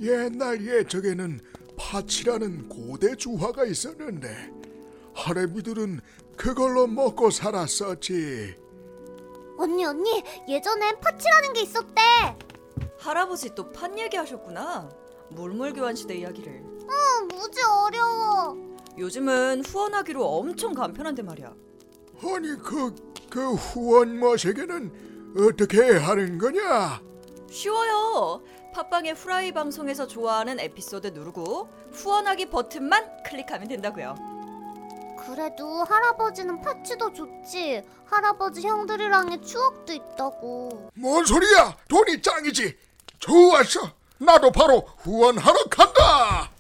G: 옛날 옛적에는 파치라는 고대 주화가 있었는데 할애비들은 그걸로 먹고 살았었지
B: 언니 언니 예전엔 파치라는 게 있었대
H: 할아버지 또 판 얘기하셨구나. 물물교환 시대 이야기를.
B: 응 무지 어려워
H: 요즘은 후원하기로 엄청 간편한데 말이야.
G: 아니 그 그 후원 머시기는 어떻게 하는 거냐
H: 쉬워요. 팟빵의 후라이 방송에서 좋아하는 에피소드 누르고 후원하기 버튼만 클릭하면 된다고요.
B: 그래도 할아버지는 파치도 좋지 할아버지 형들이랑의 추억도 있다고
G: 뭔 소리야 돈이 짱이지 좋았어 나도 바로 후원하러 간다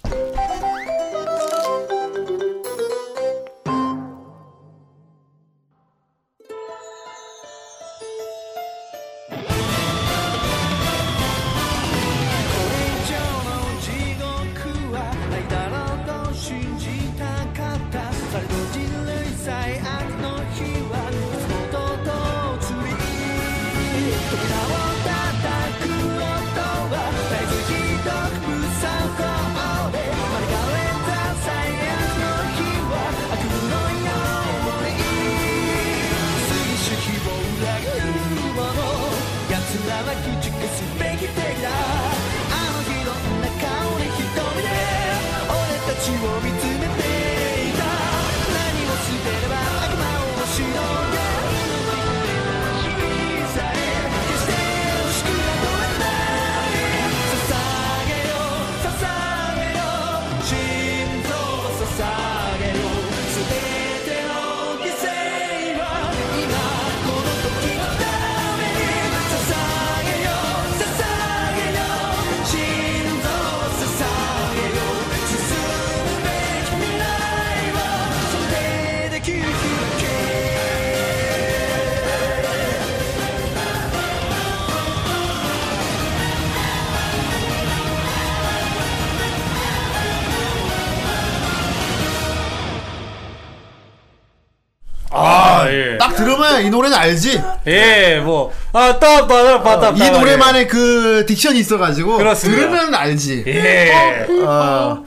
C: 아, 예.
A: 딱 들으면 이 노래는 알지?
C: 예, 뭐. 아, 따, 따, 따, 따,
A: 어, 이 노래만의 그 딕션이 있어가지고
C: 그렇습니다.
A: 들으면 알지.
C: 예.
A: 어,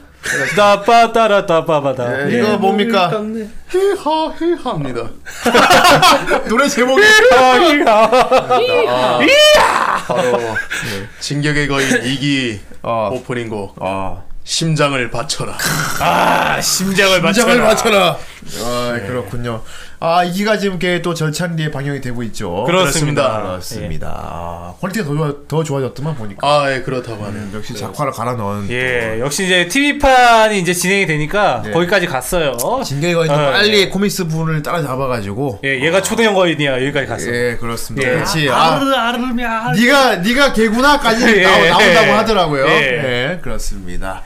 C: 따빠, 따라, 따빠, 바다.
A: 예, 이거 뭡니까?
D: 히하 히하입니다.
A: 노래 제목이
C: 예.
D: 바로 진격의 거인 2기
A: 어.
D: 오프닝곡
A: 아.
D: 심장을 바쳐라. 아,
C: 심장을
A: 긴장을 맞춰라. 아 그렇군요. 아 이기가 지금 이렇게 또 절찬리에 방영이 되고 있죠.
C: 그렇습니다.
A: 그렇습니다. 아, 퀄리티가 더, 좋아, 더 좋아졌더만 보니까.
D: 아, 예, 그렇다고 하네요.
A: 음, 역시 작화를 갈아 넣은.
C: 예, 역시 이제 TV판이 이제 진행이 되니까
A: 예.
C: 거기까지 갔어요.
A: 진격이가 이제
C: 어,
A: 빨리 코믹스 부분을 따라잡아가지고.
C: 예, 얘가 초등형 거인이야. 여기까지 갔어.
A: 예, 그렇습니다.
C: 예.
A: 그렇지. 아, 네가 네가 개구나까지
C: 예.
A: 나오, 나온다고 하더라고요.
C: 예.
A: 예, 그렇습니다.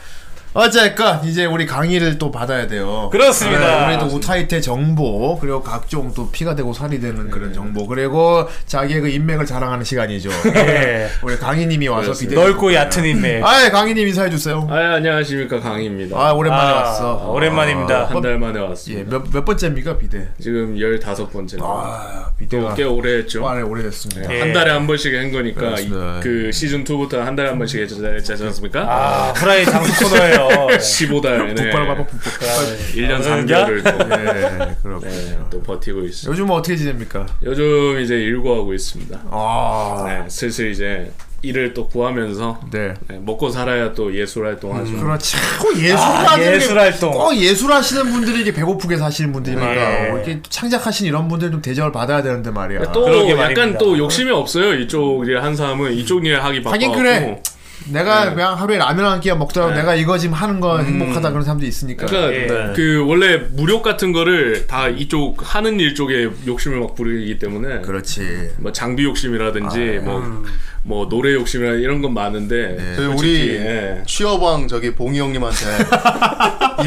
A: 어쨌건 이제 우리 강의를 또 받아야 돼요.
C: 그렇습니다.
A: 네, 우리도 우타이테 정보 그리고 각종 또 피가 되고 살이
C: 예.
A: 되는 그런 정보 그리고 자기의 그 인맥을 자랑하는 시간이죠.
C: 예.
A: 우리 강희님이 와서 비대.
C: 넓고 얕은 인맥.
A: 아, 강희님 인사해 주세요.
I: 아, 안녕하십니까 강희입니다.
A: 아, 오랜만에
C: 아,
A: 왔어. 아,
C: 오랜만입니다.
I: 한 달 만에
A: 예,
I: 왔습니다.
A: 몇, 몇 번째입니까 비대?
I: 지금 15번째.
A: 아, 비대가
I: 꽤 오래 했죠.
A: 빠에 오래됐습니다.
C: 예.
I: 한 달에 한 번씩 한 거니까 이,
A: 그렇습니다.
I: 그 시즌 2부터 한 달에 한 번씩 했지 않습니까?
C: 아, 후라이 장수 코너예요.
I: 15달. 네.
A: 북발바박
I: 1년
C: 그런가?
I: 3개월을 또,
A: 예, 그렇군요.
I: 네, 또 버티고 있습니다.
A: 요즘 은 어떻게 지냅니까?
I: 요즘 이제 일구하고 있습니다.
A: 아,
I: 네, 슬슬 이제 일을 또 구하면서
A: 네.
I: 네, 먹고 살아야 또 예술 활동하죠.
A: 그렇지. 꼭 예술
C: 아,
A: 하는
C: 예술 활동.
A: 꼭 예술 하시는 분들이 이렇게 배고프게 사시는 분들이니까
C: 네.
A: 뭐 이렇게 창작하신 이런 분들 좀 대접을 받아야 되는데 말이야.
I: 네, 또
C: 그러게
I: 약간
C: 말입니다.
I: 또 욕심이 없어요. 이쪽 일 한 사람은 이쪽 일 하기 바빠.
A: 하긴 그래. 내가 그냥 하루에 라면 한 끼야 먹더라도 내가 이거 지금 하는 거 행복하다 그런 사람도 있으니까.
I: 그러니까
C: 예.
I: 그 원래 무력 같은 거를 다 이쪽 하는 일 쪽에 욕심을 막 부리기 때문에
A: 그렇죠. 그렇지.
I: 뭐 장비 욕심이라든지
A: 아,
I: 뭐,
A: 음.
I: 뭐 노래 욕심이라 이런 건 많은데
A: 네.
D: 저희
I: 솔직히,
D: 우리
I: 예.
D: 취업왕 저기 봉이 형님한테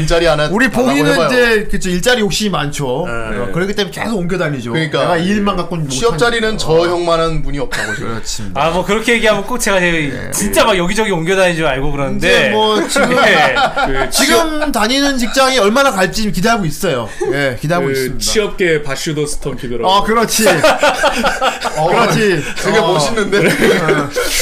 D: 일자리 네. 하나
A: 우리
D: 달라고
A: 봉이는
D: 해봐요.
A: 이제 그쵸 일자리 욕심이 많죠. 어, 그렇기 때문에 계속 옮겨 다니죠.
D: 그러니까.
A: 내가 이 일만 갖고 는
D: 취업
A: 어.
D: 자리는 저 형만한 분이 없다고 지금.
A: 그렇습니다.
C: 아, 뭐 그렇게 얘기하면 꼭 제가 이제 진짜 막 여기저기 옮겨다니는 줄 알고 그러는데.
A: 예. 이제 뭐 지금
C: 예.
I: 그 취업-
A: 지금 다니는 직장이 얼마나 갈지 지금 기대하고 있어요. 예, 기대하고
I: 그
A: 있습니다.
I: 취업계 바슈더 스톰피더라고.
A: 어, 그렇지. 어, 그렇지.
D: 되게
A: 어,
D: 멋있는데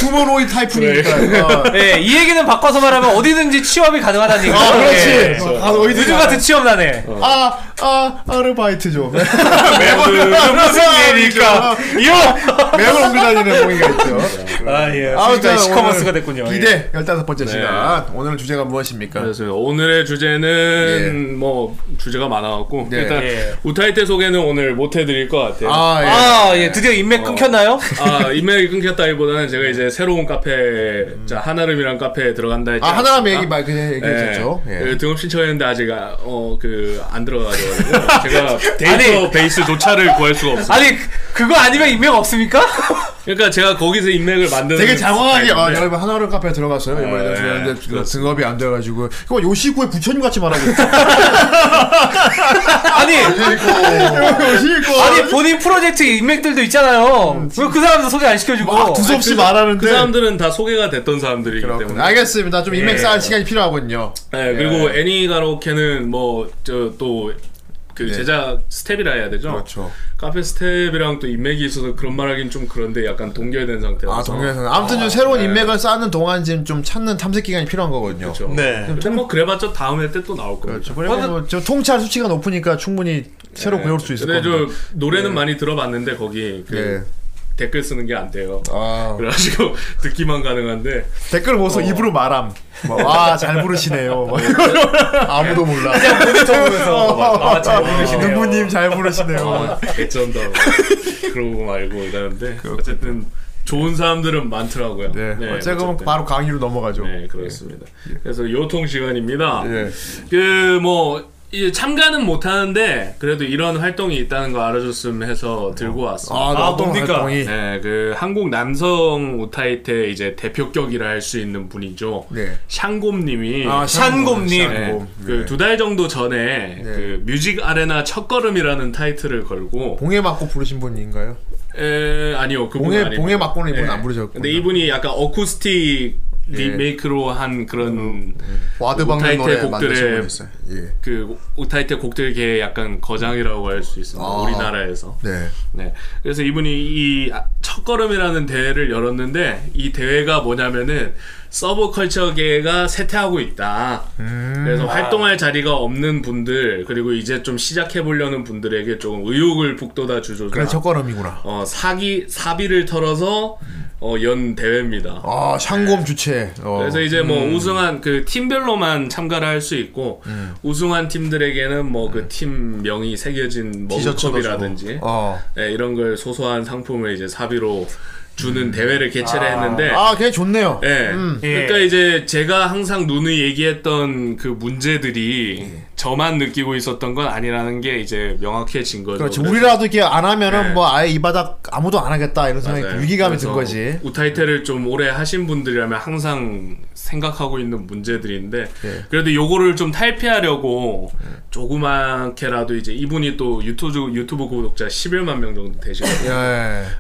A: 휴머노이 타이프니까. 어.
C: 예, 이 얘기는 바꿔서 말하면 어디든지 취업이 가능하다는 얘기죠.
A: 아, 그렇지.
C: 예.
A: 어, 가서 어디든
C: 요즘
A: 가라.
C: 같은 취업 나네.
A: 아, 아, 아르바이트 좀.
C: 오늘은
A: 아,
C: 무슨 일일까?
A: 그렇죠.
C: 이거.
A: 매번 옮겨 다니는 봉이가 있죠.
C: 아, 예. 아무튼 시커먼스가 됐군요. 예. 네.
A: 기대 15번째 시간. 오늘 주제가 무엇입니까?
I: 그래서 오늘의 주제는 뭐 주제가 많아갖고
A: 예. 네.
I: 일단
C: 예.
I: 우타이테 소개는 오늘 못 해드릴 것 같아요. 아,
A: 아, 예.
C: 아, 예. 드디어 인맥 끊겼나요?
I: 인맥이 끊겼다기보다는 제가 이제 새로운 카페, 자 하나름이란 카페에 들어간다
A: 음.
I: 했죠.
A: 아, 하나라면 얘기 말 그냥
C: 네.
I: 예.
A: 얘기했었죠. 예.
I: 그 등록 신청했는데 아직 어그안 들어가가지고 제가 데이터
C: 아니.
I: 베이스 조차를 구할 수가 없어요.
C: 아니, 그거 아니면 인맥 없습니까?
I: 그러니까 제가 거기서 인맥을 만드는
A: 되게 장황하게 아,
C: 네.
I: 스타일인데
A: 여러분 하나로 카페 들어갔어요 이번에
I: 네,
A: 들어갔는데
I: 그렇습니다.
A: 등업이 안 돼가지고 그거 요시구의 부처님 같이 말하고 있어
C: 아니,
A: 예. 요시구
C: 아니 본인 프로젝트 인맥들도 있잖아요. 왜 그 사람도 소개 안 시켜주고?
A: 음, 아, 두서없이
I: 그
A: 말하는데
I: 사람들은 다 소개가 됐던 사람들이기
A: 그렇군요.
I: 때문에
A: 알겠습니다. 좀 인맥 쌓을 시간이 필요하군요.
I: 네, 그리고 애니 가로케는 뭐 저 또 그
A: 네.
I: 제작 스텝이라 해야 되죠. 카페 스텝이랑 또 인맥이 있어서 그런 말하긴 좀 그런데 약간 동결된 상태라서.
A: 아, 동료에서는 아무튼 좀 새로운 인맥을 쌓는 동안 지금 좀 찾는 탐색 기간이 필요한 거거든요.
I: 그렇죠.
C: 네.
I: 근데 뭐 그래봤자 다음 회 때 또 나올 거예요.
A: 그렇죠. 그리고 뭐저 통찰 수치가 높으니까 충분히 새로 배울 수 있을
I: 근데
A: 겁니다.
I: 저 노래는 많이 들어봤는데 거기 그
A: 예.
I: 댓글 쓰는 게 안 돼요.
C: 어.
A: 아,
I: 그래가지고 듣기만 가능한데
A: 댓글 보소 입으로 말함. 뭐, 와, 잘 부르시네요. 뭐 이런 아무도 몰라. 어.
C: 아, 잘 모르시네요.
A: 누구님 잘 부르시네요.
I: 아 개쩐다 그러고 말고 이러는데 어쨌든 좋은 사람들은 많더라고요.
A: 네, 어쨌든
I: 어쨌든.
A: 바로 강의로 넘어가죠.
I: 네 그렇습니다. 그래서 요통 시간입니다.
A: 예.
I: 그 뭐 참가는 못 하는데 그래도 이런 활동이 있다는 거 알아줬으면 해서 들고 왔습니다.
A: 아,
C: 아, 뭡니까?
A: 활동이.
I: 네, 그 한국 남성 우타이테 이제 대표격이라 할 수 있는 분이죠.
A: 네.
I: 샹곰님이
A: 아,
C: 샨곰님.
A: 샨곰. 네.
I: 그 두 달 정도 전에 그 뮤직 아레나 첫걸음이라는 타이틀을 걸고
A: 봉에 맞고 부르신 분인가요?
I: 에 아니요 그분
A: 봉에
I: 아니고
A: 봉에 맞고는 이분
I: 예.
A: 안 부르셨고.
I: 근데 이분이 약간 어쿠스틱
A: 예.
I: 리메이크로 한 그런
A: 어,
D: 와드 박는
I: 우타이테
D: 노래 만드신
I: 곡들의
D: 분 있어요.
A: 예.
I: 그 우타이테 곡들계의 약간 거장이라고 할 수 있습니다.
A: 아.
I: 우리나라에서.
A: 네.
I: 네. 그래서 이분이 이 아- 첫걸음이라는 대회를 열었는데 이 대회가 뭐냐면은 서브컬처계가 쇠퇴하고 있다.
A: 음.
I: 그래서
C: 아.
I: 활동할 자리가 없는 분들 그리고 이제 좀 시작해 보려는 분들에게 조금 의욕을 북돋아 주죠.
A: 그래 첫걸음이구나.
I: 어, 사기 사비를 털어서 어, 연 대회입니다.
A: 아, 샹곰 주체. 어.
I: 어. 네. 그래서 이제 뭐 우승한 그 팀별로만 참가를 할 수 있고
A: 음.
I: 우승한 팀들에게는 뭐
A: 예.
I: 그 팀 명이 새겨진
D: 티셔츠도
I: 머그컵이라든지
A: 어.
I: 네, 이런 걸 소소한 상품을 이제 사비로 주는 대회를 개최를 했는데
A: 음. 아, 걔 좋네요.
I: 예.
A: 음.
C: 예.
A: 예.
I: 그러니까 이제 제가 항상 누누이 얘기했던 그 문제들이 저만 느끼고 있었던 건 아니라는 게 이제 명확해진 거죠.
A: 그렇지.
I: 그래서
A: 우리라도 이게 안 하면은
I: 네.
A: 뭐 아예 이 바닥 아무도 안 하겠다 이런 생각이
I: 맞아요.
A: 위기감이 든
I: 그래서
A: 거지.
I: 우타이테를 좀 오래 하신 분들이라면 항상 생각하고 있는 문제들인데
A: 네.
I: 그래도 요거를 좀 탈피하려고 조그맣게라도 이제 이분이 또 유튜브 유튜브 구독자 11만 명 정도 되시거든요.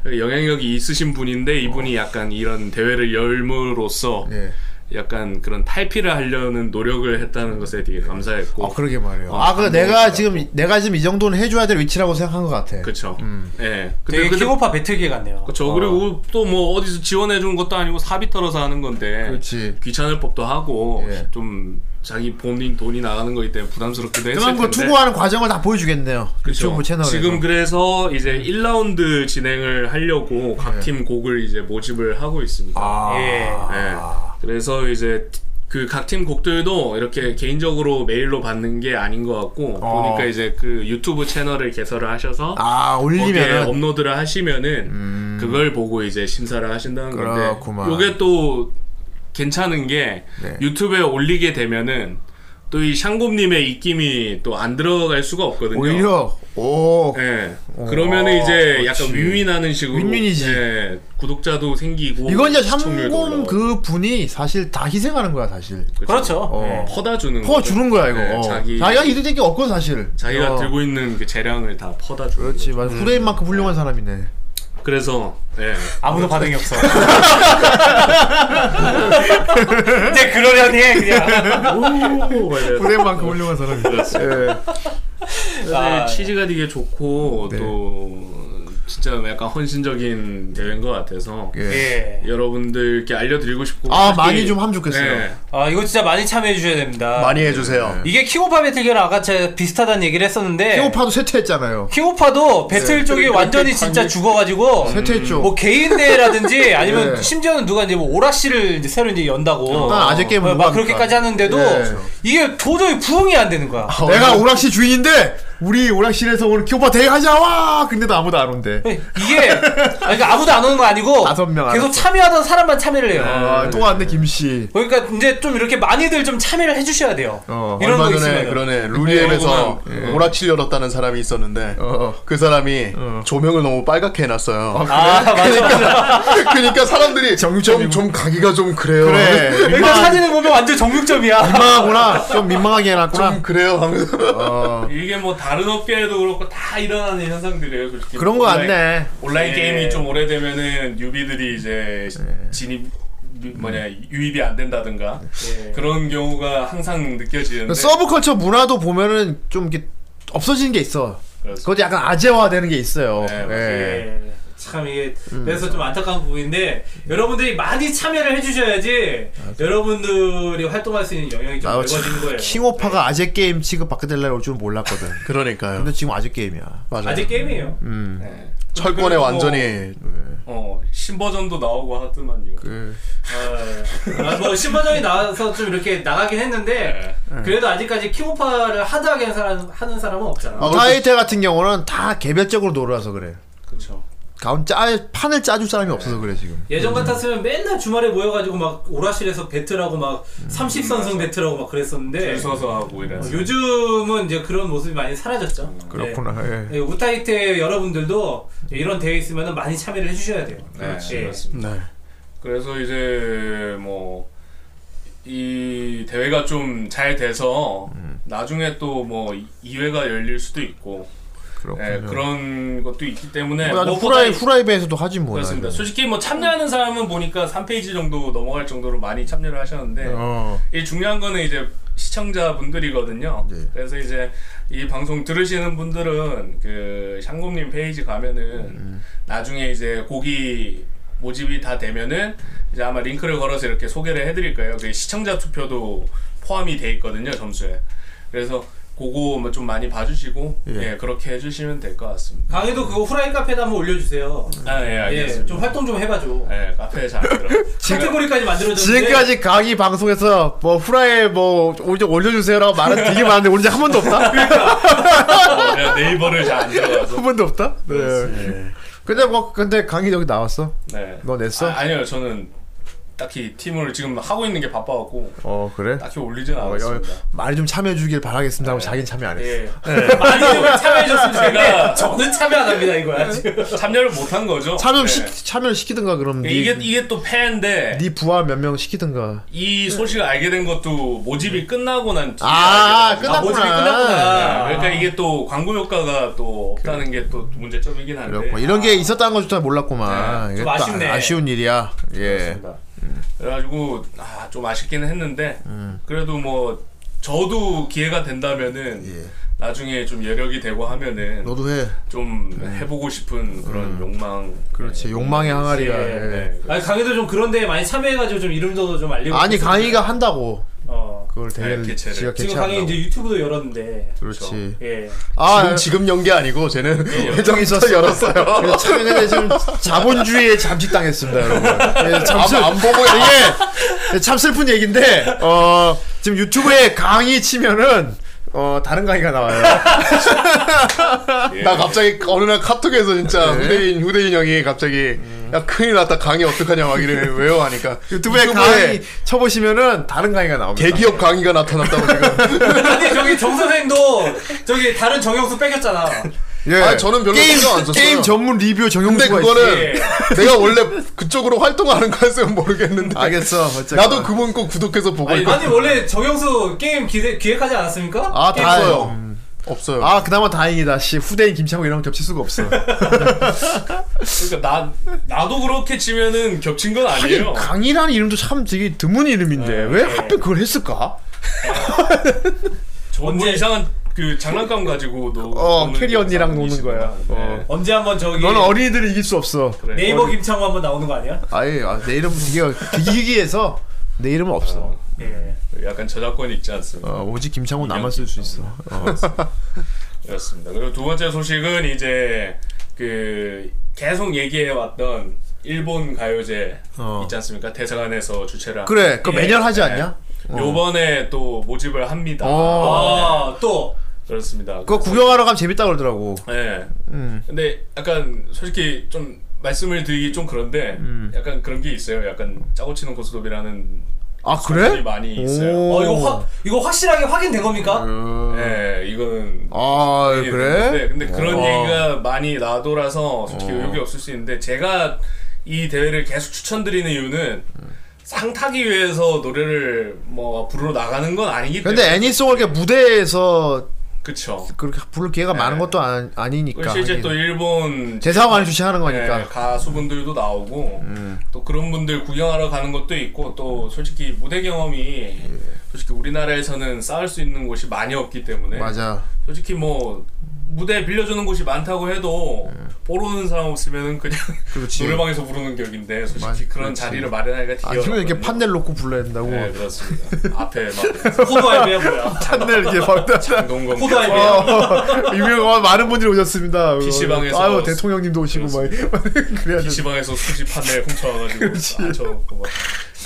A: 예.
I: 영향력이 있으신 분인데
A: 어.
I: 이분이 약간 이런 대회를 열므로써
A: 예.
I: 약간 그런 탈피를 하려는 노력을 했다는 것에 되게 감사했고
A: 아 그러게 말이에요.
I: 어,
A: 아, 그
I: 안
A: 내가
I: 먹었다.
A: 지금 내가 지금 이 정도는 해줘야 될 위치라고 생각한 것 같아.
I: 그쵸
A: 음.
I: 예
C: 되게 킹오파 배틀기 같네요.
I: 그쵸 그리고 또 뭐 어디서 지원해 주는 것도 아니고 사비 떨어서 하는 건데
A: 그렇지.
I: 귀찮을 법도 하고
A: 예.
I: 좀 자기 본인 돈이 나가는 거기 때문에 부담스럽기도 했을
A: 그럼 그
I: 텐데
A: 투구하는 과정을 다 보여주겠네요.
I: 그쵸.
A: 유튜브 예. 채널에.
I: 지금 그래서 이제 1라운드 진행을 하려고 각 팀 곡을 이제 모집을 하고 있습니다
A: 예. 아.
C: 예.
I: 예. 그래서 이제 그 각 팀 곡들도 이렇게 개인적으로 메일로 받는 게 아닌 것 같고
A: 어.
I: 보니까 이제 그 유튜브 채널을 개설을 하셔서
A: 아
I: 거기에
A: 올리면은 음.
I: 업로드를 하시면은 그걸 보고 이제 심사를 하신다는
A: 그렇구만.
I: 건데 요게 또 괜찮은 게
A: 네.
I: 유튜브에 올리게 되면은 또 이 샹곰님의 입김이 또 안 들어갈 수가 없거든요.
A: 오히려 오.
I: 예. 그러면은 이제
A: 그렇지.
I: 약간 윈윈하는 식으로
A: 윈윈이지.
I: 예. 구독자도 생기고
A: 이건 이제
I: 시청률도
A: 상공
I: 올라가고.
A: 그 분이 사실 다 희생하는 거야 사실.
C: 그렇죠.
A: 어.
C: 예.
I: 퍼다 주는
A: 퍼 주는 거야 이거.
I: 네,
A: 어.
I: 자기-
A: 자기가 이득 된게 없고 사실.
I: 자기가
A: 어.
I: 들고 음. 있는 그 재량을 다 퍼다 주는
A: 그렇지
I: 거죠.
A: 맞아. 후레인만큼 훌륭한 사람이네.
I: 그래서 예.
C: 아무도 반응이 없어. 이제 그러려니 해 그냥.
I: 뭐
A: 후레인만큼 훌륭한 사람이. 예.
I: 사실
C: 아,
I: 취지가 네, 되게 좋고
A: 네.
I: 또 진짜 약간 헌신적인 대회인 것 같아서
A: 예.
C: 예.
I: 여러분들께 알려드리고 싶고
A: 아
I: 특히-
A: 많이 좀 하면 좋겠어요.
I: 예.
C: 아 이거 진짜 많이 참여해 주셔야 됩니다.
D: 많이 해주세요.
A: 네.
C: 이게 킹오파 배틀기랑 아까 제가 비슷하다는 얘기를 했었는데
A: 킹오파도 세퇴했잖아요.
C: 킹오파도 배틀 쪽이 완전히 진짜 죽어가지고
A: 세퇴했죠.
I: 음.
C: 뭐 개인 대회라든지 아니면
A: 예.
C: 심지어는 누가 이제 뭐 오락실을 이제 새로 이제 연다고
A: 난 아재 게임을
C: 어,
A: 누가
C: 막
A: 합니까? 아.
C: 그렇게까지 하는데도
A: 예.
C: 이게 도저히 부응이 안 되는 거야.
I: 어,
A: 내가 오락실 주인인데 우리 오락실에서 오늘 킹오파 대회 하자 와. 근데도 아무도 안 온대.
I: 네.
C: 이게 아니, 그러니까 아무도 안 오는 거 아니고
A: 다섯 명
C: 계속
A: 알았어.
C: 참여하던 사람만 참여를 해요.
A: 아, 또 왔네 김씨.
C: 그러니까 이제 좀 이렇게 많이들 좀 참여를 해주셔야 돼요.
A: 어,
C: 이런 거
D: 얼마 전에
C: 있으면
D: 그러네 루리엠에서 오락실 열었다는 사람이
I: 네.
D: 있었는데
A: 어.
D: 그 사람이 조명을 너무 빨갛게 해놨어요.
C: 아 맞아.
D: 그러니까 사람들이 좀,
A: 정육점이고. 뭐.
D: 좀 가기가 좀 그래요.
A: 그래.
C: 그러니까 사진을 보면 완전 정육점이야.
A: 민망하구나. 좀 민망하게 해놨구나.
D: 좀 그래요. 하면서
A: 어.
I: 이게 뭐 다른 업계에도 그렇고 다 일어나는 현상들이에요 솔직히
A: 그런 거
I: 온라인-
A: 같네.
I: 온라인 게임이 좀 오래되면은 유비들이 이제
A: 네.
I: 진입 유- 뭐냐 유입이 안 된다든가
C: 예.
I: 그런 경우가 항상 느껴지는데
A: 서브컬처 문화도 보면은 좀 이렇게 없어지는 게 있어.
I: 그렇습니다.
A: 그것도 약간 아재화되는 게 있어요.
I: 네,
A: 예.
C: 예, 참 이게
D: 음.
C: 그래서 좀 안타까운 부분인데 여러분들이 많이 참여를 해주셔야지 여러분들이 활동할 수 있는 영역이
A: 나도
C: 좀
D: 아,
C: 넓어지는 거예요.
A: 아, 킹오파가 아재 게임 취급 받게 될 날 올 줄 몰랐거든.
D: 그러니까요.
A: 근데 지금 아재 게임이야.
D: 맞아요.
C: 아직 게임이에요.
I: 네.
D: 음. 철권에
I: 그리고 뭐,
D: 완전히 네.
I: 어 신버전도 나오고 하더만요.
D: 그-
C: 아, 뭐 신버전이 나와서 좀 이렇게 나가긴 했는데
D: 네.
C: 그래도 아직까지 킹오파를 하드하게 하는, 사람, 하는 사람은 없잖아.
D: 아,
A: 타이틀 같은 경우는 다 개별적으로 놀아서 그래.
I: 그렇죠.
A: 가운 짜 판을 짜줄 사람이 없어서 그래 지금.
C: 예전
I: 그렇죠.
C: 같았으면 맨날 주말에 모여가지고 막 오라실에서 배틀하고 막
I: 음.
C: 30선승 배틀하고 막 그랬었는데
I: 네. 줄 서서 하고 이래서
C: 요즘은 이제 그런 모습이 많이 사라졌죠.
I: 음,
C: 네.
A: 그렇구나. 예.
C: 예, 우타이테 여러분들도 이런 대회 있으면 많이 참여를 해주셔야 돼요.
I: 네,
C: 예.
I: 그렇습니다.
D: 네.
I: 그래서 이제 뭐 이 대회가 좀 잘 돼서
A: 음.
I: 나중에 또 뭐 2회가 열릴 수도 있고
A: 그렇군요.
I: 예, 그런 것도 있기 때문에
A: 뭐 나는
I: 무엇보다
A: 후라이 후라이베에서도 하지 뭐.
I: 그렇습니다.
A: 나는.
I: 솔직히 뭐 참여하는 사람은 보니까 3페이지 정도 넘어갈 정도로 많이 참여를 하셨는데
A: 어.
I: 이 중요한 거는 이제 시청자분들이거든요.
A: 네.
I: 그래서 이제 이 방송 들으시는 분들은 그 샹곰님 페이지 가면은
A: 음,
I: 나중에 이제 고기 모집이 다 되면은 이제 아마 링크를 걸어서 이렇게 소개를 해드릴 거예요. 그 시청자 투표도 포함이 돼 있거든요 점수에. 그래서 그거 뭐좀 많이 봐주시고 예, 그렇게 해주시면 될 것 같습니다.
C: 강의도 그거 후라이 카페에다 한번 올려주세요.
I: 아 예
C: 예,
I: 알겠습니다.
C: 좀 활동 좀 해봐줘.
I: 예 카페에 잘 들어.
C: 카테고리까지 만들어줬는데
A: 지금까지 강의 방송에서 뭐 후라이 뭐 올려- 올려주세요라고 말은 되게 많은데 우리 이제 한 번도 없다.
I: 네, 내가 네이버를 잘 안 들어가서.
A: 한 번도 없다. 네. 근데 뭐 근데 강의 여기 나왔어.
I: 네.
A: 너 냈어?
I: 아, 아니요 저는 딱히 팀을 지금 하고 있는 게 바빠갖고
A: 어 그래?
I: 딱히 올리진
A: 어,
I: 않았습니다.
A: 많이 좀 참여해주길 바라겠습니다 하고 자긴 참여 안 했어
I: 예. 많이 좀 참여해줬으면
C: 제가
I: 제가
C: 저는 참여 안 합니다 이거야 지금.
I: 네. 참여를 못한 거죠.
A: 참여
I: 예.
A: 시, 참여를 시키든가 그럼 네,
I: 이게 이게 또 패인데
A: 네 부하 몇 명 시키든가
I: 이 소식을 알게 된 것도 모집이 끝나고 난 뒤에
A: 아,
I: 알게 된 거죠.
A: 끝났구나. 네.
I: 모집이 끝났구나. 예, 그러니까 이게 또 광고 효과가 또 없다는 게 또 문제점이긴 한데.
A: 그렇고 이런 게 있었다는 것조차 몰랐구만
I: 네,
A: 이게
C: 좀
A: 또 아-
C: 아쉽네.
A: 아쉬운 일이야 예
I: 그렇습니다. 그래가지고 아, 좀 아쉽기는 했는데
A: 음.
I: 그래도 뭐 저도 기회가 된다면은
A: 예.
I: 나중에 좀 예력이 되고 하면은
A: 너도 네. 음. 해
I: 좀 해보고 싶은 그런 욕망
A: 그렇지 욕망의 항아리가
I: 예,
A: 예.
I: 네.
C: 아니 강의도 좀 그런 데에 많이 참여해가지고 좀 이름도 좀 알리고
A: 아니
C: 싶었어요.
A: 강의가 한다고
C: 어.
A: 그걸
D: 네,
A: 대회를
I: 개최를.
A: 지가
C: 지금 강의
A: 개최한다고
C: 이제 유튜브도 열었는데
A: 그렇지
C: 예.
A: 아
D: 지금 연기 아니고 쟤는
A: 회정 있었어 열었어요 그래서 참여가 지금 자본주의에 잠식당했습니다 여러분 예, 참 슬...
D: 안 보고
A: 이게 네, 참 슬픈 얘기인데 어 지금 유튜브에 강의 치면은 어 다른 강의가 나와요
D: 나 갑자기 어느 날 카톡에서 진짜
A: 네.
D: 후대인 후대인 형이 갑자기 야그 큰일 났다 강의 어떡하냐 막 이래 왜요 하니까
A: 음. 유튜브에 강의 쳐보시면은 다른 강의가 나옵니다
D: 대기업 강의가 나타났다고 지금
C: 근데 저기 정 선생도 저기 다른 정영수 뺏겼잖아.
A: 예.
D: 아, 저는 별로
A: 게임,
D: 신경 안 썼어요.
A: 게임 전문 리뷰
D: 근데
A: 정용수가 있어
D: 그거는
C: 예.
D: 내가 원래 그쪽으로 활동하는 거였으면 모르겠는데
A: 알겠어 어쨌건.
D: 나도 그분 꼭 구독해서 보고
I: 아니,
D: 있고
C: 아니 원래 정영수 게임 기대, 기획하지 않았습니까?
A: 아
C: 게임
A: 다
D: 없어요.
A: 음.
D: 없어요
A: 아 그나마 다행이다 씨 후대인 김창호 이런 거 겹칠 수가 없어
I: 그러니까 나 나도 그렇게 치면은 겹친 건 아니에요. 네,
A: 하긴 그 강이라는 이름도 참 되게 드문 이름인데 왜 하필 그걸 했을까?
I: 언제 이상한 그 장난감 가지고도
A: 어
I: 노는
A: 캐리 언니랑 노는
I: 사람이시구나.
A: 거야 어.
C: 언제 한번 저기
I: 네.
A: 너는 어린이들을 이길 수 없어
I: 그래.
C: 네이버 김창호 한번 나오는 거 아니야?
A: 아예 아, 내 이름은 되게 기기해서 내 이름은 없어
C: 예.
I: 약간 저작권이 있지 않습니까?
A: 어, 오직 김창호 나만 쓸 수 있어 어.
I: 그렇습니다. 그리고 두 번째 소식은 이제 그 계속 얘기해 왔던
C: 아,
I: 일본 가요제
A: 어.
I: 있지 않습니까? 대사관에서 주최를 한.
A: 그래 그거
I: 예.
A: 매년 하지 않냐?
I: 네. 요번에 또 모집을 합니다.
A: 어.
C: 아, 또
I: 그렇습니다.
A: 그거 구경하러 가면 재밌다 그러더라고
I: 네.
A: 음.
I: 근데 약간 솔직히 좀 말씀을 드리기 좀 그런데
A: 음.
I: 약간 그런 게 있어요. 약간 짜고 치는 고스톱이라는
A: 아
I: 소문이
A: 그래?
I: 많이 있어요.
A: 오. 음.
C: 어, 이거 확 이거 확실하게 확인된 겁니까?
I: 네, 이거는
A: 아
I: 예,
A: 그래?
I: 근데, 근데 그런
A: 어.
I: 얘기가 많이 나돌아서 솔직히 의욕이 없을 수 있는데 제가 이 대회를 계속 추천드리는 이유는 상 타기 위해서 노래를 뭐 부르러 나가는 건 아니기 때문에
A: 근데 애니송을 이렇게 무대에서
I: 그쵸
A: 그렇게 부를 기회가 많은 것도 아, 아니니까
I: 네. 그리고 실제
A: 하긴. 그러니까.
I: 또 일본
A: 대사관이 주최하는 거니까 음.
I: 예, 가수분들도 나오고 또 그런 분들 구경하러 가는 것도 있고 또 솔직히 무대 경험이
A: 예.
I: 솔직히 우리나라에서는 쌓을 수 있는 곳이 많이 없기 때문에
A: 맞아
I: 솔직히 뭐 무대 빌려주는 곳이 많다고 해도
A: 음.
I: 모르는 사람 없으면은 그냥
A: 그렇지.
I: 노래방에서 부르는 격인데 솔직히
A: 예. 맞-
I: 그런
A: 그렇지.
I: 자리를 마련하기가
A: 아,
I: 되게
A: 그러면 이렇게
I: 어렵거든요.
A: 판넬 놓고 불러야 된다고.
I: 네 그렇습니다 앞에 막
C: 포도 알배야 뭐야?
A: 판넬 이렇게 막 다-
I: 장동건
C: 포도 알배야.
A: 어, 유명한 많은 분들이 오셨습니다.
I: PC 방에서
A: 아유 대통령님도 오시고 막 그래야 돼.
I: PC방에서 수집 판넬 훔쳐와가지고 아, 저거 막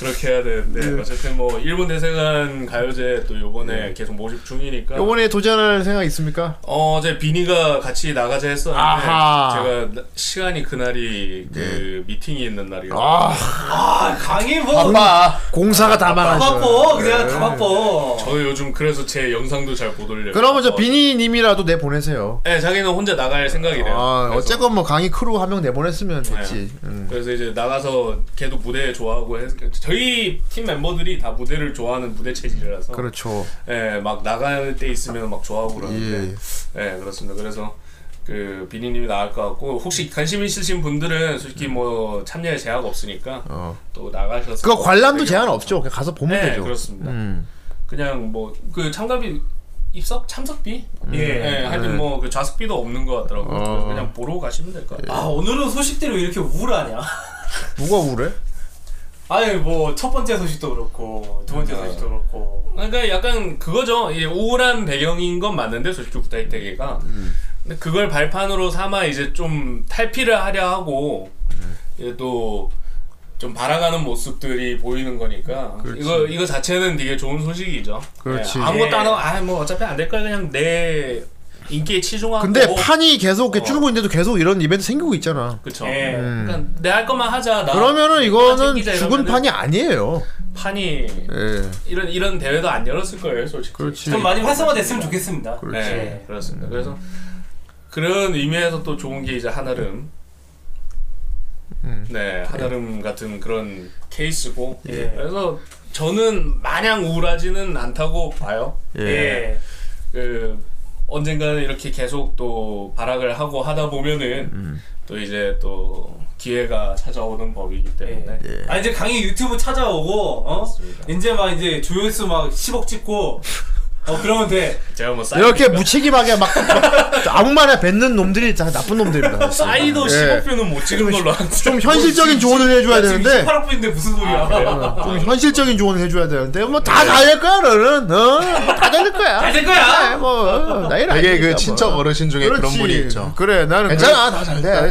I: 그렇게 해야
A: 네.
I: 되는데 어쨌든 뭐 일본 대세관 가요제 또
A: 네.
I: 요번에 계속 모집 중이니까
A: 이번에 도전할 생각 있습니까?
I: 어제 비니가 같이 나가자 했었는데
A: 아하. 네.
I: 제가 나- 시간이 그날이 그 미팅이 있는 날이라
C: 아, 강의 뭐
A: 아, 공사가 다
I: 뭐.
C: 바빠.
A: 많아서.
C: 그냥 다 바빠.
I: 저는 어, 요즘 그래서 제 영상도 잘 못 올려요.
A: 그러면 저
I: 어,
A: 비니님이라도 내 보내세요.
I: 네, 자기는 혼자 나갈 생각이래요.
A: 아,
I: 그래서,
A: 어쨌건 뭐 강의 크루 한 명 내보냈으면
I: 네.
A: 됐지. 음.
I: 그래서 이제 나가서 걔도 무대 좋아하고 해서 저희 팀 멤버들이 다 무대를 좋아하는 무대 체질이라서
A: 그렇죠.
I: 예, 막 나갈 때 있으면 막 좋아하고 그러는데
A: 예.
I: 예, 그렇습니다. 그래서 그 비니님이 나갈 것 같고 혹시 관심 있으신 분들은 솔직히 뭐 참여에 제약 없으니까
A: 어.
I: 또 나가셔서
A: 그거 관람도
I: 되게-
A: 제한 없죠. 그냥 가서 보면
I: 네,
A: 되죠.
I: 그렇습니다.
A: 음.
I: 그냥 뭐 그 참가비 입석 참석비 예,
C: 예.
I: 하여튼 뭐 그 좌석비도 없는 것
A: 음.
I: 같더라고요.
A: 네. 어.
I: 그래서 그냥 보러 가시면 될 것 같아요.
C: 아, 오늘은 소식대로 왜 이렇게 우울하냐?
A: 누가 우울해?
C: 아니, 뭐 첫 번째 소식도 그렇고 두
A: 아.
C: 번째 소식도 그렇고.
I: 그러니까 약간 그거죠. 이 우울한 배경인 건 맞는데 솔직히 구타이테게가
A: 음.
I: 근데 그걸 발판으로 삼아 이제 좀 탈피를 하려 하고
A: 음.
I: 이제 또좀 바라가는 모습들이 보이는 거니까 이거 이거 자체는 되게 좋은 소식이죠.
A: 그렇지.
I: 아, 뭐 예, 아무것도 안 하고 아뭐 어차피 안 될 걸 그냥 내 인기에 치중하고
A: 근데
J: 어.
A: 판이 계속 이렇게 줄고 있는데도 계속 이런 이벤트 생기고 있잖아.
I: 그쵸
J: 예.
A: 음.
J: 그러니까 내 할 것만 하자. 나
A: 그러면은
J: 판
A: 이거는
J: 아, 생기자
A: 죽은
J: 이러면은
A: 판이 아니에요.
I: 판이
A: 예.
I: 이런 이런 대회도 안 열었을 거예요 솔직히
A: 그렇지.
J: 좀 많이 활성화됐으면 좋겠습니다.
C: 예.
I: 네, 음. 그렇습니다. 그래서 그런 의미에서 또 좋은 게 이제 한아름. 네, 한아름 같은 그런 케이스고.
J: 예.
I: 그래서 저는 마냥 우울하지는 않다고 봐요.
J: 예.
I: 그 언젠가는 이렇게 계속 또 발악을 하고 하다 보면은 또 이제 또 기회가 찾아오는 법이기 때문에.
J: 예. 아 이제 강의 유튜브 찾아오고 어? 이제 막 이제 조회수 막 10억 찍고 어 그러면 돼.
I: 제가 뭐 싸이,
A: 이렇게 무책임하게 막 아무 말에 뱉는 놈들이 다 나쁜 놈들입니다.
I: 싸이도
A: 예.
I: 15표는 못 찍은 걸로 알고 있어요.
A: 좀 현실적인 조언을 해줘야 되는데 아, 어,
J: 18억인데 무슨 소리야.
A: 좀 현실적인 조언을 해줘야 되는데 뭐 다 잘릴 거야 너는 어다 잘릴 거야
J: 잘 될 거야.
A: 네, 뭐 나이
D: 되게 그 친척 어르신 중에 그런 분이 있죠.
A: 그래 나는
D: 괜찮아, 다 잘
A: 그래,
D: 돼.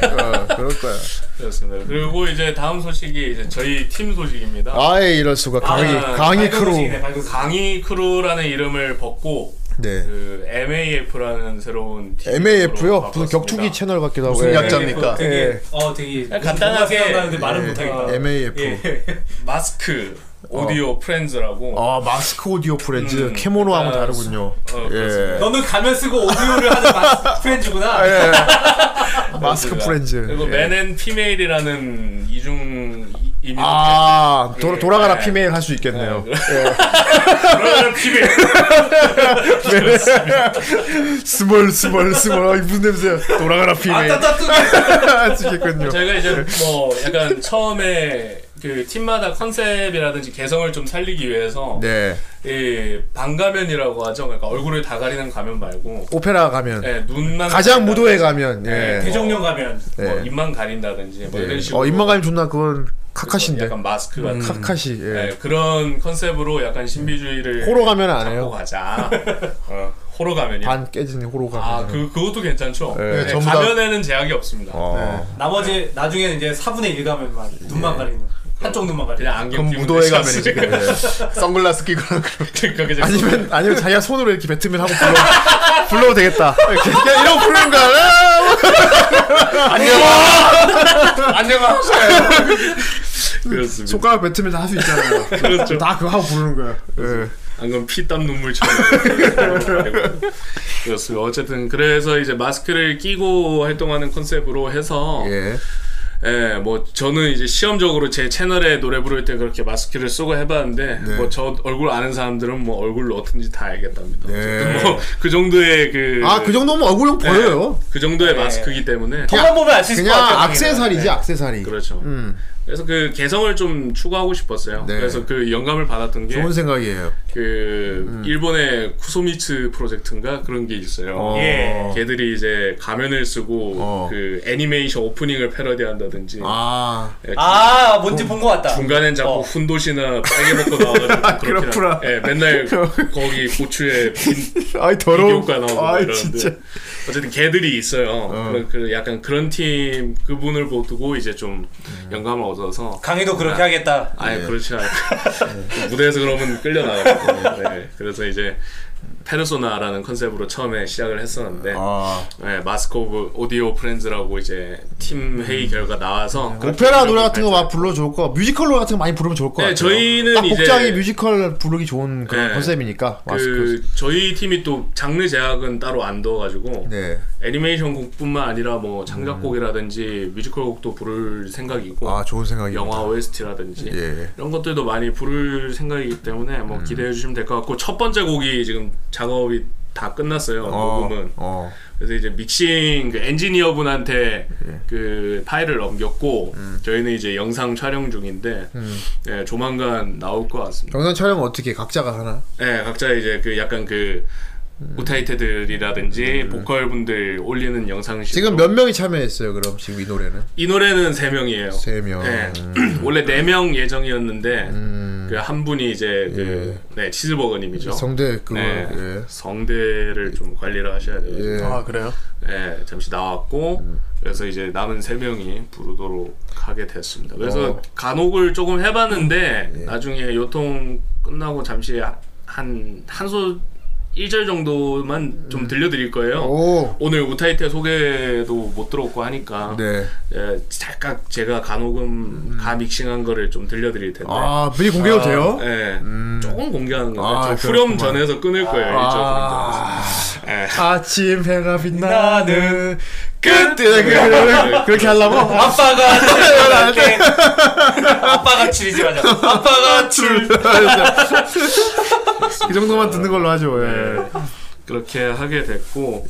A: 그래 어, 그럴 거야
I: 그렇습니다. 그리고 이제 다음 소식이 이제 저희 팀 소식입니다.
A: 아예 이럴 수가 강의
J: 아, 밝은
A: 강의 크루
J: 소식이네, 밝은 소식.
I: 강의 크루라는 이름을 벗고
A: 네
I: 그 MAF라는 새로운 팀으로
A: MAF요 무슨
I: 바꿨습니다.
A: 격투기 채널 같기도 하고
D: 무슨
A: 예.
D: 약자- 약자입니까?
J: 되게
A: 예.
J: 어 되게
I: 아, 간단하게-
J: 하는데 말은
A: 예.
J: 못하겠다.
A: MAF
J: 예.
I: 마스크 오디오 프렌즈라고
A: 아 마스크 오디오 프렌즈
I: 음.
A: 캐모노하고
I: 아,
A: 다르군요
I: 어,
A: 예.
I: 그렇습니다.
J: 너는 가면 쓰고 오디오를 하는 마스 프렌즈구나.
A: 아, 예. 마스크 프렌즈
I: 그리고
A: 예.
I: 맨앤 피메일이라는 이중 이- 이민
A: 아 돌아, 돌아가라
I: 예.
A: 피메일 할 수 있겠네요 예.
I: 그런 피메일
A: 네. 스몰 스몰 스몰 아, 무슨 냄새야 돌아가라 피메일 죽겠군요
I: 저희가 이제 뭐 약간 처음에 그 팀마다 컨셉이라든지 개성을 좀 살리기 위해서
A: 네
I: 이 반가면이라고 하죠. 그러니까 얼굴을 다 가리는 가면 말고
A: 오페라 가면
I: 예, 눈만
A: 가장
I: 가린다.
A: 무도회 가면 예.
J: 대종령 가면
I: 뭐
A: 예.
I: 입만 가린다든지 뭐 이런 식으로
A: 어 입만 가면 존나 그건 카카시인데
I: 약간 마스크 같은
A: 카카시 예.
I: 네, 그런 컨셉으로 약간 신비주의를
A: 호러 가면 안
I: 갖고
A: 해요
I: 가자. 어, 호러 가면이요.
A: 반 깨진 호로 가면
I: 아, 그 그것도 괜찮죠.
A: 예,
I: 네,
D: 전부 다-
I: 가면에는 제약이 없습니다.
A: 어.
J: 나머지 나중에 이제 4분의 1 가면 막
A: 네.
J: 눈만 가리는 한쪽 눈만 가리는.
I: 그냥 안경
D: 그럼
I: 끼고
D: 무도회 가면
I: 넥사스.
D: 이제 그 선글라스 끼고
I: 그러니까 그냥
A: 아니면 아니면 자기가 손으로 이렇게 배트맨 하고 불러 불러도 되겠다 이렇게 아! 그냥 이러고 부르는 거야
I: 안녕하세요. 그렇습니다.
A: 손가락 배트맨 다 할 수 있잖아요
I: 그렇죠.
A: 다 그거 하고 부르는 거야 예.
I: 방금 피땀 눈물처럼 그렇습니다. 어쨌든 그래서 이제 마스크를 끼고 활동하는 컨셉으로 해서
A: 예.
I: 예, 뭐 저는 이제 시험적으로 제 채널에 노래 부를 때 그렇게 마스크를 쓰고 해봤는데
A: 네.
I: 뭐 저 얼굴 아는 사람들은 뭐 얼굴로 어떤지 다 알겠답니다.
A: 네.
I: 뭐그 정도의 그
A: 아 그 정도면 얼굴형 보여요
I: 그 정도의 마스크이기 때문에
J: 만 보면 알 수 있을 것
A: 그냥
J: 같아요.
A: 악세사리지 악세사리
I: 그렇죠. 그래서 그 개성을 좀 추구하고 싶었어요.
A: 음. 네.
I: 그래서 그 영감을 받았던 게
A: 좋은 음. 생각이에요
I: 그 일본의 쿠소미츠 프로젝트인가 그런 게 있어요.
J: 예.
I: 걔들이 이제 가면을 쓰고
A: 어.
I: 그 애니메이션 오프닝을 패러디한다든지
A: 아
J: 아 뭔지 본 것 같다.
I: 중간엔 자꾸
J: 어.
I: 훈도시나 빨개 먹고 나와가지고 그렇게
A: 그렇구나.
I: 나- 예, 맨날 거기 고추에 빈
A: 아이 더러운
I: 비교가 나오고
A: 아이
I: 이러는데
A: 진짜
I: 어쨌든 걔들이 있어요. 그런 그 약간 그런 팀 그분을 보고 이제 좀
A: 네.
I: 영감을 얻어서
J: 강의도 그렇게 하겠다.
I: 아예 그렇지
A: 네.
I: 않고 무대에서 그러면 끌려 나가고 네. 그래서 이제 페르소나라는 컨셉으로 처음에 시작을 했었는데
A: 아
I: 네, 마스크 오브 오디오 프렌즈라고 이제 팀 회의 결과 나와서 그렇게
A: 음. 네, 오페라 노래
I: 노력을
A: 같은 거 막 불러 좋을 거, 뮤지컬 노래 같은 거 많이 부르면 좋을 거
I: 네,
A: 같아요.
I: 저희는
A: 딱
I: 이제-
A: 복장이 뮤지컬 부르기 좋은 그런
I: 네.
A: 컨셉이니까 마스크.
I: 그 저희 팀이 또 장르 제약은 따로 안 넣어가지고
A: 네.
I: 애니메이션 곡뿐만 아니라 뭐 창작곡이라든지 뮤지컬 곡도 부를 생각이고
A: 아 좋은 생각이다.
I: 영화 OST라든지
A: 예. 음.
I: 이런 것들도 많이 부를 생각이기 때문에 뭐 기대해 주시면 될 것 같고 첫 번째 곡이 지금 작업이 다 끝났어요
A: 어.
I: 녹음은
A: 어.
I: 그래서 이제 믹싱 그 엔지니어분한테
A: 예.
I: 그 파일을 넘겼고
A: 음.
I: 저희는 이제 영상 촬영 중인데 예, 조만간 나올 것 같습니다.
A: 영상 촬영 은 어떻게 각자가 하나?
I: 네, 각자 이제 그 약간 그 우타이테들이라든지 보컬 분들 올리는 영상식.
A: 음. 네. 지금 몇 명이 참여했어요? 그럼 지금 이 노래는
I: 이 노래는 세 명이에요.
A: 세 명.
I: 네. 원래 네 명 예정이었는데 그 한 분이 이제 그 네, 치즈버거님이죠.
A: 음. 예. 성대 그거.
I: 네,
A: 예.
I: 성대를 좀 관리를 하셔야 돼요.
A: 예.
D: 아 그래요?
I: 네, 잠시 나왔고 그래서 이제 남은 세 명이 부르도록 하게 됐습니다. 그래서
A: 어. 예.
I: 간혹을 조금 해봤는데 나중에 요통 끝나고 잠시 한한 소. 1절 정도만 좀 들려드릴 거예요.
A: 음. 오.
I: 오늘 우타이테 소개도 못 들었고 하니까
A: 네.
I: 예, 잠깐 제가 가녹음 가 믹싱한 거를 좀 들려드릴 텐데.
A: 아, 미리 공개해도 돼요?
I: 예. 조금 공개하는 건데
A: 아,
I: 저 후렴
A: 그렇구만.
I: 전에서 끊을 거예요.
A: 아.
I: 일절 후렴 전에서. 예.
A: 아침 해가 빛나는
I: 끝!
A: 그래, 그래, 그래. 그렇게 하려고? 아,
J: 아빠가 출발할게. 아빠가 출이지 맞아. 아빠가 출.
A: 이 정도만 듣는 걸로 하죠. 예.
I: 그렇게 하게 됐고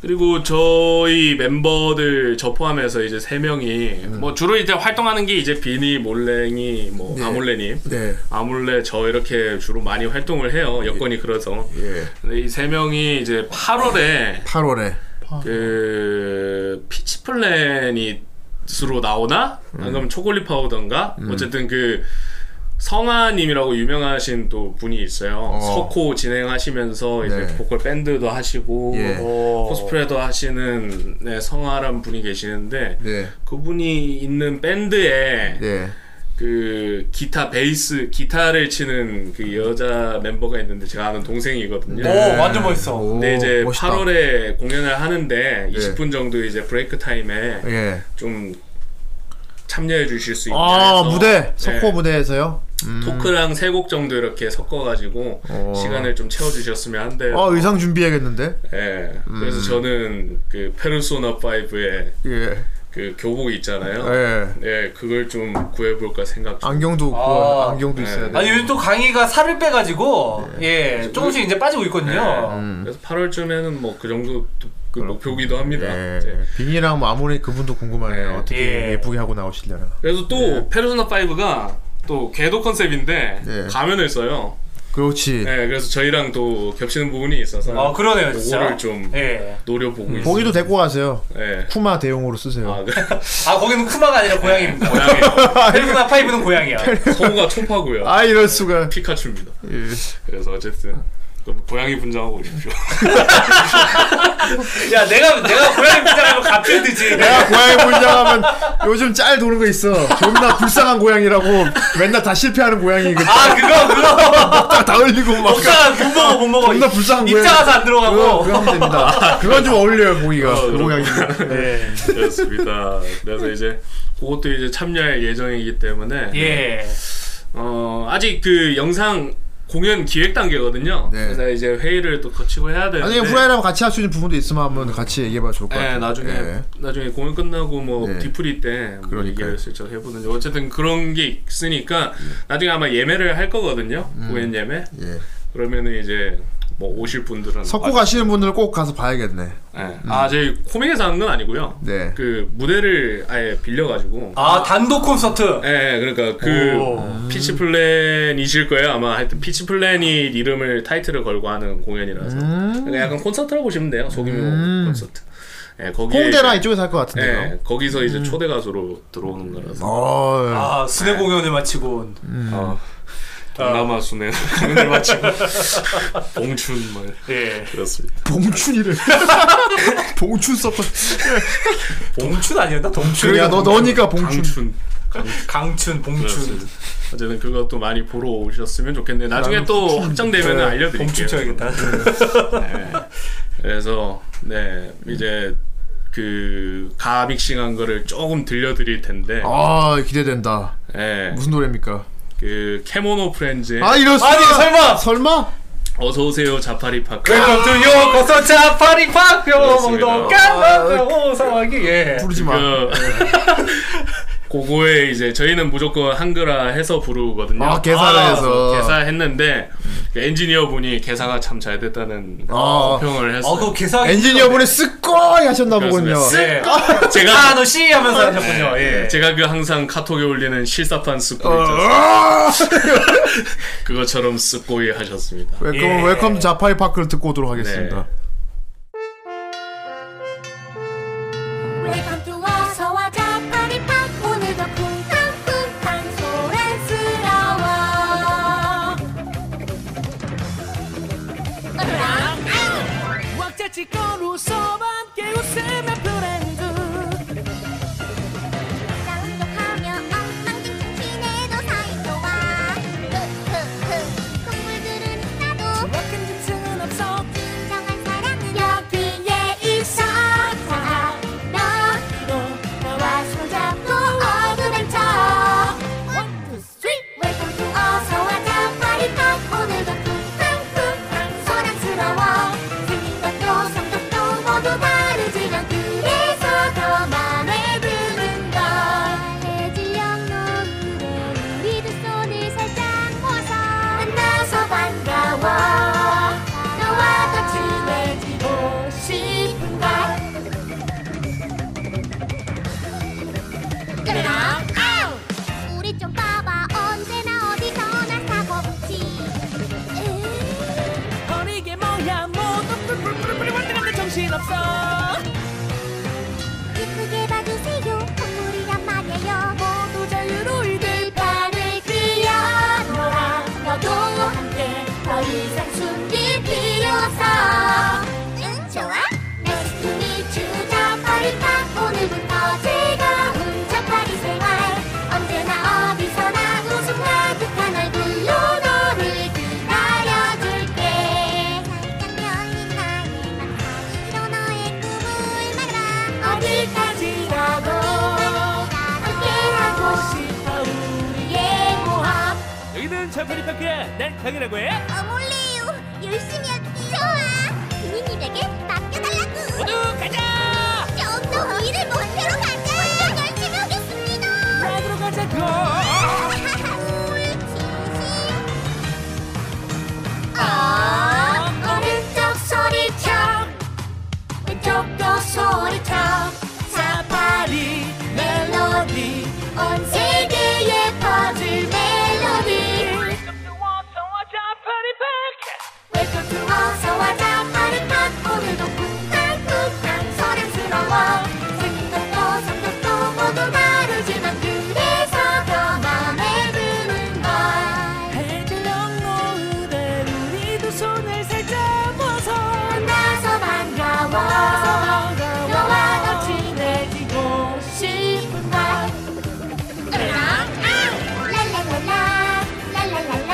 I: 그리고 저희 멤버들 저 포함해서 이제 세 명이 뭐 주로 이제 활동하는 게 이제 비니, 몰랭이, 뭐
A: 네.
I: 아몰레님,
A: 네.
I: 아몰레 저 이렇게 주로 많이 활동을 해요 여건이 그래서
A: 예.
I: 근데 이 세 명이 이제 8월에
A: 8월에
I: 그 피치플랜이 으로 나오나?
A: 음.
I: 방금 초콜릿 파우더인가? 어쨌든 그 성아님이라고 유명하신 또 분이 있어요. 석호 진행하시면서 이제
A: 네.
I: 보컬 밴드도 하시고
A: 예.
I: 뭐 코스프레도 하시는 네, 성아란 분이 계시는데
A: 네.
I: 그분이 있는 밴드에
A: 예.
I: 그 기타 베이스 기타를 치는 그 여자 멤버가 있는데 제가 아는 동생이거든요.
A: 네.
J: 오 완전 멋있어.
A: 오,
I: 근데 네, 이제
A: 멋있다. 네.
I: 8월에 공연을 하는데 20분 정도 이제 브레이크 타임에
A: 예.
I: 좀 참여해 주실 수 있게
A: 아,
I: 해서
A: 무대. 석호
I: 예,
A: 무대에서요?
I: 토크랑 세 곡 정도 이렇게 섞어 가지고
A: 어.
I: 시간을 좀 채워 주셨으면 한데
A: 아, 음. 의상 준비해야겠는데?
I: 예. 그래서 저는 그 페르소나 5의
A: 예.
I: 그 교복 있잖아요. 예.
A: 예.
I: 그걸 좀 구해 볼까 생각 중.
A: 안경도 없고
J: 아.
A: 안경도
I: 예.
C: 네.
A: 있어야 돼.
J: 아니 요즘 또 강의가 살을 빼가지고 예 조금씩 이제 빠지고 있거든요.
A: 음.
I: 그래서 8월쯤에는 뭐 그 정도 그 목표기도 합니다.
A: 예.
I: 이제.
A: 비니랑 뭐 아무리 그분도 궁금하네요.
I: 아, 예.
A: 어떻게
J: 예.
A: 예. 예쁘게 하고 나오시려나.
I: 그래서 또 페르소나 5가 또 궤도 컨셉인데
A: 네.
I: 가면을 써요.
A: 그렇지.
I: 네, 그래서 저희랑 또 겹치는 부분이 있어서
J: 아 그러네요 진짜.
I: 그거를 좀
J: 예.
I: 노려보고 있어요.
A: 거기도 데리고 가세요.
I: 네.
A: 쿠마 대용으로 쓰세요.
I: 아, 그래.
J: 아 거기는 쿠마가 아니라 고양이입니다. 페르구나 파이브는 고양이야.
I: 성우가 초파고요.
A: 아, 이럴 수가.
I: 피카츄입니다.
A: 예.
I: 그래서 어쨌든 그럼 고양이 분장하고 오십시오.
J: 야 내가 내가 고양이 비자라면 갑질 되지.
A: 내가 고양이 분장하면 요즘 짤 도는 거 있어. 존나 불쌍한 고양이라고 맨날 다 실패하는 고양이 그
J: 아 그거 그거
A: 딱다 흘리고 막
J: 먹다가 못 먹어 못 먹어.
A: 존나 불쌍한 고양이.
J: 입장가서 안
A: 그거,
J: 들어가고.
A: 그거 하면 됩니다. 그건 좀 어울려요, 보기가.
I: 어,
A: 그
I: 그럼.
A: 고양이. 예.
I: 그렇습니다. 그래서 이제 그것도 이제 참여할 예정이기 때문에
J: 예.
I: 어, 아직 그 영상 공연 기획 단계거든요.
A: 네.
I: 그래서 이제 회의를 또 거치고 해야
A: 아니,
I: 되는데
A: 후라이랑 같이 할 수 있는 부분도 있으면 한번 같이 얘기해봐도 좋을 것
J: 네,
I: 예,
A: 같아요.
I: 나중에
A: 예.
I: 나중에 공연 끝나고 뭐
A: 예.
I: 뒤풀이 때뭐
A: 그러니까요.
I: 얘기를 슬쩍 해보든지 어쨌든 그런 게 있으니까 나중에 아마 예매를 할 거거든요 공연 예매
A: 예.
I: 그러면은 이제 뭐 오실 분들은
A: 석고 가시는 분들 꼭 가서 봐야겠네.
I: 예. 아 저희 코믹에서 하는 건 아니고요
A: 네.
I: 그 무대를 아예 빌려가지고
J: 아 단독 콘서트.
I: 예, 예, 그러니까 그 피치 플랜이실 거예요 아마 하여튼 피치 플랜이 이름을 타이틀을 걸고 하는 공연이라서
A: 음.
I: 그러니까 약간 콘서트라고 보시면 돼요 소규모 콘서트 예, 거기에
A: 홍대랑
I: 이제-
A: 이쪽에서 할 것 같은데요.
I: 네, 거기서 이제 초대 가수로 들어오는 거라서
A: 어,
J: 아 순회 공연을 마치고 온.
I: 어, 동남아 순회 공연을 마치고 봉춘 말
J: 예.
I: 그렇습니다.
A: 봉춘이래. 봉춘 섞어.
J: 봉춘 아니었나? 동춘.
A: 그러니까 너 너니까 봉춘.
I: 강춘
J: 강춘, 봉춘.
I: 그렇습니다. 어쨌든 그것도 많이 보러 오셨으면 좋겠는데 나중에 또 확정되면 알려드릴게요.
J: 네, 봉춘 쳐야겠다.
I: 네. 그래서 네 이제 그 가믹싱한 거를 조금 들려드릴 텐데,
A: 아 기대된다.
I: 네,
A: 무슨 노래입니까?
I: 그 캐모노 프렌즈
A: 아 이럴 수가.
J: 네. 아니 설마.
A: 설마?
I: 어서 오세요 자파리 파크.
J: 웰컴 투 요코소 뭐, 자파리 파표
I: 그렇습니다. 아,
J: 몽동 깐나오 상황이 예.
A: 부르지 마.
I: 그 그거에 이제 저희는 무조건 한글화 해서 부르거든요.
A: 아 개사를 해서.
I: 뭐 개사했는데 그 엔지니어 분이 개사가 참 잘 됐다는
A: 아.
I: 평을
J: 어, 그
I: 했어요.
J: 개사
A: 엔지니어분이 네. 쓰꺼이 하셨나 보군요.
I: 예. 제가
J: 아, 너씨 하면서 하셨군요. 예.
I: 제가 그 항상 카톡에 올리는 실사판 쓰고
A: 어. 아!
I: 예. 그것처럼 쓰고이 하셨습니다.
A: 웰컴
J: 예.
A: 웰컴 자파이 파크를 듣고 오도록 하겠습니다.
I: 네.
B: 웰컴 투 어서와 자파리팍 오늘도 쿵쾅쿵쾅 소란스러워
G: 왁자지 건 웃어봐 함께 웃음의 브랜드
B: 나 운동하며 엉망진창 지내도 사이 좋아 흐흐흐 콧물 들은 나도
G: 왁한 증상은 없어 짜파리팝 오늘부터 즐거운 짜파리 생활 언제나 어디서나 웃음 가득한 얼굴로 너를 기다려줄게 살짝 열린 나의 맘 하늘로 너의 꿈을 말아 어디까지라도 함께하고 싶어 우리의 모험
C: 여기는 자파리 파크야. 난 강이라고 해.
G: 어 몰래요 열심히 하기 좋아 비니님에게 맡겨달라고
C: 모두 가자.
G: 좀 더 우리를 못해로 가자 완전 열심히 하겠습니다
C: 락으로 가자고.
B: 啊
G: 啊 아, 오른쪽 소리쳐 왼쪽도 소리쳐 사파리 멜로디 온 세계에 퍼질 멜로디 웰컴 투 어서와 자파리팝 오늘도 쿵쾅쿵쾅 소란스러워 생각도 성격도 모두 다르지만 그래서 더 맘에 드는 걸 만나서 반가워 너와 더 친해지고 싶은 걸 랄랄랄라 랄랄랄라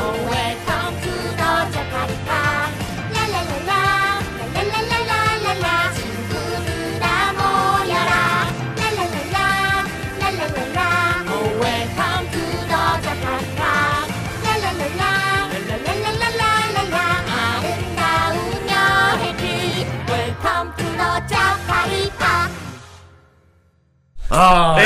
G: 웰컴 투 더 자파리팝 랄랄랄라 랄랄랄랄랄라 친구들아 모여라 랄랄랄라 랄랄랄라 웰컴 투 더 자파리팝 랄랄랄라 랄랄랄랄랄라 아름다운 여행길 웰컴 투 더 자파리팝
A: 아,
I: 네.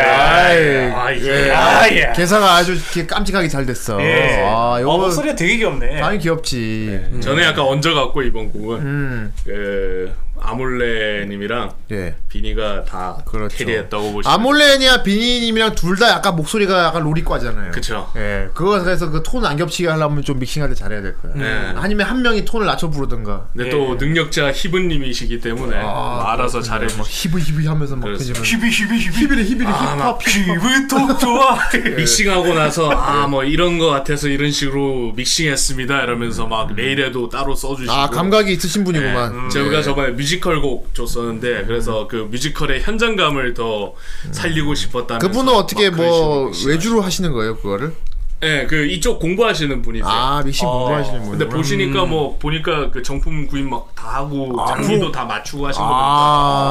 A: 아이,
K: 아, 예.
A: 예.
K: 아, 예.
A: 개사가 아주 이렇게 깜찍하게 잘 됐어.
K: 예.
A: 아,
K: 어,
A: 요거 아,
K: 목소리가 되게 귀엽네.
A: 당연히 귀엽지. 음.
I: 저는 약간 얹어갖고 이번 곡은
A: 음,
I: 그 아몰레님이랑
A: 예.
I: 비니가 다
A: 그렇죠.
I: 캐리했다고 보시면
A: 아몰레니아 비니님이랑 둘 다 약간 목소리가 약간 로리과잖아요.
I: 그쵸.
A: 예, 그거 그래서 그 톤 안 겹치게 하려면 좀 믹싱할 때 잘해야 될 거야.
I: 네.
A: 아니면 한 명이 톤을 낮춰 부르든가.
I: 근데 또 능력자 히브님이시기 때문에
A: 예,
I: 뭐
A: 아,
I: 알아서 잘해주시고
A: 막 히브 히브 하면서 막
I: 그래서
A: 그지면
C: 히비 히비 히비.
A: 히브리 히브리
I: 아, 막
A: 힙합 힙합.
C: 톡 좋아.
A: 예.
J: 예.
I: 믹싱하고 나서 아 뭐 이런 거 같아서 이런 식으로 믹싱했습니다 이러면서 막 레일에도 따로 써주시고
A: 음. 아 예. 감각이 있으신 분이구만.
I: 음, 제가 저번에 뮤지컬 곡 줬었는데 그래서 그 뮤지컬의 현장감을 더 살리고 싶었다면서
A: 음. 그분은 어떻게
I: 막 그런 식으로
A: 뭐
I: 믹싱하시-
A: 외주로 하시는 거예요 그거를?
I: 네, 그 이쪽 공부하시는 분이세요.
A: 아 믹싱 공부하시는 음. 분.
I: 근데 보시니까 뭐 보니까 그 정품 구입 막 다 하고 장비도 다 맞추고 하신 거니까
A: 뭐.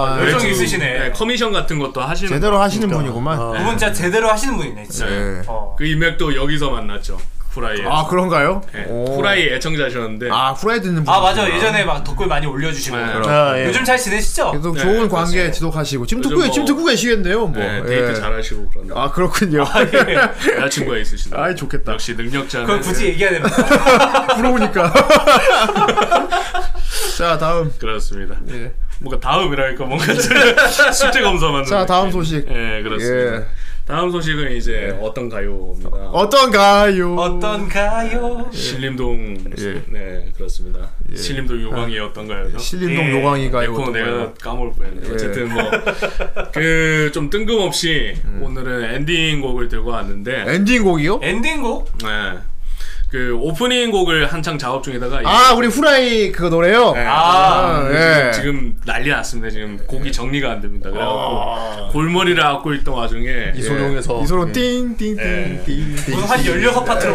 A: 아
C: 외주-
I: 외주-
C: 있으시네.
I: 네, 커미션 같은 것도 하시는
A: 제대로 하시는
I: 분이니까. 아, 네.
A: 분이구만.
C: 그분 진짜 제대로 하시는 분이네 진짜.
A: 예.
C: 어.
I: 그 인맥도 여기서 만났죠. 후라이에.
A: 아 그런가요?
I: 네,
A: 오.
I: 후라이 애청자셨는데
A: 아 후라이 듣는 분.
C: 아 맞아 예전에 막 덕글 많이 올려주시고
I: 네.
A: 아, 예.
C: 요즘 잘 지내시죠?
A: 계속
I: 네,
A: 좋은 관계 지속하시고 지금 듣고
I: 요즘
A: 지금
I: 뭐-
A: 듣고 계시겠네요 뭐.
I: 네,
A: 예.
I: 데이트 잘하시고 예. 그런
A: 아 그렇군요.
I: 여자친구가 있으시다.
A: 아이, 좋겠다.
I: 역시 능력자는
C: 예. 그걸 굳이 얘기해야 됩니다.
A: 부러우니까. 자 다음.
I: 그렇습니다.
A: 예.
I: 뭔가 다음이랄까 뭔가 좀 숙제 검사만.
A: 자 다음 소식.
I: 예, 그렇습니다.
A: 예.
I: 다음 소식은 이제 어떤 가요입니다.
A: 어떤가요?
C: 어떤가요?
I: 신림동
A: 예.
I: 네 그렇습니다. 신림동 요광이 어떤가요?
A: 네, 신림동
C: 네.
A: 요광이가요?
I: 에코 내가
A: 어떤가요?
I: 까먹을 뻔했네.
A: 예.
I: 어쨌든 뭐 뭐그 좀 뜬금없이 오늘은 엔딩 곡을 들고 왔는데
A: 음. 엔딩곡이요?
C: 엔딩곡?
I: 네. 그 오프닝 곡을 한창 작업 중이다가
A: 아 우리 후라이 그거 노래요?
I: 네.
C: 아,
A: 아,
I: 지금,
A: 예. 네.
I: 지금 난리 났습니다. 지금 곡이 정리가 안 됩니다. 그래갖고 골머리를 앓고 있던 와중에
A: 아. 예. 이소룡에서 예. 이소룡 띵띵띵띵띵
C: 오늘 한 16파트로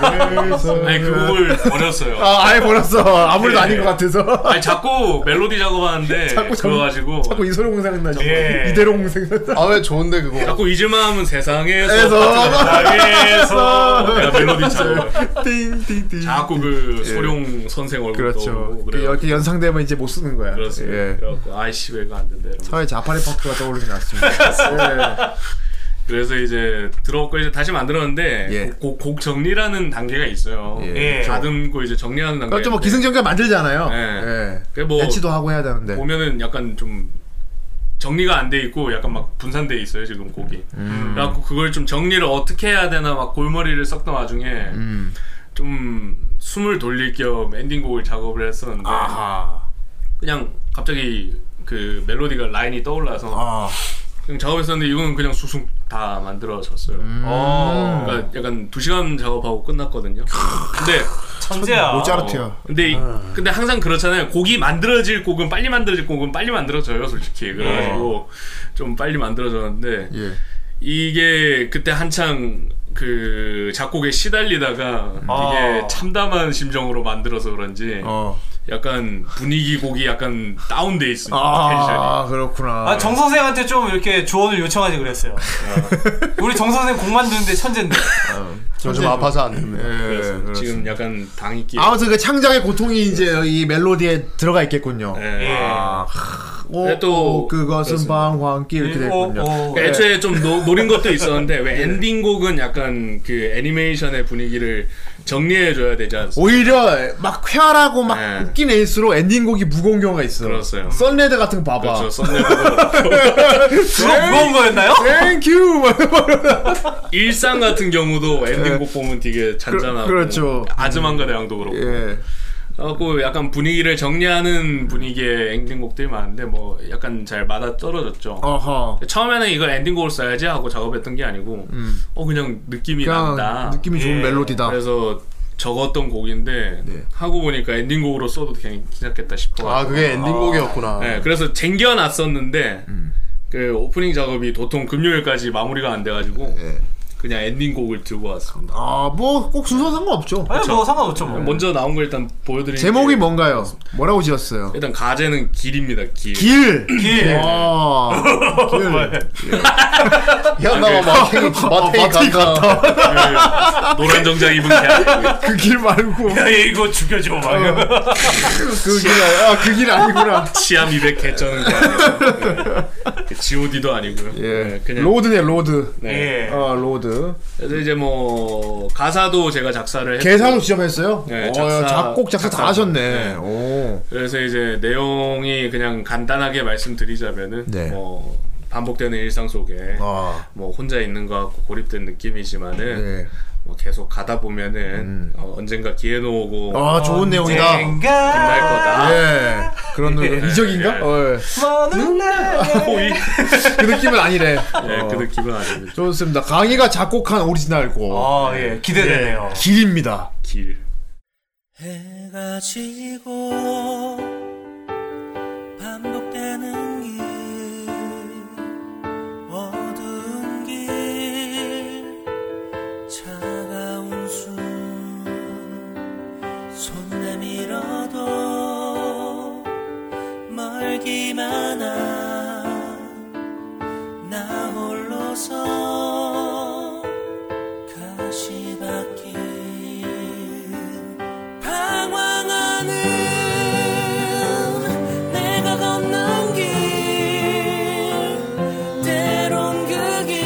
A: 세상에서
I: 아니 그 곡을 버렸어요.
A: 아 아예 예, 버렸어 아무래도
I: 예.
A: 아닌 것 같아서
I: 아니 자꾸 멜로디 작업하는데
A: 자꾸 정-
I: 그거 가지고
A: 자꾸 이소룡 생각나죠
C: 예.
A: 이대룡 생각나
D: 아 왜 좋은데 그거
I: 자꾸 잊을만 하면
A: 에서. 네.
I: 세상에서 세상에서 내가 멜로디 작업
A: 띵띵띵 예.
I: 자꾸 그 소룡 선생 얼굴
A: 그렇죠
I: 떠오르고
A: 그
I: 그래요.
A: 이렇게 연상되면 이제 못 쓰는 거야
I: 그렇습니다.
A: 예.
I: 그래갖고 아이씨 왜가 안 된대. 이러면서.
A: 차라리 자파리 파크가 떠오르는 게 낫습니다 예.
I: 그래서 이제 들어오고 이제 다시 만들었는데
A: 예.
I: 곡, 곡 정리라는 단계가 있어요.
A: 예.
I: 다듬고 이제 정리하는 단계.
A: 그것도 뭐 기승전결 만들잖아요
I: 예.
A: 예.
I: 그게 뭐
A: 배치도 하고 해야 되는데
I: 보면은 약간 좀 정리가 안 돼 있고 약간 막 분산돼 있어요 지금 곡이.
J: 음.
I: 그래갖고 그걸 좀 정리를 어떻게 해야 되나 막 골머리를 썩던 와중에
A: 음.
I: 좀 숨을 돌릴 겸 엔딩곡을 작업을 했었는데 그냥 갑자기 그 멜로디가 라인이 떠올라서
A: 아
I: 그냥 작업했었는데 이거는 그냥 쑥쑥 다
J: 음.
I: 만들어졌어요. 어, 그러니까 약간 두 시간 작업하고 끝났거든요. 근데
J: 천재야.
A: 모차르트야.
I: 근데 이-
A: 아.
I: 근데 항상 그렇잖아요. 곡이 만들어질 곡은 빨리 만들어질 곡은 빨리 만들어져요, 솔직히. 그래가지고 좀 빨리 만들어졌는데
A: 예.
I: 이게 그때 한창 그 작곡에 시달리다가
J: 아.
I: 되게 참담한 심정으로 만들어서 그런지
A: 어.
I: 약간 분위기 곡이 약간 다운돼 있습니다. 텐션이.
A: 아, 그렇구나.
J: 아, 정 선생한테 좀 이렇게 조언을 요청하지 그랬어요.
I: 아.
J: 우리 정 선생 곡 만드는데 천재인데.
D: 요즘 아파서 안 됩니다.
I: 그래서
A: 예,
I: 지금 약간 당이끼.
A: 아무튼 그 창작의 고통이 이제 이 멜로디에 들어가 있겠군요.
I: 예.
A: 아, 오,
I: 네, 또
A: 오, 어, 그것은
I: 그렇습니다.
A: 방황기 이렇게
J: 어, 오,
A: 됐군요.
J: 오.
I: 그러니까 애초에 좀 노, 노린 것도 있었는데 왜 엔딩곡은 약간 그 애니메이션의 분위기를 정리해줘야 되지 않습니까?
A: 오히려 막 쾌활하고 막
I: 예.
A: 웃긴 에이스로 엔딩곡이 무거운 경우가 있어.
I: 그렇어요.
A: 썬레드 같은 거 봐봐.
I: 그렇죠. 썸네일도
J: 그거 무거운 거였나요?
A: Thank you. 막
I: 일상 같은 경우도
J: 네.
I: 엔딩곡 보면 되게 잔잔하고
A: 그- 그렇죠.
I: 아즈만가 대왕도 그렇고
A: 예.
I: 그래갖고 약간 분위기를 정리하는 분위기의 엔딩곡들이 많은데 뭐 약간 잘 맞아 떨어졌죠.
A: 어허.
I: 처음에는 이걸 엔딩곡을 써야지 하고 작업했던 게 아니고
J: 음.
I: 어 그냥 느낌이
A: 그냥
I: 난다.
A: 느낌이 좋은
J: 예.
A: 멜로디다.
I: 그래서 적었던 곡인데
A: 네.
I: 하고 보니까 엔딩곡으로 써도 그냥 괜찮겠다 싶어.
D: 아 그게 엔딩곡이었구나.
I: 네, 그래서 쟁겨놨었는데
A: 음.
I: 그 오프닝 작업이 보통 금요일까지 마무리가 안 돼가지고
A: 네.
I: 그냥 엔딩곡을 들고 왔습니다.
A: 아, 뭐 꼭 순서 상관없죠.
J: 아니, 뭐 상관없죠, 뭐.
I: 먼저 나온 걸 일단 보여드리는
A: 네. 제목이 뭐?
I: 게
A: 뭔가요? 뭐라고 지었어요?
I: 일단 가제는 길입니다. 길.
A: 길.
I: 예.
J: 길.
A: 와. 길.
D: 현나와
I: 아,
D: 마탱이 마탱이 간다.
I: 그 노란 정장 입은 개.
A: 그 길 말고
J: 야, 얘 이거 죽여줘, 막.
A: 그길 아, 그 길 아니구나.
I: 치암 200 개쩌는 개. 아니고. 네. G.O.D도 아니고요.
A: 예.
I: 네, 그냥
A: 로드네, 로드.
I: 네.
J: 예.
A: 아, 로드.
I: 그래서 이제 뭐 가사도 제가 작사를 했고
A: 개사도 지정했어요?
I: 네,
A: 어,
I: 작사-
A: 작곡 작사 다
I: 작사.
A: 하셨네.
I: 네.
A: 오.
I: 그래서 이제 내용이 예, 그냥 간단하게 말씀드리자면은
A: 네.
I: 뭐 반복되는 일상 속에
A: 아.
I: 뭐 혼자 있는 것 같고 고립된 느낌이지만은
A: 네. 음.
I: 뭐 계속 가다 보면은 어, 언젠가 기회는 오고
A: 아, 좋은 내용이다.
J: 날
I: 빛날 거다.
A: 예. 그런 노래. 이적인가?
I: 예.
A: 어. 예.
J: 먼 날.
I: 호이.
A: 그 느낌은 아니래.
I: 네,
A: 어.
I: 그 느낌은 아닙니다.
A: 좋습니다. 강희가 작곡한 오리지널 곡.
J: 아, 예. 기대되네요.
A: 길입니다.
I: 길.
G: 해가 지고 반복되는 길 어두운 길 차가운 숨손 내밀어도 멀기만 한나 홀로서 가시밭길 방황하는 내가 걷는 길 때론 그 길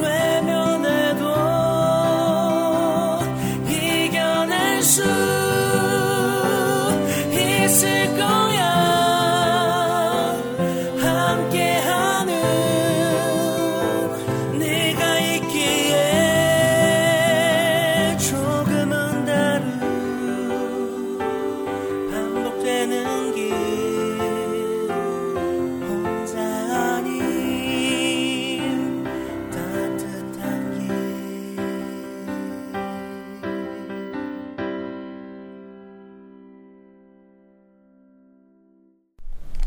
G: 외면해도 이겨낼 수 있을 거야 함께하는 네가 있기에 조금은 다른 반복되는 길 혼자 아닌 따뜻한 길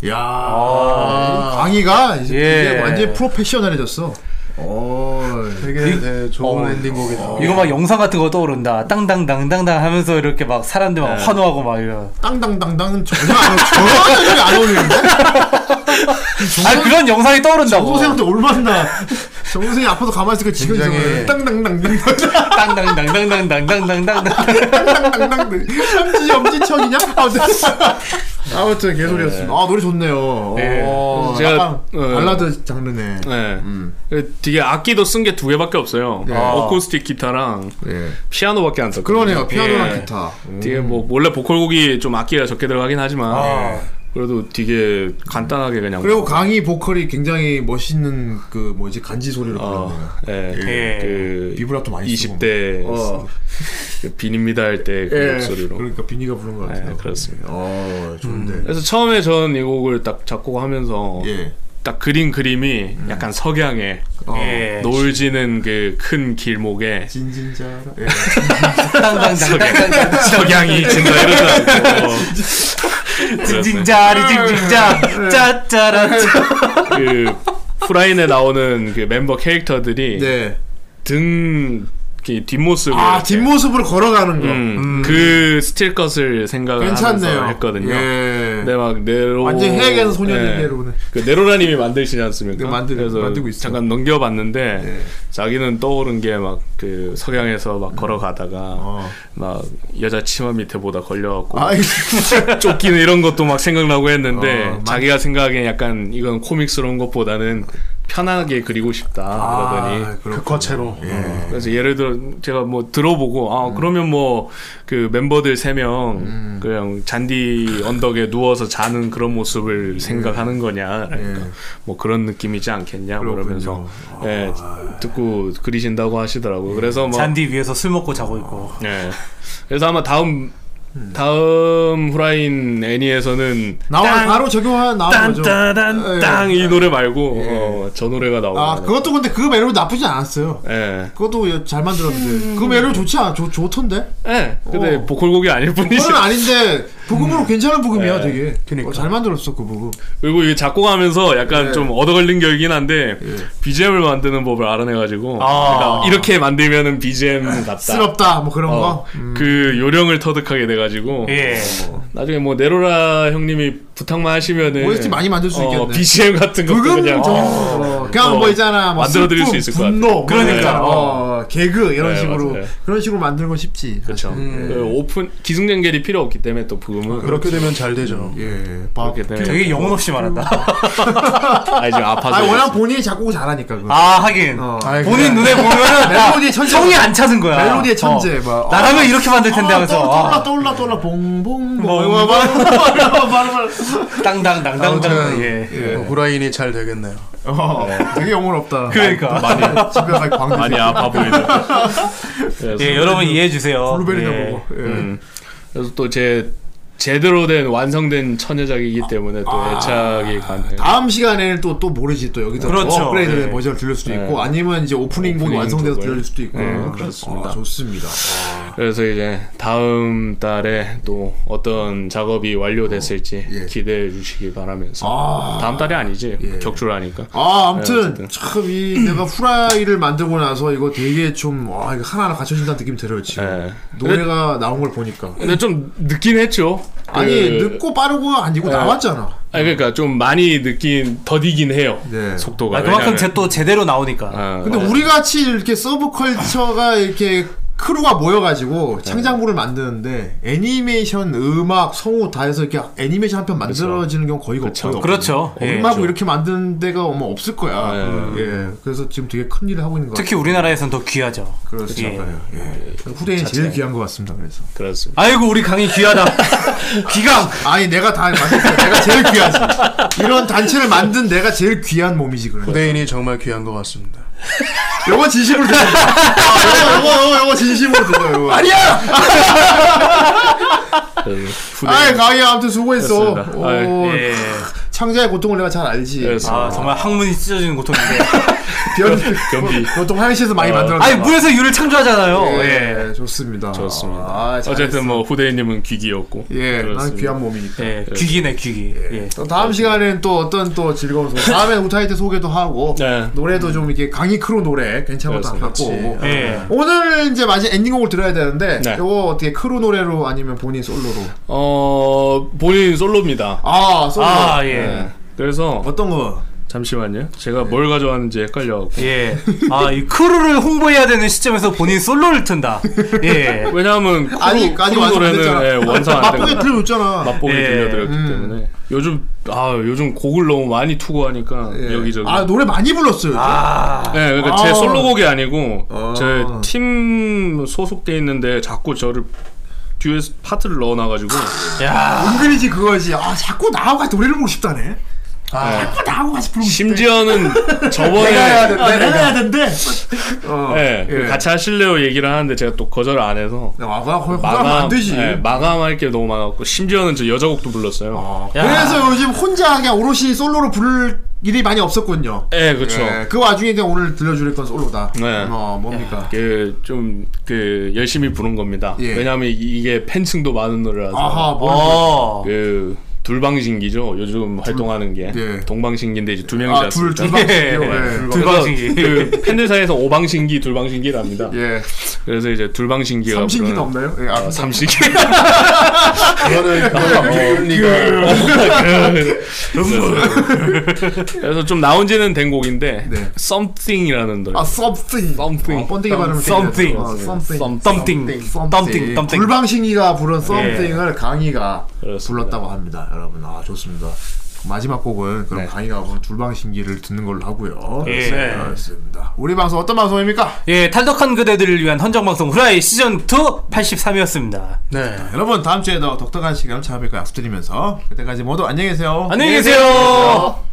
A: 야 강희가 이제
C: 예.
A: 이제 완전히 프로페셔널해졌어. 오.
D: 되게 네, 좋은 엔딩곡이다.
C: 어. 이거 막 영상 같은 거 떠오른다. 땅당당당당 하면서 이렇게 막 사람들 막 환호하고 막 이런.
A: 땅당당당은 전혀 안 어울- 전혀 안 어울리는데.
C: 아 그런 영상이 떠오른다고.
A: 정선생한테 올맞나. 정선생이 앞으로 가만히 있으니까 지금
D: 굉장히-
A: 이상해. 땅당당당당
C: 땅당당당당당당당당.
A: 땅당당당 염지 염지천이냐? 아무튼 아무튼 개소리였습니다. 아 노래 좋네요.
I: 네.
A: 어,
I: 제가-
A: 약간
I: 어.
A: 발라드 장르네.
I: 네. 그 되게 악기도 쓴 게 두 개밖에 없어요.
A: 음. 아.
I: 어쿠스틱 기타랑
A: 예.
I: 피아노밖에 안 썼거든요.
A: 그러네요. 피아노랑
I: 예.
A: 기타. 음. 아.
I: 되게 뭐 원래 보컬곡이 좀 악기가 적게 들어가긴 하지만 그래도 되게 간단하게 그냥
A: 그리고 강희 보컬이 굉장히 멋있는 그 뭐지 간지 소리로
I: 어,
A: 불렀네요.
I: 예.
J: 예.
I: 그
A: 비브라토 많이 쓰고.
I: 20대
A: 어.
I: 그 비닙니다 할 때 그
A: 예.
I: 목소리로
A: 그러니까 비니가 부른 것 같아요.
I: 예, 그렇습니다.
A: 어 좋은데.
I: 그래서 처음에 전 이 곡을 딱 작곡하면서
A: 예. 음.
I: 딱 그린 그림이 약간 석양에
A: 어.
C: 예.
I: 노을지는 그 큰 길목에
A: 진진자라.
I: 석양, 석양이 진다 이러더라고.
C: 징징자리 징징자 짜짜라
I: 그 프라인에 나오는 그 멤버 캐릭터들이
A: 네.
I: 등 이렇게 뒷모습을
A: 아
I: 이렇게
A: 뒷모습으로 걸어가는 거.
I: 음, 그 스틸컷을 생각을
A: 괜찮네요.
I: 하면서 했거든요.
A: 예.
I: 근데 막 네로
A: 완전 해외에서 소년인
I: 예.
A: 예로는.
I: 그 네로라님이 만드시지 않습니까?
A: 네, 만들-
I: 그래서
A: 만들고 네. 있어요.
I: 잠깐 넘겨봤는데 자기는 떠오른 게 막 그 석양에서 막 걸어가다가 막 여자 치마 밑에 보다 걸려갖고
A: 아, 이거
I: 쫓기는 이런 것도 막 생각나고 했는데
A: 어, 만-
I: 자기가 생각엔 약간 이건 코믹스러운 것보다는 편하게 그리고 싶다 그러더니
A: 아, 그렇군요. 거체로. 예.
I: 그래서 예를 들어 제가 뭐 들어보고
A: 음.
I: 아 그러면 뭐 그 멤버들 세 명 그냥 잔디 언덕에 누워서 자는 그런
A: 음.
I: 모습을 생각하는 거냐 그러니까
A: 예.
I: 뭐 그런 느낌이지 않겠냐 뭐 그러면서 예
A: 아.
I: 듣고 그리신다고 하시더라고요 그래서 뭐
J: 잔디 위에서 술 먹고 자고 있고.
I: 예 그래서 아마 다음 다음 후라인 애니에서는
A: 나오면
I: 땅,
A: 바로 적용하는 나오는 거죠. 예.
I: 딴딴딴땅 이 노래 말고 어, 저 노래가 나오고
A: 아 그것도 근데 그 매력 나쁘지 않았어요.
I: 예.
A: 그것도 여- 잘 만들었는데
I: 음.
A: 그 매력 좋지 않아? 좋 좋던데?
I: 예. 근데
A: 어.
I: 보컬곡이 아닐 뿐이죠.
A: 그건 아닌데 부금으로 괜찮은 부금이야
I: 예.
A: 되게. 어, 잘 만들었어 그 부금.
I: 그리고 이 작곡하면서
A: 네.
I: 약간 좀 얻어걸린 격이긴 한데
A: 예.
I: BGM을 만드는 법을 알아내가지고 그러니까 이렇게 만들면은 BGM 같다.
A: 쓰럽다 뭐 그런
I: 어,
A: 거.
I: 그 요령을 터득하게 돼가지고
J: 예.
I: 나중에 뭐 네로라 형님이 부탁만 하시면은
A: OST 많이 만들 수
I: 어,
A: 있겠네.
I: BGM 같은 것도
A: 부금
I: 그냥
A: 정도.
I: 어,
A: 그냥
I: 어,
A: 뭐 있잖아. 뭐
I: 만들어드릴 수
A: 슬픔,
I: 있을 것 같아요.
A: 분노, 그러니까
I: 그러니까,
A: 어, 개그 이런
I: 네,
A: 식으로
I: 맞아요.
A: 그런 식으로 만드는 건 쉽지.
I: 그렇죠.
A: 음.
I: 그 오픈 기승전결이 필요 없기 때문에 또 부금은
D: 그렇게 되면 잘 되죠.
A: 예. 봐.
I: 그렇게 되면
J: 되게 영혼 없이 말한다.
I: 아 지금 아파서
A: 아 워낙 본인이 작곡을 잘하니까. 그거.
J: 아 하긴.
A: 어.
J: 본인 눈에
I: 아,
J: 보면은
A: 멜로디의 천재. 뭐,
J: 성이 안 찾은 거야.
A: 멜로디의 천재,
J: 어.
A: 막.
J: 나라면 이렇게 만들 텐데
A: 아,
J: 하면서.
A: 떠올라
J: 아.
A: 떠올라 떠올라 봉봉봉.
J: 뭐,
A: 뭐, 뭐,
J: 땅당당당당. 예.
D: 예. 후라인이 잘 되겠네요.
A: 어, 되게 영혼 없다.
J: 그러니까.
A: 많이 집에 갈 광대.
I: 많이 아파 보이다. 그래서
J: 예, 여러분 이해해 주세요.
A: 블루베리나
J: 예.
A: 보고. 예.
I: 음. 그래서 또 제 제대로 된 완성된 천여작이기 때문에 또
A: 아.
I: 애착이 가는.
A: 다음 시간에는 또 또 모르지 또 여기서
J: 그렇죠.
A: 또 업그레이드
J: 네.
A: 버전을 들릴 수도
I: 네.
A: 있고 아니면 이제 오프닝 곡이
I: 오프닝
A: 완성돼서
I: 곡을.
A: 들릴 수도 있고
I: 네,
A: 아,
I: 그렇습니다.
A: 아, 좋습니다.
I: 그래서 이제 다음 달에 또 어떤 작업이 완료됐을지
A: 예.
I: 기대해 주시기 바라면서
A: 아.
I: 다음 달이 아니지
A: 예.
I: 격주라니까.
A: 아,
I: 네,
A: 아무튼
I: 어쨌든.
A: 참 이 내가 후라이를 만들고 나서 이거 되게 좀 와, 이거 하나하나 갖춰진다는 느낌이 들어요 지금
I: 예.
A: 노래가 나온 걸 보니까
I: 근데 좀 늦긴 했죠.
A: 아니
I: 그-
A: 늦고 빠르고가 아니고 나왔잖아.
I: 아니 그러니까 좀 많이 느낀 더디긴 해요.
A: 네.
I: 속도가.
J: 아, 그만큼
I: 왜냐면-
J: 제 또 제대로 나오니까.
I: 아,
A: 근데 우리 같이 이렇게 서브컬처가 이렇게 크루가
J: 네.
A: 모여가지고 창작물을 만드는데 애니메이션, 음악, 성우 다 해서 이렇게 애니메이션 한 편 만들어지는 경우 거의가
I: 그쵸.
A: 없고요.
J: 그렇죠. 예.
A: 얼마고 이렇게 만드는 데가 아마 없을 거야.
I: 네.
A: 음, 예. 그래서 지금 되게 큰 일을 하고 있는 거
J: 특히
A: 같아요.
J: 우리나라에선 더 귀하죠.
A: 그렇죠.
J: 예.
A: 예. 후대인 제일 귀한 것 같습니다. 그래서
I: 그렇습니다.
J: 아이고 우리 강이 귀하다. 귀강.
A: 아니 내가 다 만들었어. 내가 제일 귀하지. 이런 단체를 만든 내가 제일 귀한 몸이지 그래.
D: 후대인이 정말 귀한 것 같습니다.
A: 요거 진심으로 드려. 아, 요거 요거 요거 진심으로 드려. 요거.
I: 후대.
A: 아이 강희 아무튼 수고했어.
I: 네. 그렇습니다.
A: 오,
I: 아이, 네,
J: 예.
A: 창자의 고통을 내가 잘 알지.
I: 그렇습니다.
J: 아 정말 항문이 찢어지는 고통인데.
A: 변,
I: 변비. 뭐,
A: 보통 화장실에서 많이 만들어.
J: 아니 물에서 유를 창조하잖아요. 예.
A: 예, 좋습니다.
I: 좋습니다.
A: 아, 잘했어.
I: 어쨌든 뭐 후대인님은 귀기였고.
A: 예, 난
I: 그렇습니다.
A: 귀한 몸이니까.
J: 예. 귀기네 귀기. 예.
A: 또 다음 시간에는 또 어떤 또 즐거운 소식. 다음에 우타이트 소개도 하고
I: 네.
A: 노래도 좀 이렇게 강의 크루 노래 괜찮은 것도
I: 그렇습니다. 아,
A: 갖고.
J: 예.
A: 오늘 이제 마지막 엔딩곡을 들어야 되는데
I: 네.
A: 요거 어떻게 크루 노래로 아니면 본인 솔로로?
I: 어 본인 솔로입니다.
A: 아 솔로.
J: 아
I: 네.
J: 예.
I: 그래서
A: 어떤 거?
I: 잠시만요. 제가
A: 네.
I: 뭘 가져왔는지 헷갈려.
J: 예. 아 이 크루를 홍보해야 되는 시점에서 본인 솔로를 튼다. 예.
I: 왜냐하면 쿠,
A: 아니, 아직
I: 쿠
A: 완성 안
I: 노래는 예,
A: 됐잖아.
I: 완성 안
A: 맛보게
I: 되고
A: 들려줬잖아.
I: 맛보기
J: 예.
I: 들려드렸기
A: 음.
I: 때문에 요즘 아 요즘 곡을 너무 많이 투고하니까
A: 예.
I: 여기저기.
A: 아 노래 많이 불렀어요.
I: 네, 그러니까 제
A: 아.
I: 솔로곡이 아니고
A: 아.
I: 제 팀 소속돼 있는데 자꾸 저를 듀엣 파트를 넣어놔가지고
A: 은근히지 그거지. 아 자꾸 나하고 같이 노래를 부르고 싶다네. 아, 자꾸 나하고 같이 부르고 싶.
I: 심지어는
A: 내가 해야
I: 저번에
A: 된대.
J: 아, 네.
A: 내가 해야 된대. 어.
I: 예, 그
A: 예.
I: 같이 하실래요 얘기를 하는데 제가 또 거절을 안 해서
A: 아, 그거 그거 하면 안 되지.
I: 예, 마감할 게
A: 아.
I: 너무 많았고 심지어는 저 여자곡도 불렀어요.
A: 그래서 요즘 혼자 그냥 오롯이 솔로로 부를 일이 많이 없었군요.
I: 예, 그렇죠.
A: 예, 그 와중에 이제 오늘 들려줄 건 솔로다.
I: 네.
A: 어, 뭡니까?
I: 그, 좀, 그, 열심히 부른 겁니다.
A: 예.
I: 왜냐면 이게 팬층도 많은 노래라서.
A: 아하, 뭐.
C: 어.
I: 그, 둘방신기죠. 요즘 활동하는 게.
A: 예.
I: 동방신기인데 이제 두 명이지
A: 아, 둘,
I: 않습니까?
A: 둘방. 예.
C: 둘방신기.
I: 그, 팬들 사이에서 오방신기, 둘방신기랍니다.
A: 예.
I: 그래서 이제 둘방신기가.
A: 삼신기도
I: 부르는-
A: 없나요? 예, 아,
I: 어, 삼신기.
D: 그거는 금리가
I: 그래서 좀 나온 지는 된 곡인데.
A: 네.
I: Something이라는 노래.
A: 아, something.
I: Something.
A: 어, 번데기 발음을 때리네.
C: Something.
A: 어, something. 예.
C: 덤띵. 덤띵. 덤띵.
A: 불방신기가 부른 something을 강희가
I: 그렇습니다.
A: 불렀다고 합니다. 여러분, 아, 좋습니다. 마지막 곡은 그럼 강희가 부른 둘방신기를 듣는 걸로 하고요. 네,
C: 예.
A: 그렇습니다. 우리 방송 어떤 방송입니까?
C: 예, 탈덕한 그대들을 위한 헌정방송 후라이 시즌 2 83이었습니다.
A: 네. 여러분, 다음 주에 더 독특한 시간을 찾아뵐까 약속드리면서 그때까지 모두 안녕히 계세요.
C: 안녕히 계세요.